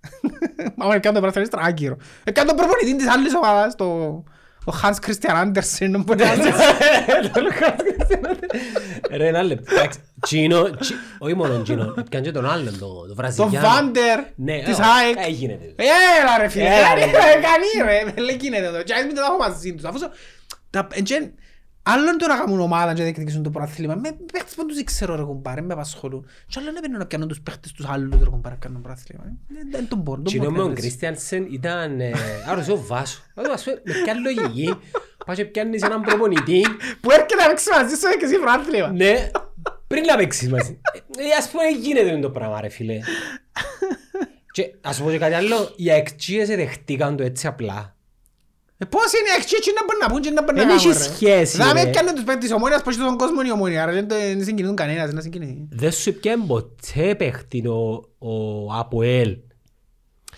S2: Μα έκανε τον πράσινο ύστερα άκυρο. Έκανε τον προπονητή της άλλης ομάδας, το... Ο Hans Christian Andersen, ο Μπονιάζης.
S1: Ρε, ένα λεπτό. εντάξει. Τζίνο, τζι- όχι μόνο Τζίνο, επιαν και τον άλλον, το- το
S2: Το
S1: Βραζιλιάνο.
S2: Βάντερ
S1: Ναι,
S2: της
S1: ε,
S2: ΑΕΚ.
S1: ε, γίνεται.
S2: Έλα ρε φίλε,
S1: Έλα, ρε,
S2: κανεί
S1: φίλε.
S2: ρε, κανεί ρε, δεν λέει γίνεται εδώ. Και ας μην τα έχω μαζί τους. Αφού σο- τα- εν τζεν, άλλο είναι το να κάνουν ομάδα και να διεκδικήσουν το πρωτάθλημα. Με παίχτες που τους ξέρω ρε κουμπάρε, με απασχολούν. Και άλλο είναι παίρνουν να πιάνουν τους παίχτες τους άλλους ρε κουμπάρε να κάνουν πρωτάθλημα. Ε, δεν- Δεν τον μπορώ, δεν
S1: Τζίνο
S2: μπορώ
S1: με
S2: να
S1: τον
S2: βρεις.
S1: Κρίστιανσεν ήταν ε, άρρωστος βάσο. Δηλαδή, ας πούμε, με ποια λογική πας και πιάνεις έναν προπονητή
S2: Που έρχεται να παίξει μαζί σου και εσύ πρωτάθλημα.
S1: Ναι, πριν να παίξεις μαζί. Ε, ας πούμε γίνεται το πράγμα ρε φίλε. Και ας πω και κάτι άλλο, οι αεκτζίες δεχτήκαν το έτσι απλά.
S2: Ε, Πώς είναι οι αχτσίτσι να μπορούν να πούν και να μπορούν να
S1: Δεν
S2: κάνουν,
S1: έχει
S2: ρε.
S1: σχέση,
S2: Δάμε,
S1: ρε.
S2: πιάνε τους παίχτες της Ομόνοιας, πώς και τον κόσμο είναι η Ομόνια, ρε. Δεν το- δεν συγκινούν κανένας, δεν συγκινεί.
S1: Δεν σου πιάνε ποτέ παίχτην ο, ο Αποέλ.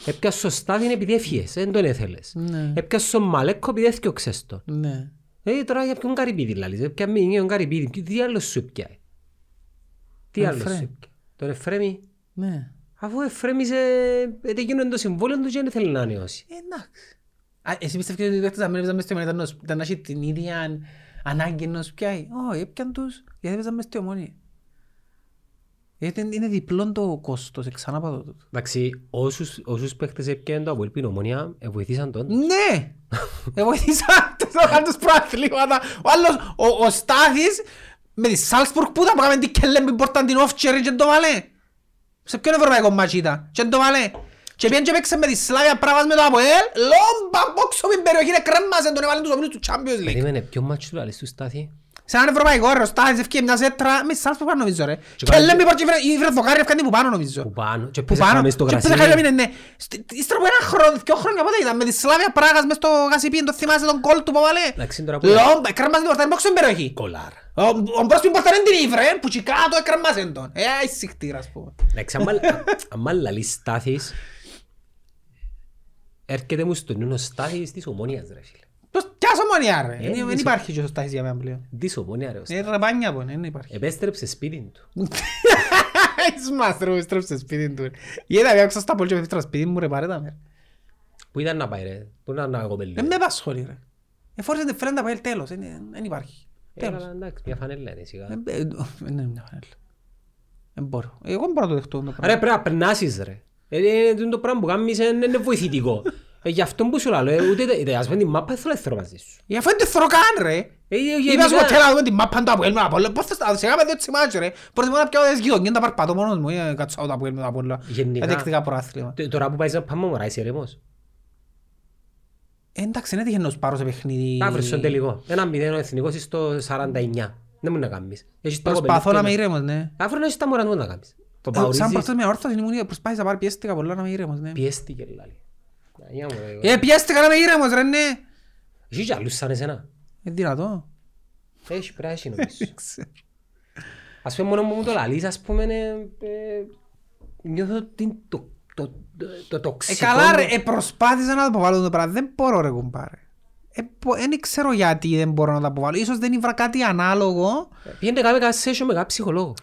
S1: Έπιασε σωστά την επειδή έφυγες, δεν τον έθελες.
S2: Ναι.
S1: Έπιασες τον Μαλέκο επειδή έφυγες τον.
S2: Ναι.
S1: Ε, τώρα για ποιον καρυπίδι λαλείς, ε, ποια μήνυα τον καρυπίδι, τι άλλο σου πιάει. Τι
S2: Τον
S1: άλλο σου
S2: Εφραίμ.
S1: πιάει. Τον Εφρέμι,
S2: Ναι.
S1: Αφού εφρέμισε, ε, δεν γίνονται το συμβόλαιο του και δεν θέλει να ανανεώσει.
S2: Ε, Εντάξει. Α, Εσύ πιστεύεις ότι οι παίκτες αμήνες μες στη ομονία ήταν να σ- ήταν να έχει την ίδια ανάγκη να σου πιάει. Όχι, έπιαν τους γιατί έπαιζαν μες στη ομονία. Γιατί είναι- είναι διπλό το κόστος, ξανά πάω το.
S1: Εντάξει, όσους, όσους παίχτες έπιανε το Αποέλ Πινομονία, ε, βοηθήσαν τον.
S2: Ναι! Εγώ βοηθήσα τους να κάνουν τους προαθλήματα. Ο άλλος, ο, ο Στάθης, με τη Σάλσπουργκ που ήταν, πάγαμε την Κέλεμπη πόρταν την Όφτσερη και το βάλε. Σε ποιον ευρωπαϊκό μάτσο ήταν και το βάλε. Και πήγαν και παίξαν με τη Σλάβια πράγμα με το Αποέλ, λόμπα, μπόξο με την περιοχή, ρε, κρέμμαζε τον έβαλε τους ομίλους του Champions League.
S1: Περίμενε, ποιο μάτσο του λαλείς του Στάθη.
S2: Σε έναν ευρωπαϊκό ρε, ο Στάθης ευκεί μια ζέτρα, με τη Σάλσπουργκ πάνω νομίζω ρε.
S1: Και
S2: Και
S1: κάνει-
S2: λέμε πόρτ η βρεθοκάρη ευκάντη που πάνω νομίζω.
S1: Που πάνω, και
S2: Που
S1: πέσε
S2: πάνω,
S1: χαμές
S2: και
S1: στο
S2: πέτα
S1: γρασί.
S2: χαμένα μήνε, ναι. Στη- Ύστερα από ένα χρόνο, δυο χρόνια πότε ήταν, με τη Σλάβια Πράγας μες στο Γασιπίν, το θυμάσαι τον κόλ του που έβαλε.
S1: Εντάξει, τώρα που-
S2: Λόμπα, έκραμαζε την πορτάρι, μπόξε την περιοχή.
S1: Κολάρα.
S2: Ο- Ο μπρος την πορτάρι είναι την Ήβρε, που τσι κάτω έκραμαζε τον. Ε, άι συχτήρα, ας πούμε.
S1: Εντάξει, άμα- α- άμα λαλείς Στάθης, έρχεται μου στο νου ο Στάθης της Ομόνιας ρε φίλε.
S2: Πώς πιάσω ομονία, ρε.
S1: Ε,
S2: Δεν
S1: είσαι-
S2: υπάρχει και ο Στάθης για μένα πλέον.
S1: Της Ομόνια ρε ο Στάθης.
S2: Ε, ραπάνια που είναι, δεν υπάρχει.
S1: Ε. Επέστρεψε σπίτι του.
S2: Είσαι μας, ρε, έστρεψε σπίτι του. Γιατί τα διάκοψα στα πολύ και έφτρα σπίτι μου, ρε, πάρε τα, με.
S1: Πού ήταν να πάει ρε, πού ήταν να κοπελεί.
S2: Δεν με απασχολεί, ρε. Ε, φόρεσε τη φρέντα, πάει, τέλος, είναι- δεν υπάρχει. Τέλος. Ε,
S1: Εντάξει, μια φανέλα είναι σιγά.
S2: Δεν είναι ναι, μια φανέλα. Δεν μπορώ. Εγώ δεν μπορώ να το δεχτώ το πράγμα.
S1: Ρε πρέπει να περνάσεις ρε. Ε, ε, ε, Το πράγμα που κάνεις ε, είναι βοηθητικό. Ε, Γι' αυτό που σου λέω, ε, ούτε τα- τα- ας πούμε την μάπα δεν θέλω να θέλω μαζί σου.
S2: Ε, Αφού δεν το θέλω καν ρε.
S1: Ε, ε,
S2: Είπα σου
S1: γενικά-
S2: θέλω να δούμε τη μάπα του Αποέλ με τον Απόλλωνα. Πώς θες να σε κάνουμε δύο τσιμάτσο ρε. Προτιμώ να πιάω τις γειτονιές να παρπατώ μόνος μου. Ε, Κατσάω το Αποέλ με τον Απόλλωνα.
S1: Γενικά-
S2: Ενδεικτικά προάθλημα.
S1: Τε- Τώρα που πάεις να πάμε μωρά είσαι ρεμός.
S2: Ε, Εντάξει, δεν έτυχε να τους πάρω σε παιχνίδι.
S1: Τα βρεις στον τελικό. Ένα μηδέν ο εθνικός είσαι στο 49. Δεν μου να κάνεις. Έχεις τα
S2: Προσπαθώ
S1: κοπελούθια
S2: να είμαι
S1: να-
S2: ήρεμος, ναι.
S1: Αύριο να έχεις τα μωρά μου να κάνεις. Το
S2: Ε, Σαν
S1: παορίζεις.
S2: προχτές με όρθος ήμουν, προσπάθησα πάρα πιέστηκα πολλά να είμαι ήρεμος, ναι.
S1: Πιέστηκε λάλη. Να, για μου, ρε, εγώ.
S2: Ε, πιέστηκα να είμαι ήρεμος ρε, ναι.
S1: Εσύ και άλλους σαν εσένα.
S2: Ε, δυνατό.
S1: Έχει πράσινο νομίζω.
S2: Δεν ξέρω.
S1: Ας πούμε μόνο που μου το λαλείς ας πούμε ε, ε, νιώθω την- το- το- το- το
S2: Ε,
S1: τοξικό
S2: καλά
S1: μου-
S2: ρε, ε, προσπάθησα να το αποβάλω το πράγμα. Δεν μπορώ ρε κουμπάρε. Ε, πο- δεν ξέρω γιατί δεν μπορώ να το αποβάλω. Ίσως δεν ήβρα κάτι ανάλογο.
S1: Πήγαινε κάμε κάνα session με κάποιο ψυχολόγο.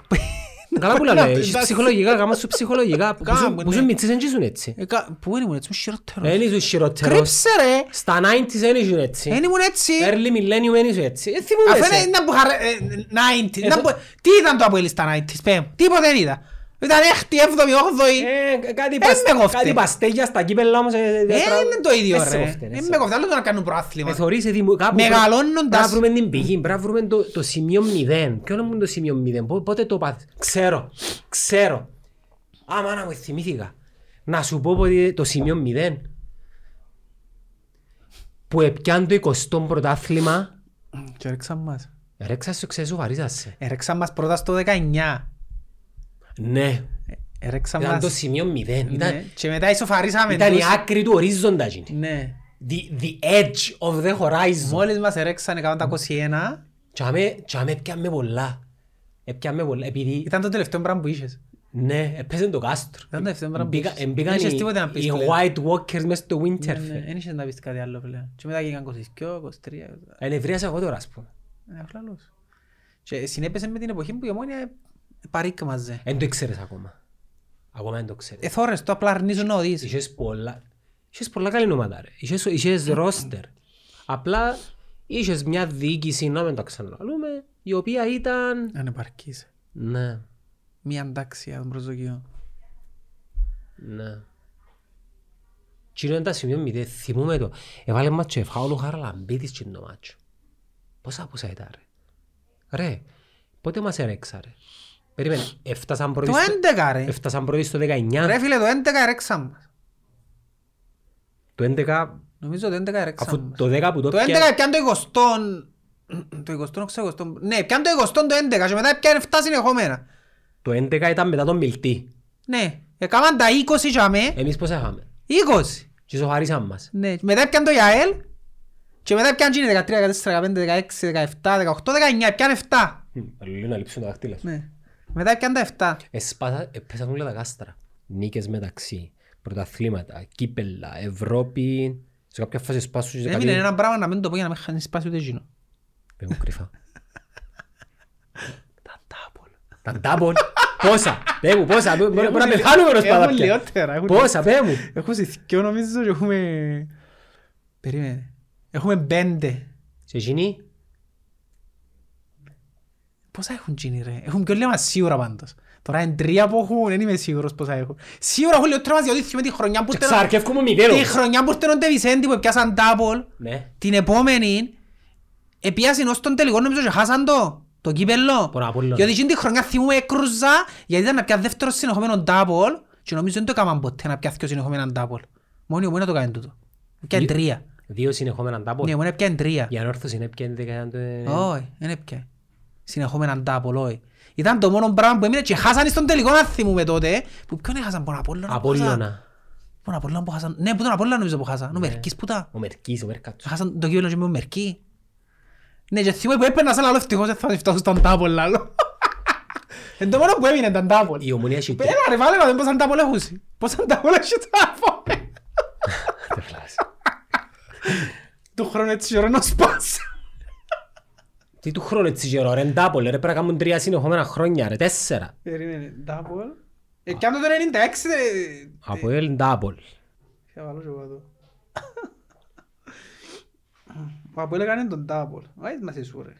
S1: Καλά που λέω, έχεις
S2: Εντάξει.
S1: ψυχολογικά, κάμα σου ψυχολογικά. Που σου-
S2: Κάμουν,
S1: Που σου
S2: ναι.
S1: μητσείς δεν ήσουν έτσι.
S2: Ε, κα- Πού ήμουν έτσι, ήμουν χειρότερος.
S1: Δεν ήσουν χειρότερος.
S2: Κρύψε ρε.
S1: Στα 90s δεν ήσουν
S2: Δεν
S1: έτσι.
S2: ήμουν έτσι.
S1: Early millennium δεν ήσουν έτσι. Δεν θυμούμαι
S2: Αφού είναι-
S1: σε.
S2: ήταν που χαρα- ε, 90s, ήταν που- Τι ήταν το Αποέλ στα 90s, πέ μου. Τίποτε δεν είδα. Ήταν έκτη, έβδομη, όγδοη.
S1: Ε, κάτι
S2: με
S1: πασ-
S2: κόφτε.
S1: Κάτι παστέγια στα κύπελλα όμως. ε,
S2: Ε,
S1: δεν τρα-
S2: είναι το ίδιο
S1: δεν σε
S2: ρε.
S1: κόφτε, δεν
S2: Ε,
S1: σε
S2: με
S1: κόφτε.
S2: κοφτάλω το να κάνουν προάθλημα.
S1: Ε, θωρείς, ε, δημο- κάπου πρέπει-
S2: Μεγαλώνοντας.
S1: πρέπει να βρούμε την πηγή, πρέπει να βρούμε το, το σημείο μηδέν. Ποιο είναι το σημείο μηδέν, πο- πότε το πάθες. Ξέρω, ξέρω. Άμα να μου θυμήθηκα. Να σου πω πότε το σημείο μηδέν. Που έπιαν το 20ο πρωτάθλημα,
S2: Και έριξαν μας.
S1: ρέξα στο ξεσοβαρίζασε.
S2: Έριξαν μας πρώτα στο 19.
S1: Ναι,
S2: Έριξαν
S1: ήταν το
S2: μας.
S1: σημείο μηδέν.
S2: Ναι.
S1: Ήταν,
S2: Και μετά ισοφαρίσαμε
S1: ήταν η
S2: τους.
S1: άκρη του ορίζοντα εκείνη.
S2: Ναι.
S1: The, the edge of the horizon.
S2: Μόλις μας ερέξανε 121,
S1: Τσάμε, τσάμε πιάμε πολλά. Επιάμε πολλά, επειδή
S2: ήταν το τελευταίο πράγμα που είχες.
S1: Ναι, έπαιζε το κάστρο.
S2: Ήταν το τελευταίο πράγμα που
S1: Μπήκα-
S2: είχες.
S1: Εμπήκαν
S2: Δεν είχες
S1: οι-
S2: τίποτε να πεις
S1: οι
S2: πλέον.
S1: White Walkers μέσα στο
S2: Ναι, ναι,
S1: Winterfell.
S2: Δεν είχες να πεις κάτι άλλο πλέον. Και μετά γίνηκαν 22, 23.
S1: Εν ευρίασα Ε, εγώ τώρα, ας πούμε.
S2: Ε, απλά λόγος. Και συνέπεσε με την εποχή που η ομόνια ε, παρήκμαζε.
S1: Εν το ξέρεις ακόμα. Ακόμα δεν το ξέρεις.
S2: Εθώρες το, απλά αρνίζω να οδείς.
S1: Είχες πολλά... Είχες πολλά καλή ομάδα, ρε. Είχες, είχες
S2: Ε.
S1: roster. Απλά είχες μια διοίκηση, να μην τα ξαναλούμε, η οποία ήταν...
S2: Ανεπαρκής.
S1: Ναι,
S2: Μία αντάξια των προσδοκιών.
S1: ναι. Τι είναι τα σημείο μηδέν, θυμούμε το. Έβαλε μάτσο εφάουλο χαραλαμπίτης και το μάτσο. Πόσα πόσα ήταν ρε. Ρε, πότε μας έρεξα ρε. Περίμενε, έφτασαν πρώτοι
S2: Το
S1: στο,
S2: 11 ρε.
S1: έφτασαν πρώτοι στο 19.
S2: Ρε φίλε το 11 ερέξαν μας.
S1: Το 11,
S2: Νομίζω το 11
S1: αφού
S2: ερέξαν μας.
S1: το 10 που το
S2: Το 11
S1: πιάνε.
S2: πιάνε το 20 το 20 ξέρω το 20 ναι πιάνε το 20 το 11 και μετά πιάνε 7 συνεχόμενα
S1: Το 11 ήταν μετά τον Μιλτή.
S2: ναι έκαναν τα 20 για με
S1: Εμείς πόσα είχαμε.
S2: 20
S1: Και σοφαρίσαν μας.
S2: ναι μετά πιάνε το Ιαέλ και μετά πιάνε γίνει 13, 14, 15, 16, 17, 18, 19 πιάνε 7
S1: Αλληλού να λείψουν τα δάχτυλα.
S2: ναι μετά πιάνε τα 7
S1: Εσπάσα- Έπεσαν όλα τα κάστρα. Νίκες μεταξύ, πρωταθλήματα, κύπελα, Ευρώπη. Σε κάποια φάση σπάσουν και
S2: έμεινε
S1: κάποιοι-
S2: ένα πράγμα να μην το πω για να μην χάνεις πάση ούτε γίνω
S1: Πες μου κρυφά. Τα τάπον. Τα τάπον. Πόσα, πέ μου, πόσα. Μπορεί μπορεί να
S2: Έχουμε
S1: πεθάνουμε
S2: λι-
S1: μπρος
S2: έχουμε
S1: παδάπια.
S2: λιότερα, έχουμε
S1: Πόσα, πέ μου.
S2: Έχουμε ζητικιό νομίζω και έχουμε... Περίμενε. Έχουμε πέντε.
S1: Σε εκείνη,
S2: Πόσα έχουν γίνει ρε. Έχουν πιο λίγο μας σίγουρα πάντως. Τώρα είναι τρία που έχουν, δεν είμαι σίγουρος πόσα έχουν. Σίγουρα έχουν λιότερα μας διότι θυμάμαι τη χρονιά που στενο-
S1: ξαρκεύκουμε μηδέρο.
S2: Τη χρονιά που στενονται Βισέντη που πιάσαν τάπολ.
S1: Ναι,
S2: Την επόμενη επίασαν ως τον τελικό νομίζω και χάσαν το. Το κύπελλο.
S1: Τον Απόλλωνα.
S2: Διότι εκείνη τη χρονιά θυμούμαι έκρουζα γιατί ήταν να πια δεύτερο συνεχόμενο τάπολ και νομίζω δεν το έκαναν ποτέ να πια δύο συνεχόμενα τάπολ. Μόνο η ομόνα το κάνει τούτο. Πιάνε
S1: Δι-
S2: τρία.
S1: δύο συνεχόμενα τάπο.
S2: Ναι, η ομόνα πιάνε τρία.
S1: Η ανόρθωση είναι πια δεκαετία του...
S2: Όχι, δεν έπιανε. Συνεχόμενα τάπολ, όχι. Ήταν το μόνο πράγμα που έμεινε και χάσανε στον τελικό να θυμούμε τότε. Που ποιον έχασαν, τον Απόλλωνα. που χάσαν.
S1: Απόλλωνα.
S2: Τον Απόλλωνα που χάσαν. Ναι, που τον Απόλλωνα νομίζω που χάσαν. Ο Μερκής που τα.
S1: Ο Μερκής, ο Μερκάτσος.
S2: Χάσαν το κύβελο και με ο Μερκή. Ναι, και θυμούμαι που έπαιρνας σαν άλλο ευτυχώς δεν θα φτάσω στον τάπολ άλλο. Εν το μόνο που έμεινε ήταν τάπολ.
S1: Η ομονία έχει τρία.
S2: Έλα ρε βάλε να δούμε πόσα τάπολ έχεις. Πόσα τάπολ έχεις τάπολ.
S1: Δεν φλάς.
S2: Του χρόνου έτσι ωραίο να σπάς.
S1: Τι του χρόνου έτσι γερό, ρε ντάπολε, ρε πρέπει να κάνουν τρία συνεχόμενα χρόνια, ρε τέσσερα.
S2: Περίμενε, τάπολ. Ε, κι αν το τώρα 96 ρε.
S1: Από ελ ντάπολ.
S2: Θα βάλω και εγώ εδώ. Ο Απόλλ έκανε τον τάπολ. Άι μας εσύ ρε.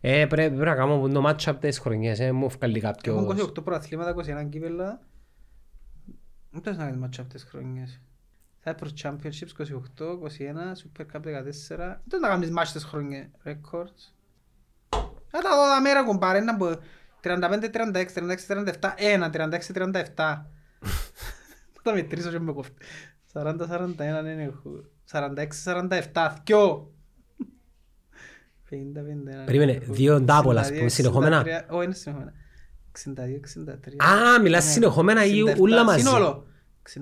S1: Ε, πρέπει πρέπει να κάνουμε το match up τις χρονιές, ε, μου βγάλει
S2: Έχουν
S1: κάποιος.
S2: 28 προαθλήματα, 21 κύπελα. Δεν πρέπει να κάνει μάτσο αυτές τις χρονιές. Θα έπρεπε Championships 28, 21, Super Cup 14. Δεν πρέπει να κάνεις μάτσο τις χρονιές. Records. Να τα δω τα μέρα κουμπάρε, να μπω 35, 36, 36, 37, 1, 36, 37. Θα τα μετρήσω και με κοφτεί. 40, 41 δεν έχω. 46, 47, δυο. 50, 51.
S1: Περίμενε, δύο ντάπολα, ας πούμε, συνεχόμενα.
S2: Όχι, είναι συνεχόμενα. 62-63.
S1: Α, μιλάς συνεχόμενα ή ούλα μαζί.
S2: Ναι. Σύνολο. 67-68,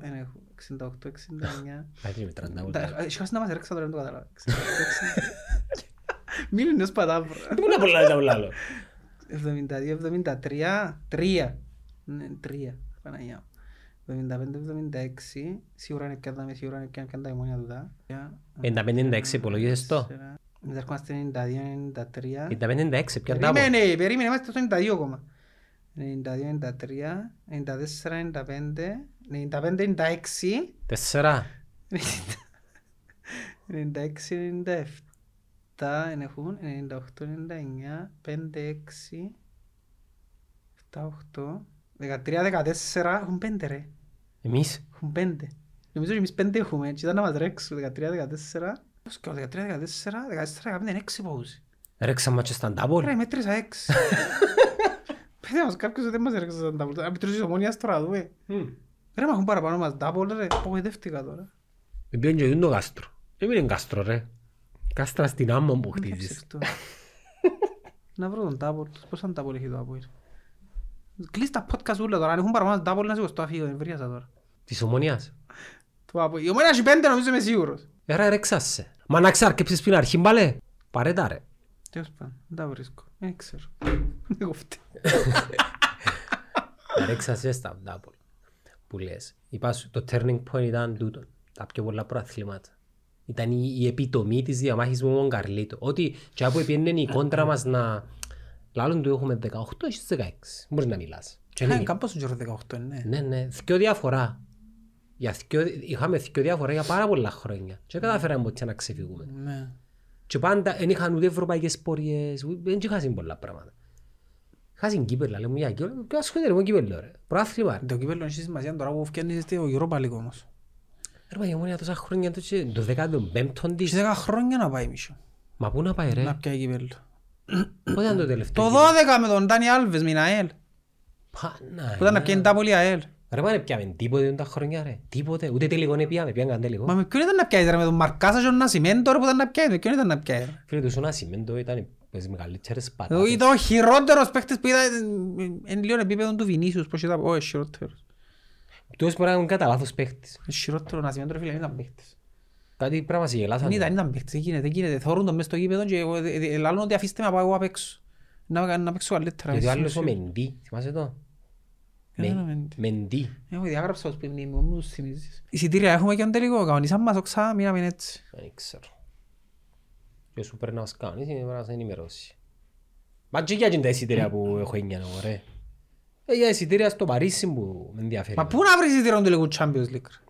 S2: δεν έχω. 68-69.
S1: Εντάξει, με τραντάπολ.
S2: Τα- ε, Έχει χάσει να μας έρξα τώρα, δεν το κατάλαβα. 68-69. Μην είναι ως πατάβρο.
S1: Τι μου να πολλά να τα βλάλω.
S2: 72-73. Τρία. Ναι,
S4: Mm,
S2: τρία. Παναγιά μου. 75-76. Σίγουρα είναι πιάντα με, σίγουρα είναι πιάντα πιάντα η μόνη δουλειά.
S1: 55-96 υπολογίζες το.
S2: Μετά ερχόμαστε 92-93.
S1: 55-96 πια ντάπολ.
S2: Περίμενε, περίμενε, είμαστε στο 92 ακόμα. 92, 93, 94, 95, 95, 96,
S1: Τέσσερα.
S2: 96, 97, εν έχουν, 98, 99, 5, 6, 7, 8, 13, 14, έχουν 5 ρε,
S1: Εμείς.
S2: έχουν 5. Νομίζω ότι εμείς 5 έχουμε, έτσι ήταν να μας ρέξουν, 13, 14, Πώς και ο 13, 14, 14, 15, είναι 6 πόους.
S1: Ρέξαμε match στα ντάπολ.
S2: Ρε, μέτρησα έξι. Παιδιά μας, κάποιος δεν μας έρεξε σαν double. Αν πιτρώσεις ομόνιας τώρα, δούμε. Ρε, μα έχουν παραπάνω μας double, ρε. Απογοητεύτηκα τώρα.
S1: Με ποιον και το γάστρο. Δεν είναι γάστρο ρε. Κάστρα στην άμμο που
S2: Με
S1: χτίζεις.
S2: ψυχτώ. Να βρω τον double. τους. Πόσα double έχει το Αποέλ. Κλείς τα podcast ούλα τώρα. Αν έχουν παραπάνω μας double, να σηκωστώ αφήγω. Εμβρίασα τώρα.
S1: Της ομονίας.
S2: Το
S4: pues,
S2: Αποέλ. Η ομόνια έχει πέντε, νομίζω είμαι σίγουρος.
S1: Άρα ρεξάσαι. Μα να ξάρκεψες πριν αρχή μπαλέ. Πάρε τα ρε.
S2: Τέλος
S4: pues,
S2: πάντων, δεν τα βρίσκω. Δεν ξέρω. Δεν κοφτεί.
S1: Να ρεξάσαι στα ντάπολ. Που λες. Είπα σου, το turning point ήταν τούτο. Τα πιο πολλά προαθλήματα. Ήταν η, η επιτομή της διαμάχης μου με τον Καρλίτο. Ότι και που επίεννε η κόντρα μας να... Λάλλον του έχουμε 18, έχεις 16. Μπορείς να μιλάς. Και
S2: Ε,
S1: είναι-
S2: Κάμπος ο Γιώργος 18, ναι.
S1: Ναι, ναι, δυο διαφορά. Για θκυο- είχαμε δυο διαφορά για πάρα πολλά χρόνια. Και δεν καταφέραμε ποτέ να ξεφύγουμε.
S2: Ναι.
S1: Και πάντα δεν είχαν ούτε ευρωπαϊκές πορείες, ούτε- δεν είχαν πολλά πράγματα. Είχαν κύπελα, λέμε για κύπελα, ποιο ασχολείται με κύπελο ρε. Προάθλημα. ρε.
S2: Το κύπελλο έχει σημασία τώρα που φτιάχνεις στο Europa League όμως.
S1: Ρε μα η Ομόνια τόσα χρόνια, το τσε- το 15ο
S2: Έχει
S1: της.
S2: 10 χρόνια να πάει μισό.
S1: Μα πού να πάει
S2: Να
S1: ρε,
S2: πιάει κύπελλο.
S1: πότε ήταν το τελευταίο.
S2: Το 12 με τον Ντάνι Άλβες με την ΑΕΛ. Που ήταν να
S1: Πάνα.
S2: πιάνει τα πολύ ΑΕΛ.
S1: Ρε μα δεν πιάμε τίποτε τα χρόνια ρε, τίποτε, ούτε τελικό δεν πιάμε, πιάμε καν τελικό.
S2: Μα με ποιον ήταν να πιάνει ρε, με τον Μαρκάσα και τον Νασιμέν
S4: pues,
S2: τώρα που ήταν να πιάνει. Με ποιον ήταν να πιάνει. ρε.
S1: Φίλε του Σουνάσιμεντο ήταν οι- τις μεγαλύτερες
S2: Ο-
S1: πατάτες.
S2: Ε, Ήταν ο χειρότερος παίχτης που ήταν ε, εν λίγο επίπεδο του Βινίσιους. Πώς ήταν,
S4: oh,
S2: όχι χειρότερος.
S1: Τόσες μπορεί να έχουν κατά λάθος παίχτης.
S2: Ε, Χειρότερο ο Νασιμέν τώρα φίλε δεν ήταν παίχτης.
S1: Κάτι πράγμα σε γελάσαν.
S2: Δεν ήταν, ήταν παίχτης, δεν γίνεται, δεν γίνεται. Θωρούν τον μες στο γήπεδο και εγώ, ε, ε, ε, λαλούν ότι αφήστε με να πάω εγώ απ' έξω. Να- να παίξω καλύτερα.
S1: Γιατί ο
S2: Εσύ,
S1: άλλος
S2: εσύ.
S1: ο Μεντί, θυμάσαι το. Με-
S2: Δεν ήταν ο Μεντί.
S1: Μεντί.
S2: Εγώ διάγραψα ως πριν μνήμη, μου τους θυμίζεις. Εισιτήρια έχουμε και τον τελικό, κανονίσαμε μας οξά, μείναμε έτσι.
S1: Δεν ξέρω. Και σου πρέπει να μας κάνεις, είναι πρέπει να σε ενημερώσει. Μα και για την τα εισιτήρια που έχω έννοια ρε. Ε, για εισιτήρια στο Παρίσι που με ενδιαφέρει.
S4: Μα πού να βρεις εισιτήριο του λίγου Champions League. ρε.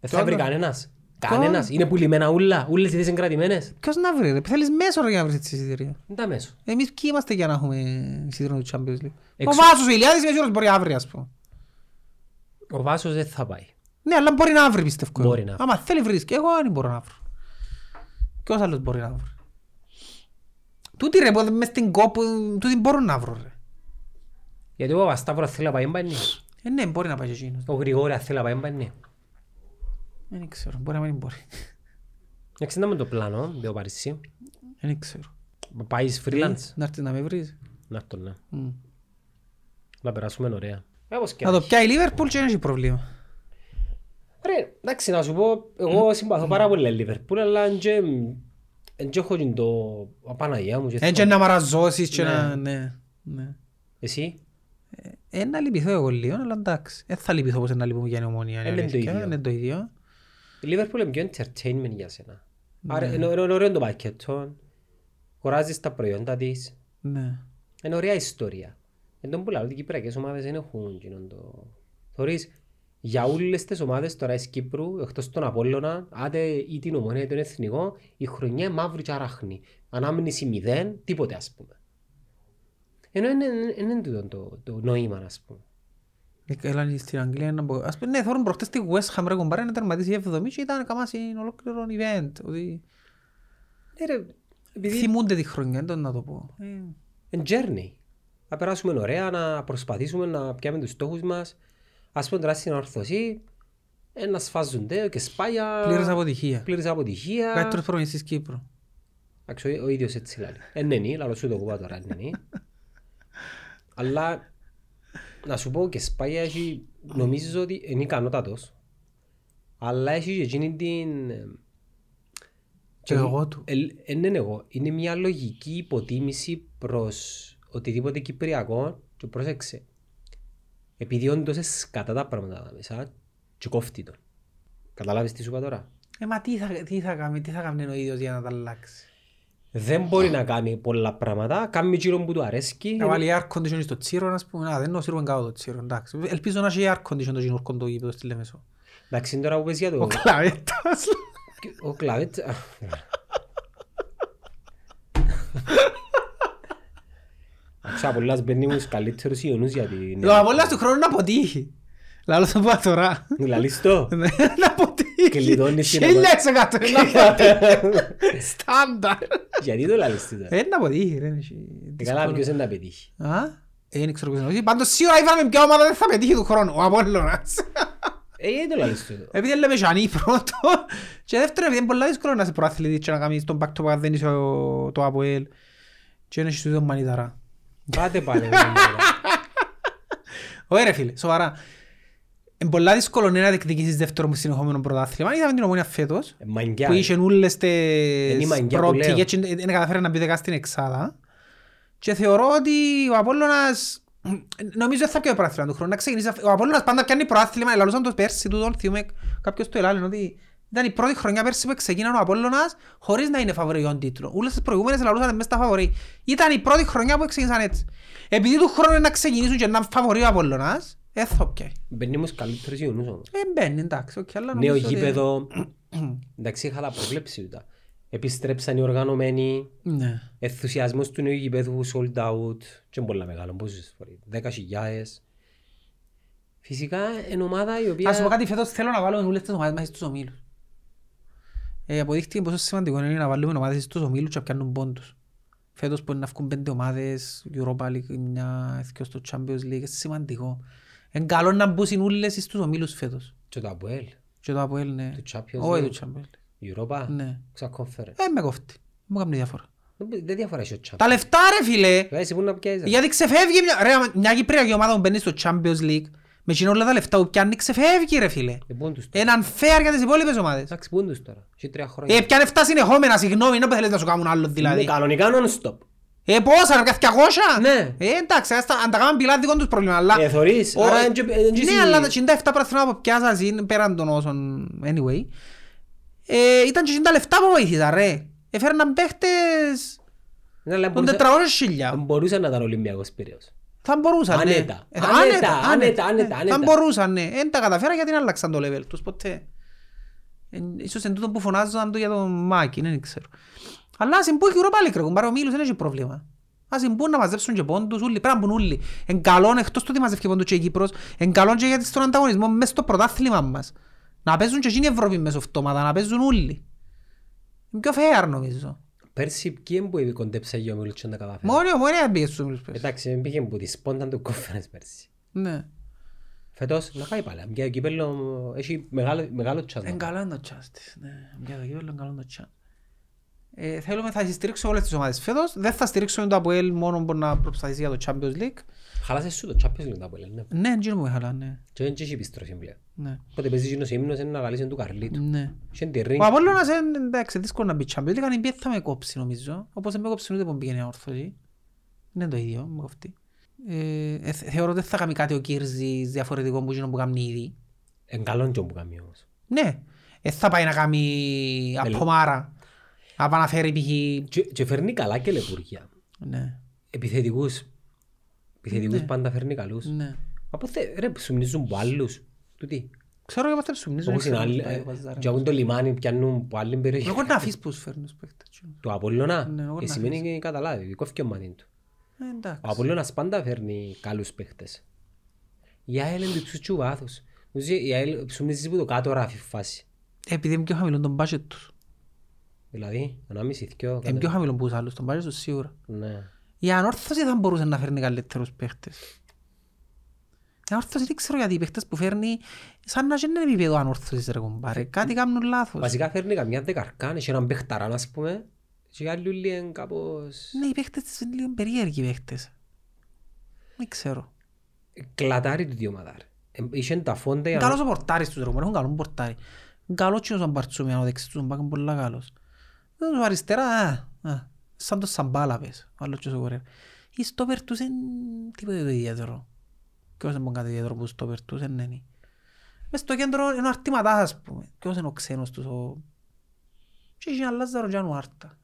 S1: Δεν θα βρει κανένας. Κανένας. Είναι πουλημένα ούλα. Ούλες οι θέσεις είναι κρατημένες.
S4: Ποιος να βρει ρε. Θέλεις μέσο ρε για να βρεις τις εισιτήριο.
S1: Είναι τα μέσο.
S4: Εμείς ποιοι είμαστε για να έχουμε εισιτήριο του Champions League. Ο
S1: Εξ-
S4: Βάσος ο Ηλιάδης είναι σίγουρος μπορεί αύριο ας πούμε.
S1: Ο Βάσος δεν θα πάει.
S4: Ναι, αλλά μπορεί να βρει πιστεύω. εγώ.
S1: Μπορεί να βρει.
S4: Άμα θέλει βρίσκει. Εγώ δεν μπορώ να βρω. Ποιος άλλος μπορεί να βρει. Τούτη ρε, που μες στην κόπο, τούτη μπορώ να βρω ρε.
S1: Γιατί ο Παπασταύρο θέλει να πάει μπανί.
S4: Ε, ναι, μπορεί να πάει και εκείνος.
S1: Ο Γρηγόρια θέλει να πάει ναι. μπανί.
S4: Δεν ξέρω, μπορεί να μην μπορεί.
S1: Να ξεντάμε το πλάνο, δεν ο Παρίσι.
S4: Δεν ξέρω.
S1: Πάει freelance.
S4: Να έρθεις να με βρεις.
S1: Να το ναι.
S4: Μμ.
S1: Να περάσουμε ωραία. Ε, Όπως και
S4: Να το
S1: έχει.
S4: πιάει η Λίβερπουλ και δεν έχει πρόβλημα.
S1: Ρε, εντάξει, να σου πω, εγώ συμπαθώ πάρα πολύ Λίβερπουλ, αλλά εν και- εν και έχω και το Απαναγιά μου. και
S2: Ε,
S4: Έτσι
S1: θέλω.
S4: να μαραζώσεις και να... Ναι, ναι.
S1: Εσύ,
S4: Ε, να λυπηθώ εγώ λίγο, αλλά εντάξει.
S2: Ε,
S4: Δεν θα λυπηθώ όπως να λυπούμε για την ομονία.
S1: Ε,
S4: Είναι
S1: δεν
S4: αλήθεια,
S1: είναι το ίδιο.
S4: δεν είναι το ίδιο.
S1: η Λίβερπουλ είναι πιο entertainment για σένα. Άρα είναι είναι- είναι ωραίο το πακέτο, χωράζεις τα προϊόντα της,
S4: Ναι.
S1: είναι ωραία ιστορία. Εν τον πουλάω, ότι οι κυπριακές ομάδες δεν έχουν κοινόν το... Θωρείς, για όλες τις ομάδες τώρα της Κύπρου, εκτός των Απόλλωνα, άντε ή την Ομονία ή τον Εθνικό, η χρονιά είναι μαύρη και αράχνη. Ανάμνηση μηδέν, τίποτε ας πούμε. Ενώ είναι, είναι, είναι τούτο το, το νόημα, ας πούμε.
S4: Ε, Καλά στην Αγγλία να μπο- Ας πούμε, ναι, θωρούν προχτές τη West Ham ρε κουμπάρα να τερματίσει η εβδομή και ήταν καμάς είναι ολόκληρο event. Ότι
S1: Ε, ρε, επειδή
S4: θυμούνται τη χρονιά, δεν να το πω. Ε,
S1: εν journey. Να περάσουμε ωραία, να προσπαθήσουμε να πιάμε τους στόχους μας. Ας πούμε τώρα στην ορθωσή, ε, να σφάζονται και σπάγια.
S4: Πλήρης αποτυχία.
S1: Πλήρης αποτυχία.
S4: Καλύτερος προπονητής Κύπρου.
S1: Εντάξει, ο- ο ίδιος έτσι λέει. Ε, ναι, ναι, λαλό σου το κουβά τώρα, ναι, ναι. Αλλά να σου πω και σπάγια έχει, νομίζω ότι είναι ικανότατος. Αλλά έχει και εκείνη την...
S4: Και εγώ του.
S1: Ε, ε, ναι, ναι, εγώ. Είναι μια λογική υποτίμηση προς οτιδήποτε κυπριακό και πρόσεξε. Επειδή όντως εσκατά τα πράγματα τα μέσα και κόφτει τον. Καταλάβεις τι σου είπα τώρα.
S4: Ε, μα τι θα, τι θα κάνει, τι θα κάνει ο ίδιος για να τα αλλάξει.
S1: Δεν μπορεί να κάνει πολλά πράγματα. Κάνει γύρω που του αρέσκει.
S4: Να βάλει air conditioning στο τσίρο, ας πούμε. Α, δεν είναι ο σύρβεν κάτω το τσίρο, εντάξει. Ελπίζω να έχει air conditioning το γινόρκο το γήπεδο στη Λεμεσό.
S1: Εντάξει, τώρα που πες για
S4: Ο
S1: το...
S4: κλαβέτας.
S1: Ο Κλάβετ... Άξα, πολλά μπαίνει μου τους καλύτερους ιονούς για την...
S4: Ο Απόλλας του χρόνου να αποτύχει. Λαλό θα πω τώρα.
S1: Λαλείς το.
S4: Ναι, Να αποτύχει.
S1: Κλειδώνει στην
S4: Χίλια εκατό. Να αποτύχει. Στάνταρ.
S1: Γιατί το λαλείς τι τώρα.
S4: Ε, να αποτύχει, ρε. έχει
S1: Ε, Καλά,
S4: δύσκολο.
S1: ποιος δεν τα πετύχει.
S4: Α, ε, δεν ξέρω ποιος είναι. Πάντως σίγουρα είπαμε ποια ομάδα δεν θα πετύχει του χρόνου. Ο Απόλλωνας.
S1: Ε, γιατί το λαλείς το.
S4: Επειδή λέμε Σανί πρώτο και δεύτερο επειδή είναι πολλά δύσκολο να είσαι προαθλητής και να κάνεις τον back to back δεν είσαι ο- το Αποέλ και να έχεις τούτο μανιταρά.
S1: Πάτε πάλι. ρε, μάνα.
S4: Ωε ρε φίλε, σοβαρά. Είναι πολλά δύσκολο ναι, να διεκδικήσεις δεύτερο συνεχόμενο πρωτάθλημα. Είδαμε την ομόνια φέτος
S1: Ε, Μαγκιά.
S4: που είχε όλες
S1: Είναι η
S4: τις
S1: μαγκιά που λέω.
S4: προοπτικές και δεν καταφέρει να μπει δεκά στην εξάδα. Και θεωρώ ότι ο Απόλλωνας Νομίζω δεν θα πιάει προάθλημα του χρόνου. Να ξεκινήσει. αυ- Ο Απόλλωνας πάντα πιάνει προάθλημα. Ελαλούσαν το πέρσι του τον θυμούμε κάποιος το ελάλεν ότι ήταν η πρώτη χρονιά πέρσι που ξεκίνανε ο Απόλλωνας χωρίς να είναι φαβοριόν τίτλο. Όλες τις προηγούμενες ελαλούσαν μες στα φαβορί. Ήταν η πρώτη χρονιά που ξεκίνησαν έτσι. Επειδή του χρόνου είναι να ξεκινήσουν και να φαβορεί ο Απόλλωνας, ε, θα πιάει.
S1: Μπαίνει μου τους καλύτερους ιονούς όμως.
S4: Ε, μπαίνει, εντάξει, οκ,
S1: Νέο
S4: αλλά νομίζω ότι-
S1: γήπεδο. Εντάξει, είχα τα προβλέψει τούτα. Επιστρέψαν οι οργανωμένοι.
S4: Ναι.
S1: ενθουσιασμός του νέου γηπέδου sold out και πολλά μεγάλο, πόσες φορές, 10.000. Φυσικά είναι ομάδα η οποία...
S4: Ας σου πω κάτι φέτος θέλω να βάλουμε όλες τις ομάδες μας στους ομίλους. Ε, αποδείχτηκε πόσο σημαντικό είναι να βάλουμε ομάδες στους ομίλους και να πιάνουν πόντους. Φέτος μπορεί να βγουν πέντε ομάδες, Europa League, μια, δυο στο Champions League, είναι σημαντικό. Είναι καλό να μπουν όλες στους ομίλους φέτος.
S1: Και το Αποέλ,
S4: Και το Αποέλ, ναι.
S1: Του Champions
S4: Όχι
S1: League.
S4: του Champions League.
S1: η Europa,
S4: Ναι.
S1: ξα conference.
S4: Ε, με κόφτει. Δεν μου κάνει διαφορά.
S1: Δεν δεν διαφορά έχει ο Champions. Ε,
S4: Τα λεφτά ρε φίλε,
S1: Εσύ πού να πιάσεις. ρε.
S4: γιατί ξεφεύγει μια, ρε, άμα- μια Κυπριακή ομάδα που μπαίνει στο Champions League, με εκείνα όλα τα λεφτά που πιάνει ξεφεύγει ρε φίλε.
S1: Ε, πού είναι τους τώρα.
S4: Είναι unfair για τις υπόλοιπες ομάδες.
S1: Εντάξει, πού είναι τους τώρα. Έχει τρία
S4: Ε,
S1: χρόνια.
S4: πιάνε 7 συνεχόμενα, συγγνώμη, είναι που θέλετε να σου κάνουν άλλο
S1: Είναι
S4: δηλαδή.
S1: κανονικά non-stop.
S4: Ε, πόσα, να πιάσει 200.
S1: Ναι.
S4: Ε, εντάξει, ας τα- αν τα κάνουν πειλά δικό τους πρόβλημα, αλλά...
S1: Ε, θωρείς.
S4: Ο-
S1: Άρα, εν τζε- εν τζε-
S4: Ναι, αλλά τα 97 πραθυνά που πιάσας είναι πέραν των όσων, anyway. Ε, ήταν και 90 λεφτά που βοήθησαν, ρε. Έφερναν παίχτες
S1: Ναι, αλλά
S4: των
S1: μπορούσε-
S4: 400 χιλιά.
S1: Μπορούσε να ήταν Ολυμπιακός Πυραιός.
S4: Θα μπορούσαν, ναι.
S1: Άνετα.
S4: Ε, θα-
S1: Άνετα, άνετα, άνετα,
S4: ναι.
S1: άνετα.
S4: Θα μπορούσαν, ναι. Εν τα καταφέρα γιατί να αλλάξαν το level τους, ποτέ. Ε, ίσως εν τούτο που φωνάζαν το για τον Μάκη, ναι, δεν ξέρω. Αλλά ας εμπού και πάλι κρέκουν, πάρε ο Μίλος, δεν έχει πρόβλημα. Ας εμπού να μαζέψουν και πόντους, όλοι, πρέπει να μπουν όλοι. Εν καλόν, εκτός του ότι μαζεύει πόντους και η Κύπρος, εν καλόν και γιατί στον ανταγωνισμό, μες στο πρωτάθλημα μας. Να παίζουν και εκείνοι οι Ευρώπη μες αυτόματα, να παίζουν όλοι. Είναι πιο fair, νομίζω.
S1: Ναι. Πέρσι ποιοι που κοντέψα για ο Μιλούτσο να τα καταφέρει.
S4: Μόνο- μόνο να μπήκε στους Μίλους, πες.
S1: Εντάξει, δεν πήγε που της σπόντα του κόφερες πέρσι.
S4: Ναι.
S1: Φέτος να πάει πάλι. Για κύπελλο έχει μεγάλο, μεγάλο τσάντα.
S4: Είναι καλό είναι το τσάνς της, ναι. Για το κύπελλο είναι καλό είναι το τσάνς. Ε, θέλουμε, θα στηρίξω όλες τις ομάδες φέτος. Δεν θα στηρίξουμε το ΑΠΟΕΛ μόνο που να προσπαθήσει για το Champions League.
S1: Χαλάσες σου το τσάπιος λίγο τα πολύ. ναι.
S4: Ναι, εκείνο που με χαλά, ναι.
S1: Και δεν έχει επιστροφή πλέον.
S4: ναι.
S1: Οπότε παίζεις γίνος ύμνος είναι να λαλείς του Καρλίτου.
S4: ναι.
S1: Είχε τη ρίνγκ.
S4: Ο Απόλλωνας εν- εντάξει, δύσκολο να μπει Champions League, αν η NBA θα με κόψει νομίζω. Όπως δεν με κόψει ούτε που πήγαινε όρθωση. Είναι το ίδιο, μου κοφτεί. Ε, ε, θε- θεωρώ ότι δεν θα κάνει κάτι ο Κίρζης διαφορετικό που εκείνο που κάνει ήδη.
S1: Εν καλόν και που κάνει όμως.
S4: Ναι, ε, θα πάει να κάνει
S1: Ελ-
S4: απομάρα. Να πάει να φέρει π.χ.
S1: Και- Και φέρνει καλά και λεπουργιά.
S4: Ναι,
S1: Επιθετικούς. Επιθετικούς πάντα φέρνει καλούς.
S4: ναι.
S1: Μα πότε ρε σου μνίζουν που άλλους. Του τι.
S4: Ξέρω για μάθα ψουμνίζω.
S1: Όπως είναι άλλοι. ε, Και ακούν το λιμάνι πιάνουν που άλλη περιοχή.
S4: Εγώ να αφήσεις πώς φέρνουν τους παίχτες. τσου.
S1: Του Απόλλωνα.
S4: Ναι, εγώ
S1: ε,
S4: να
S1: Σημαίνει καταλάβει. Κόφηκε ο μάτι του.
S4: Ε,
S1: Ο
S4: Εντάξει.
S1: Απόλλωνας πάντα φέρνει καλούς παίχτες. Η ΑΕΛ είναι του ψουτσού βάθους. Νομίζω η ΑΕΛ ψουμίζει που το κάτω ράφει φάση.
S4: Επειδή είναι πιο χαμηλό τον budget τους.
S1: Δηλαδή, ανάμιση, θυκιό,
S4: Είναι πιο χαμηλό που τους άλλους τον budget τους σίγουρα.
S1: Ναι.
S4: Η ανόρθωση θα μπορούσε να φέρνει καλύτερους παίχτες. Η ανόρθωση δεν ξέρω γιατί οι παίχτες που φέρνει σαν να γίνει επίπεδο ανόρθωσης ρε κομπάρε. Κάτι κάνουν λάθος.
S1: Βασικά φέρνει καμιά δεκαρκάν, έχει έναν παιχταράν ας πούμε. Και οι άλλοι όλοι είναι κάπως...
S4: Ναι, οι παίχτες της είναι λίγο περίεργοι οι παίχτες. Δεν ξέρω.
S1: Κλατάρι του δύο μαδάρ. Είχε τα φόντα για
S4: Είναι
S1: να...
S4: καλός ο πορτάρις τους ρε κομπάρε. Έχουν καλό πορτάρι. Είναι Καλός κοινός ο Μπαρτσούμιαν, ο δεξιτός ο Μπάκ είναι πολλά καλός. Δεν τους αριστερά, α, α, σαν το Σαμπάλα πες, ο άλλος και ο Κορέα. Οι στόπερ τους είναι τίποτε το ιδιαίτερο. Ποιος δεν μπορεί κάτι ιδιαίτερο που στόπερ τους δεν είναι. Μες στο κέντρο είναι ο Αρτηματάς ας πούμε. Ποιος είναι ο ξένος τους. Ο... Και έχει ένα Λάζαρο και έναν Άρτα.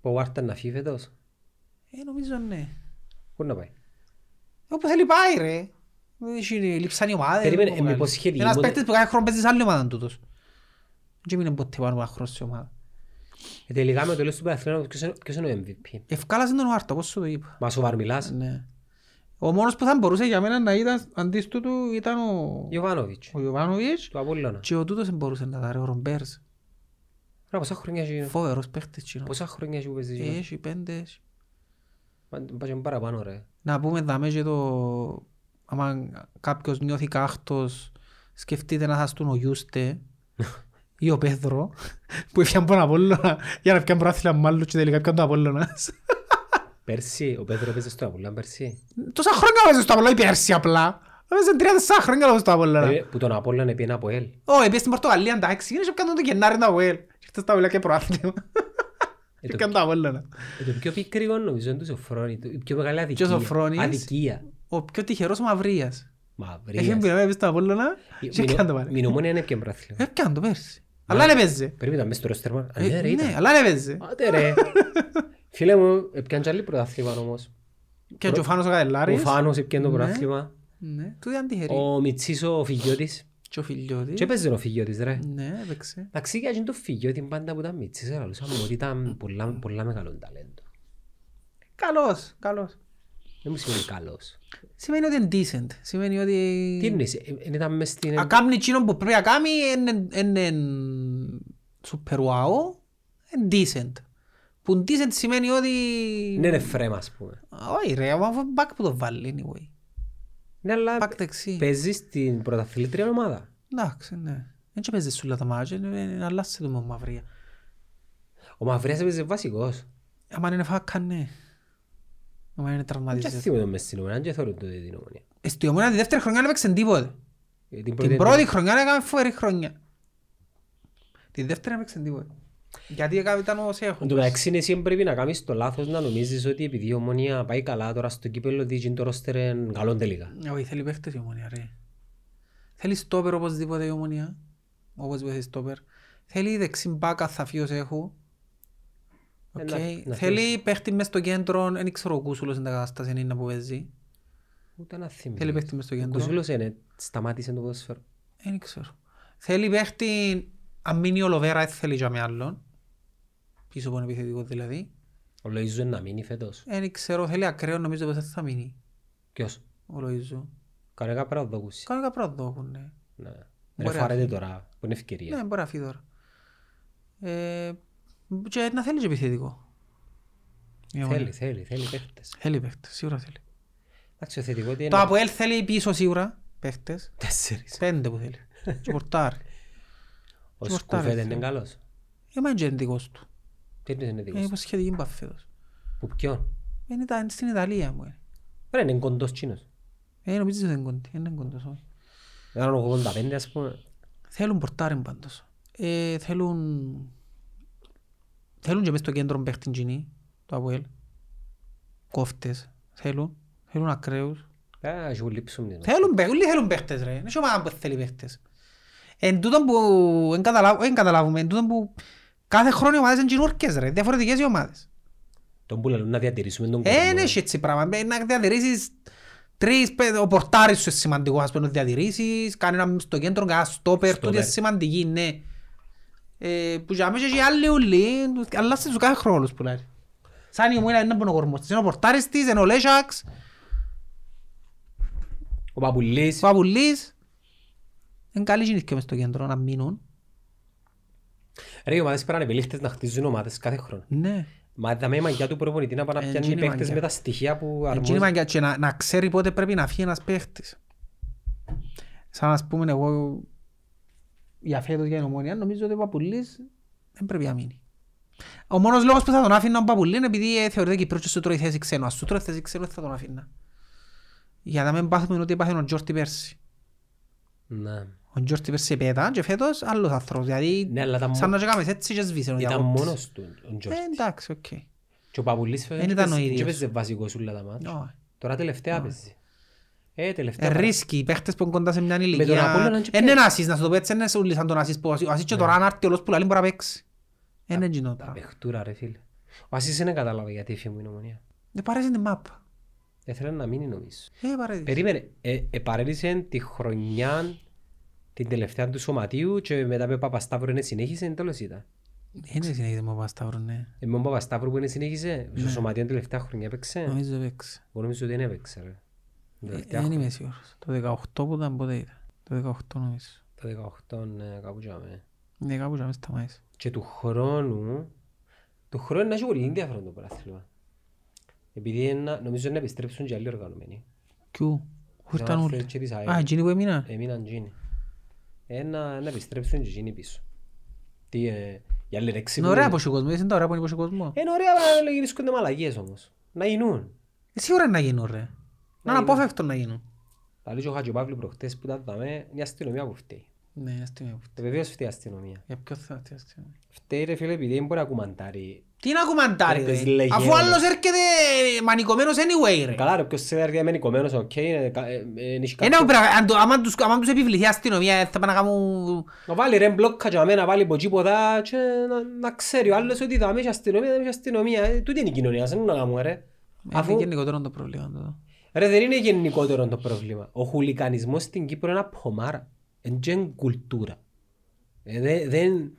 S1: Που ο Άρτα να φύγει φέτος.
S4: Ε, νομίζω ναι.
S1: Πού να πάει.
S4: Όπου θέλει πάει ρε. Έχει λείψαν οι ομάδες.
S1: Περίμενε, ε,
S4: δεν μπορεί να
S1: μήπως
S4: κάνει.
S1: είχε
S4: Ένας
S1: λίμωτε-
S4: παίκτης που κάθε χρόνο παίζει σε άλλη ομάδα τούτος. Και μείνε ποτέ πάνω από ένα χρόνο σε ομάδα.
S1: Ε, Τελικά με το τέλος του Παναθηναϊκού, ποιος είναι- ποιος είναι ο MVP.
S4: Ευκάλασε τον ο Άρτα, πώς σου το είπα.
S1: Μα ο Βαρμιλάς.
S4: Ναι. Ο μόνος που θα μπορούσε για μένα να ήταν αντί του ήταν ο,
S1: Γιωβάνοβιτς.
S4: ο Ιωβάνοβιτς
S1: Του Απόλλωνα.
S4: και ο τούτος δεν μπορούσε να τα ρε ο Ρομπέρς.
S1: Ρε, πόσα χρόνια έχει...
S4: Φοβερός παίχτης κοινός.
S1: Πόσα χρόνια έχει που παίζεις. Γιωβάνοβιτς.
S4: Έχει πέντε. έχει.
S1: Μα- Πάει και παραπάνω ρε.
S4: Να πούμε δαμέ και το... Άμα κάποιος νιώθει κάχτος σκεφτείτε να χαστούν ο Γιούστε ή ο Πέδρο που έφυγαν από τον Απόλλωνα για να πιάνε πρόθυλα μάλλον και τελικά πιάνε τον Απόλλωνας.
S1: Πέρσι, ο Πέτρο παίζει στο Απόλλωνα πέρσι.
S4: Τόσα χρόνια παίζεις στο Απόλλωνα ή πέρσι απλά. Παίζεις τρία τεσσά χρόνια παίζεις στο Απόλλωνα.
S1: Ε, Που τον Απόλλωνα πήγαινε από ελ. Ε,
S4: Όχι, πήγες στην Πορτογαλία, εντάξει, είναι και πιάνε το Γενάρη να βγει. Ήρθες τα βουλά και προάθλημα.
S1: Ε, το-
S4: Πιάνε τα βουλά.
S1: Ε, Το πιο πικρικό νομίζω είναι του Σοφρόνη. το- Η πιο μεγάλη αδικία.
S4: Ποιος Σοφρόνης?
S1: Αδικία.
S4: Ο πιο τυχερός ο Μαυρίας. Έχει
S1: Μαυρίας.
S4: μπει να στα Απόλλωνα και πιάνε το πάλι.
S1: Μην ομόνια είναι πια μπράθλιο.
S4: Έπιανε ε, το πέρσι. Αλλά δεν παίζει.
S1: Πρέπει να μες στο ρόστερμαν. Α,
S4: Ε,
S1: ναι, ρε,
S4: Ναι,
S1: ήταν.
S4: αλλά δεν παίζει.
S1: Άντε ρε. Φίλε μου, έπιαν κι άλλοι πρωτάθλημα όμως.
S4: Και ο Φάνος ο
S1: Ο
S4: Καελάρης.
S1: Φάνος έπιαν το
S4: Ναι.
S1: πρωτάθλημα.
S4: Ναι, του ήταν τυχερή.
S1: Ο Μιτσής ο Φιγιώτης.
S4: Και ο Φιλιώτης.
S1: Και έπαιζε ο Φιγιώτης ρε.
S4: Ναι, έπαιξε.
S1: Εντάξει, για το Φιγιώτη πάντα που ήταν Μιτσής ρε, λαλούσαμε ότι ήταν πολλά- πολλά μεγάλο ταλέντο.
S4: Καλός, καλός.
S1: Δεν μου σημαίνει καλός.
S4: Σημαίνει ότι είναι decent. Σημαίνει ότι...
S1: Τι εννοείς, ε, ε, ήταν μες στην...
S4: Αν κάνει εκείνο που πρέπει να κάνει είναι- είναι super wow, είναι decent. Που decent σημαίνει ότι...
S1: Ναι, ρε φρέμα ας πούμε.
S4: Όχι ρε, αφού back που το βάλει anyway.
S1: Ναι, αλλά
S4: Back δεξί.
S1: παίζει στην πρωταθλήτρια ομάδα.
S4: Εντάξει, ναι. Δεν και παίζεις σούλα τα μάτια, είναι- είναι αλλάσσε το με μαυρία.
S1: Ο Μαυρίας έπαιζε βασικός.
S4: Άμα είναι φάκα, ναι. Άμα είναι
S1: Δεν
S4: τραυματισμός.
S1: θυμάμαι μες στην ομονία, δεν θεωρούν τότε την ομονία.
S4: Στη ομόνα τη δεύτερη χρονιά δεν έπαιξε τίποτε.
S1: Ε, Την
S4: Την
S1: πρώτη...
S4: πρώτη χρονιά έκαμε φοβερή χρονιά. Τη δεύτερη δεν έπαιξε τίποτε. Γιατί έκαμε ήταν ο Σέχος.
S1: Εν τω μεταξύ, εσύ δεν πρέπει να κάνεις το λάθος να νομίζεις ότι επειδή η ομονία πάει καλά τώρα στο κύπελλο ότι γίνει το ρόστερ εν καλό τελικά.
S4: Ναι, Όχι, θέλει παίχτες η ομονία, ρε. Θέλει στόπερ οπωσδήποτε η ομονία. Όπως βοηθεί στόπερ. Θέλει δεξιμπάκα θα φύγει ο Σέχου.
S1: Ε, Να- να-
S4: Θέλει παίχτη μες στο κέντρο, δεν ξέρω ο Κούσουλος είναι τα κατάσταση είναι να που παίζει.
S1: Ούτε να θυμίζω.
S4: Θέλει παίχτη μες στο
S1: Ναι. Ο
S4: κέντρο.
S1: Κουσούλος είναι, σταμάτησε το ποδοσφαίρο.
S4: Δεν ξέρω. Θέλει παίχτη, αν μείνει ο Λοβέρα, δεν θέλει για με άλλον. Πίσω από τον επιθετικό δηλαδή.
S1: Ο Λοϊζού είναι να μείνει φέτος.
S4: Δεν ξέρω, θέλει ακραίο, νομίζω πως δεν θα μείνει
S1: Ποιος.
S4: ο Λοϊζού.
S1: Κανένα πράγμα δεν ακούσει.
S4: Κάνω κάποια πρόδοχο, ναι.
S1: Ναι. Ρε
S4: Μπορεί να
S1: φάρετε
S4: φύγει.
S1: τώρα, που είναι ευκαιρία.
S4: Ναι, μπορεί να φύγει τώρα. Ε, και να θέλει και επιθετικό. Η ομονία.
S1: Θέλει, θέλει, θέλει παίχτες.
S4: Θέλει παίχτη, σίγουρα θέλει.
S1: Εντάξει, ο θετικό τι
S4: Το
S1: είναι.
S4: Αποέλ θέλει πίσω σίγουρα παίχτες.
S1: Τέσσερις.
S4: Πέντε που θέλει. Και πορτάρι.
S1: Ο
S4: Μορτάρες,
S1: Σκουφέ δεν είναι
S4: θέλει.
S1: καλός.
S4: Είμαι Ε, και εντικός του. Ε,
S1: Τι είναι
S4: Είναι
S1: θετικός.
S4: υποσχετική μπαφή φέτος.
S1: Που ποιον.
S4: Είναι τα- στην Ιταλία μου. είναι.
S1: Ρε, είναι κοντός τσίνος.
S4: Ε, νομίζω ότι δεν κοντή. Είναι κοντός, όχι.
S1: Ήταν 85 ας πούμε.
S4: Θέλουν πορτάρι πάντως. Ε, θέλουν... Θέλουν και μες στο κέντρο παίχτην κοινή, το Αποέλ. Κόφτες. Θέλουν. Θέλουν ακραίους.
S1: Α, σου λείψουν την.
S4: Θέλουν παίχτες. Όλοι θέλουν παίχτες ρε. Είναι ομάδα που θέλει παίχτες. Εν τούτον που... Εν καταλάβ- εν καταλάβουμε. Εν τούτον που... Κάθε χρόνο οι ομάδες είναι κοινούρκες ρε. Διαφορετικές οι ομάδες.
S1: Τον που λαλούν να διατηρήσουμε τον κόσμο.
S4: Ε, Είναι έτσι έτσι πράγμα. Ε, Να διατηρήσεις τρεις, πέντε, ο πορτάρις σου είναι σημαντικό, ας πούμε, να διατηρήσεις, κάνει ένα στο κέντρο, κάνει ένα στόπερ, τούτη είναι
S1: Στόπερ.
S4: σημαντική, ναι. Ε, που για μέσα και οι άλλοι ουλοί, αλλάστε τους κάθε χρόνο όλους που λέει. Σαν η Μουίλα είναι μόνο κορμός της, είναι ο πορτάρις της, είναι ο Λέσσαξ,
S1: Ο Παπουλής.
S4: ο Παπουλής. Είναι καλή γίνηση και μες στο κέντρο να μείνουν.
S1: Ρε, οι ομάδες πρέπει να είναι επιλήχτες να χτίζουν ομάδες κάθε χρόνο.
S4: Ναι.
S1: Μα δαμε η μαγιά του προπονητή να πάνε
S4: Ε,
S1: να πιάνει
S4: είναι η
S1: παίχτες με
S4: μαγιά.
S1: τα στοιχεία που
S4: Εκείνη η
S1: αρμόζουν.
S4: μαγιά και να, να ξέρει πότε πρέπει να φύγει ένας παίχτης. Σαν να πούμε εγώ για φέτος για την ομόνια νομίζω ότι ο Παπουλής δεν πρέπει να μείνει. Ο μόνος λόγος που θα τον άφηνα ο Παπουλή είναι επειδή ε, θεωρείται Κυπρός και σου τρώει θέση ξένου. Ας σου τρώει θέση ξένου δεν θα τον άφηνα. Για να μην πάθουμε ότι έπαθε ο Τζόρτι πέρσι.
S1: Ναι.
S4: Ο Τζόρτι πέρσι πέτα και φέτος άλλος άνθρωπος. Δηλαδή
S1: Ναι, αλλά ήταν
S4: σαν
S1: μο-
S4: να και κάνεις έτσι και σβήσε. ο
S1: Ήταν
S4: διακόπτης.
S1: μόνος του ο Τζόρτζ.
S4: Ε, εντάξει, οκ.
S1: Και ο Παπουλής
S4: Δεν ήταν ο ίδιος.
S1: έπαιζε βασικό σούλα τα μάτια.
S4: Ω,
S1: Τώρα τελευταία παίζει. Ε,
S4: Ε,
S1: τελευταία.
S4: Ρίσκι, οι παίχτες που είναι κοντά σε μια
S1: τον Απόλλωνα
S4: ηλικία.
S1: είναι και
S4: Είναι Ναι.
S1: πιο-
S4: ένα ασύς, να σου το πω έτσι, είναι σούλη σαν τον ασύς που ο ασύς- ο ασύς και τώρα αν έρθει ο λόγος που λαλεί μπορεί να παίξει. Είναι εκείνο
S1: Τα
S4: τώρα.
S1: παιχτούρα ρε φίλε. Ο Ασής δεν κατάλαβε γιατί έφυγε μου η νομονία.
S4: Ε, παρέσει την μάπα.
S1: Έθελε να μείνει νομίζω.
S4: Ε, παρέσει.
S1: Περίμενε, ε, επαρέλυσε τη χρονιά την τελευταία του σωματίου και μετά με Παπασταύρο είναι συνέχισε, είναι τέλος ήταν.
S4: Είναι συνέχιζε με ο Πασταύρο, ναι.
S1: Ε, με τον Παπασταύρος που είναι συνέχισε, στο σωματίο την τελευταία χρονιά έπαιξε.
S4: Νομίζω παίξει.
S1: Εγώ νομίζω ότι δεν έπαιξε ρε. Την
S4: Ε,
S1: τελευταία
S4: Δεν είμαι σίγουρος. Το 18 που ήταν πότε ήταν. Το 18 νομίζω.
S1: χρονιά, το 18 ναι, κάπου τζάμε.
S4: Ναι, κάπου και αμέσως σταμάτησε.
S1: Και του χρόνου, του χρόνου είναι να έχει πολύ ενδιαφέρον το πράγμα. Επειδή ένα, νομίζω να επιστρέψουν και άλλοι οργανωμένοι.
S4: Κιού. Ε. Πού ήταν
S1: Ο
S4: όλοι.
S1: Άθλερ και της ΑΕΛ.
S4: Α, εκείνοι που έμειναν.
S1: Έμειναν Ε, τζίνοι. Ένα, να επιστρέψουν και τζίνοι πίσω. Τι, ε, η άλλη ρεξή
S4: Είναι
S1: που-
S4: ωραία πως ο κόσμος. Είναι τα ωραία που είναι πως ο κόσμος.
S1: Είναι ωραία αλλά να γυρίσκονται μαλαγίες όμως. Να γίνουν.
S4: Ε, Σίγουρα είναι να γίνουν ρε. Να είναι
S1: είναι.
S4: απόφευκτο να γίνουν.
S1: Τα λέει και ο Χατζοπαύλου προχτές που τα δαμε, μια αστυνομία που φταίει.
S4: Ναι, ας τη με-
S1: Ε, Βεβαίως φταίει η αστυνομία.
S4: Για ποιο θέμα, τι ας τη με-
S1: Φταίει ρε φίλε επειδή δεν μπορεί να κουμαντάρει.
S4: Τι να κουμαντάρει
S1: Τις
S4: ρε,
S1: λεγένδες.
S4: αφού άλλος έρχεται μανικωμένος anyway ρε.
S1: Ε, Καλά ρε ποιος σε έργα μένει κομμένος, οκ, είναι κα- ε, ε, είναι εις
S4: Ένα
S1: κάποιο.
S4: πράγμα, αν το- άμα τους- άμα τους επιβληθεί η αστυνομία ε, θα πάνε να κάνουν...
S1: Να βάλει ρε μπλόκα και αμέ, να βάλει ποτσίποδα και να- να ξέρει ο άλλος ότι δαμε έχει αστυνομία, δαμε έχει αστυνομία. Ε, Τούτη είναι η κοινωνία, δεν μπορούμε να κάνουμε ρε. Αφού-
S4: Είναι γενικότερο το πρόβλημα το.
S1: Ρε δεν είναι γενικότερο το πρόβλημα. Ο χουλικανισμός στην Κύπρο είναι απομάρα. Είναι κουλτούρα. Ε, δε- Δεν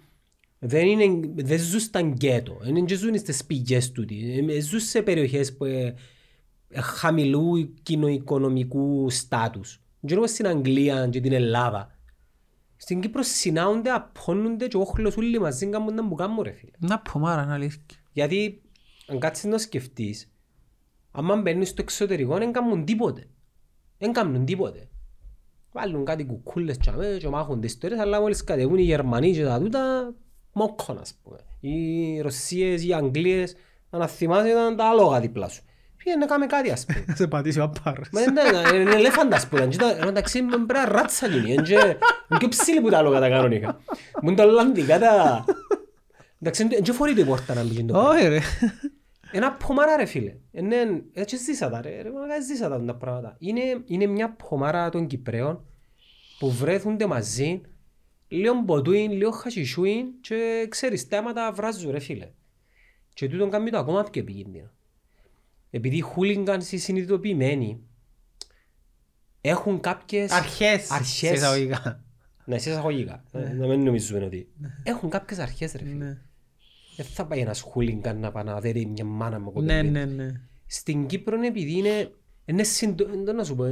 S1: δεν είναι, δεν ζουν στα γκέτο. Δεν και ζουν στις πηγές του. Ε, Ζουν σε περιοχές που, ε, ε, χαμηλού κοινοοικονομικού στάτους. Δεν είναι όπως στην Αγγλία και την Ελλάδα. Στην Κύπρο συνάονται, απώνονται και όχλος όλοι μαζί κάνουν τα που κάνουν ρε φίλε.
S4: Να πομάρα να λύσει.
S1: Γιατί αν κάτσεις να σκεφτείς, άμα μπαίνεις στο εξωτερικό δεν κάνουν τίποτε. Δεν κάνουν τίποτε. Βάλουν κάτι κουκούλες και αμέ και μάχονται ιστορίες, αλλά μόλις κατεβούν οι Γερμανοί και τα τούτα, μόκκον ας πούμε. Οι Ρωσίες, οι Αγγλίες, αν θυμάσαι ήταν τα άλογα δίπλα σου. Πήγαινε να κάμε κάτι ας πούμε.
S4: Σε πατήσει ο απάρες.
S1: Μα δεν ήταν, είναι ελέφαντας που ήταν. Και ήταν, Εν τω μεταξύ με μπρά ράτσα γίνει. Είναι και- είναι πιο ψηλή που τα άλογα τα κανονικά. Μου είναι τα Ολλανδικά τα... Εντάξει, δεν και φορείται η πόρτα να μπει το πράγμα.
S4: Όχι ρε.
S1: Ένα πομάρα ρε φίλε. Ε, ναι, έτσι ζήσα τα ρε. ρε μαλάκα, ζήσα τα τα πράγματα. Είναι, είναι μια πομάρα των Κυπρέων που βρέθονται μαζί λίγο μποτούιν, λίγο χασισούιν και ξέρεις, τα αίματα βράζουν ρε φίλε. Και τούτον κάνει το ακόμα πιο επικίνδυνο. Επειδή οι χούλιγκανς οι συνειδητοποιημένοι έχουν κάποιες...
S4: Αρχές. σε
S1: Αρχές.
S4: εισαγωγικά.
S1: Ναι, σε εισαγωγικά. Ε, Να μην νομίζουμε ότι... Έχουν κάποιες αρχές ρε φίλε.
S4: Ναι.
S1: Δεν θα πάει ένας χούλιγκαν να πάει να δέρει μια μάνα μου
S4: Ναι, ναι, ναι.
S1: Στην Κύπρο επειδή είναι... Είναι συντο... εν τω να σου πω... ε,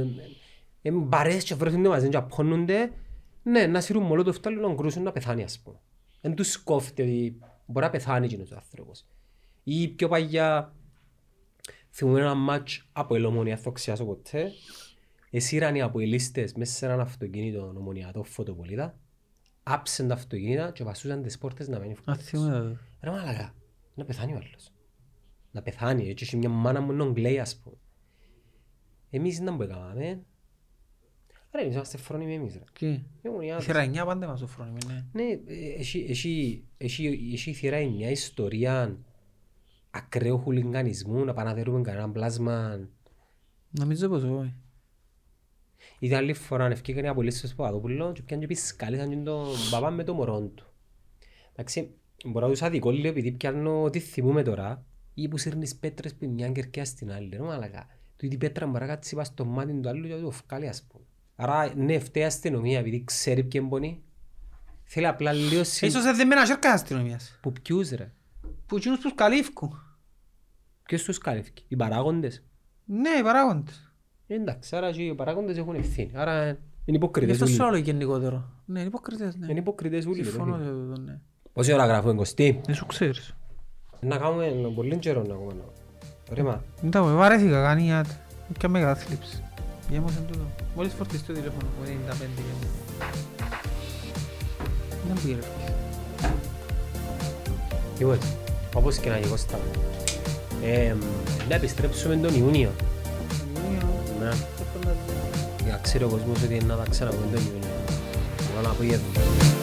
S1: ε, ε, μπαρές και βρέθονται μαζί και απώνονται. Ναι, να σύρουν μόλο το φτάλι να κρούσουν να πεθάνει ας πούμε. Δεν τους κόφτει ότι μπορεί να πεθάνει εκείνος ο άνθρωπος. Ή πιο παγιά θυμούμε ένα μάτς από ελομονία, θα το ξεχάσω ποτέ. Εσύραν οι αποελίστες μέσα σε έναν αυτοκίνητο ομονιατό φωτοπολίδα, άψαν τα αυτοκίνητα και βασούσαν τις πόρτες να μην
S4: Α,
S1: βγουν.
S4: θυμούμαι το.
S1: Ρε μαλακά, να πεθάνει ο άλλος. Να πεθάνει, έτσι έχει μια μάνα μου νογκλέη ας πούμε. Εμείς να που έκαναμε. Ρε, εμείς είμαστε φρόνιμοι εμείς ρε.
S4: Τι.
S1: Οι
S4: Η
S1: ομονιάδες.
S4: θύρα εννιά πάντα μας το φρόνιμο, ναι.
S1: Ναι, ε, έχει- έχει- έχει έχει η θηρά μια ιστορία ακραίου χουλιγκανισμού, να πάμε να δερούμε κανένα πλάσμα.
S4: Νομίζω πως όχι.
S1: Ήταν άλλη φορά ευκήκαν οι απολύσεις του Παπαδόπουλου και πιάνε και πισκάλισαν και τον παπά με το μωρό του. Εντάξει, μπορώ να τους αδικό λίγο επειδή πιάνω τι θυμούμε τώρα ή που σύρνεις πέτρες που μια κερκιά στην άλλη. Ρε μαλακά, τούτη πέτρα μπορεί να κάτσει πας στο μάτι του άλλου και να το βγάλει ας πούμε. Άρα ναι, φταίει η αστυνομία επειδή ξέρει ποιον πονεί. Θέλει απλά λίγο συν...
S4: Ίσως εδεμένα σέρκα της αστυνομίας.
S1: Που ποιους ρε.
S4: Που εκείνους που σκαλίφκουν.
S1: Ποιος τους καλύφθηκε, οι παράγοντες. Ε,
S4: Ναι, οι παράγοντες.
S1: Εντάξει, άρα και οι παράγοντες έχουν ευθύνη. Άρα ε, είναι
S4: Γι'
S1: υποκριτές
S4: αυτό σου
S1: όλοι.
S4: άλλο γενικότερο. Ναι, είναι υποκριτές, ναι.
S1: Είναι υποκριτές όλοι. ρε,
S4: Συμφωνώ Ναι.
S1: φίλε.
S4: σε αυτό, ναι.
S1: Πόση ώρα γράφουμε, Κωστή?
S4: Δεν σου ξέρεις.
S1: Να κάνουμε πολύ καιρό να κάνουμε. Ρε μα,
S4: Δεν τα πω, βαρέθηκα κάνει για και με κατάθλιψη. Γέμωσαν τούτο. Μόλις φορτιστεί το τηλέφωνο που είναι 95 γέμω. Δεν πήγε ρε φίλε.
S1: λοιπόν, όπως και να γίνει Κώστα. Ε, να επιστρέψουμε τον Ιούνιο. Ναι. Για να ξέρει ο κόσμος ότι είναι να τα ξαναπούμε τον Ιούνιο. Εγώ να πω για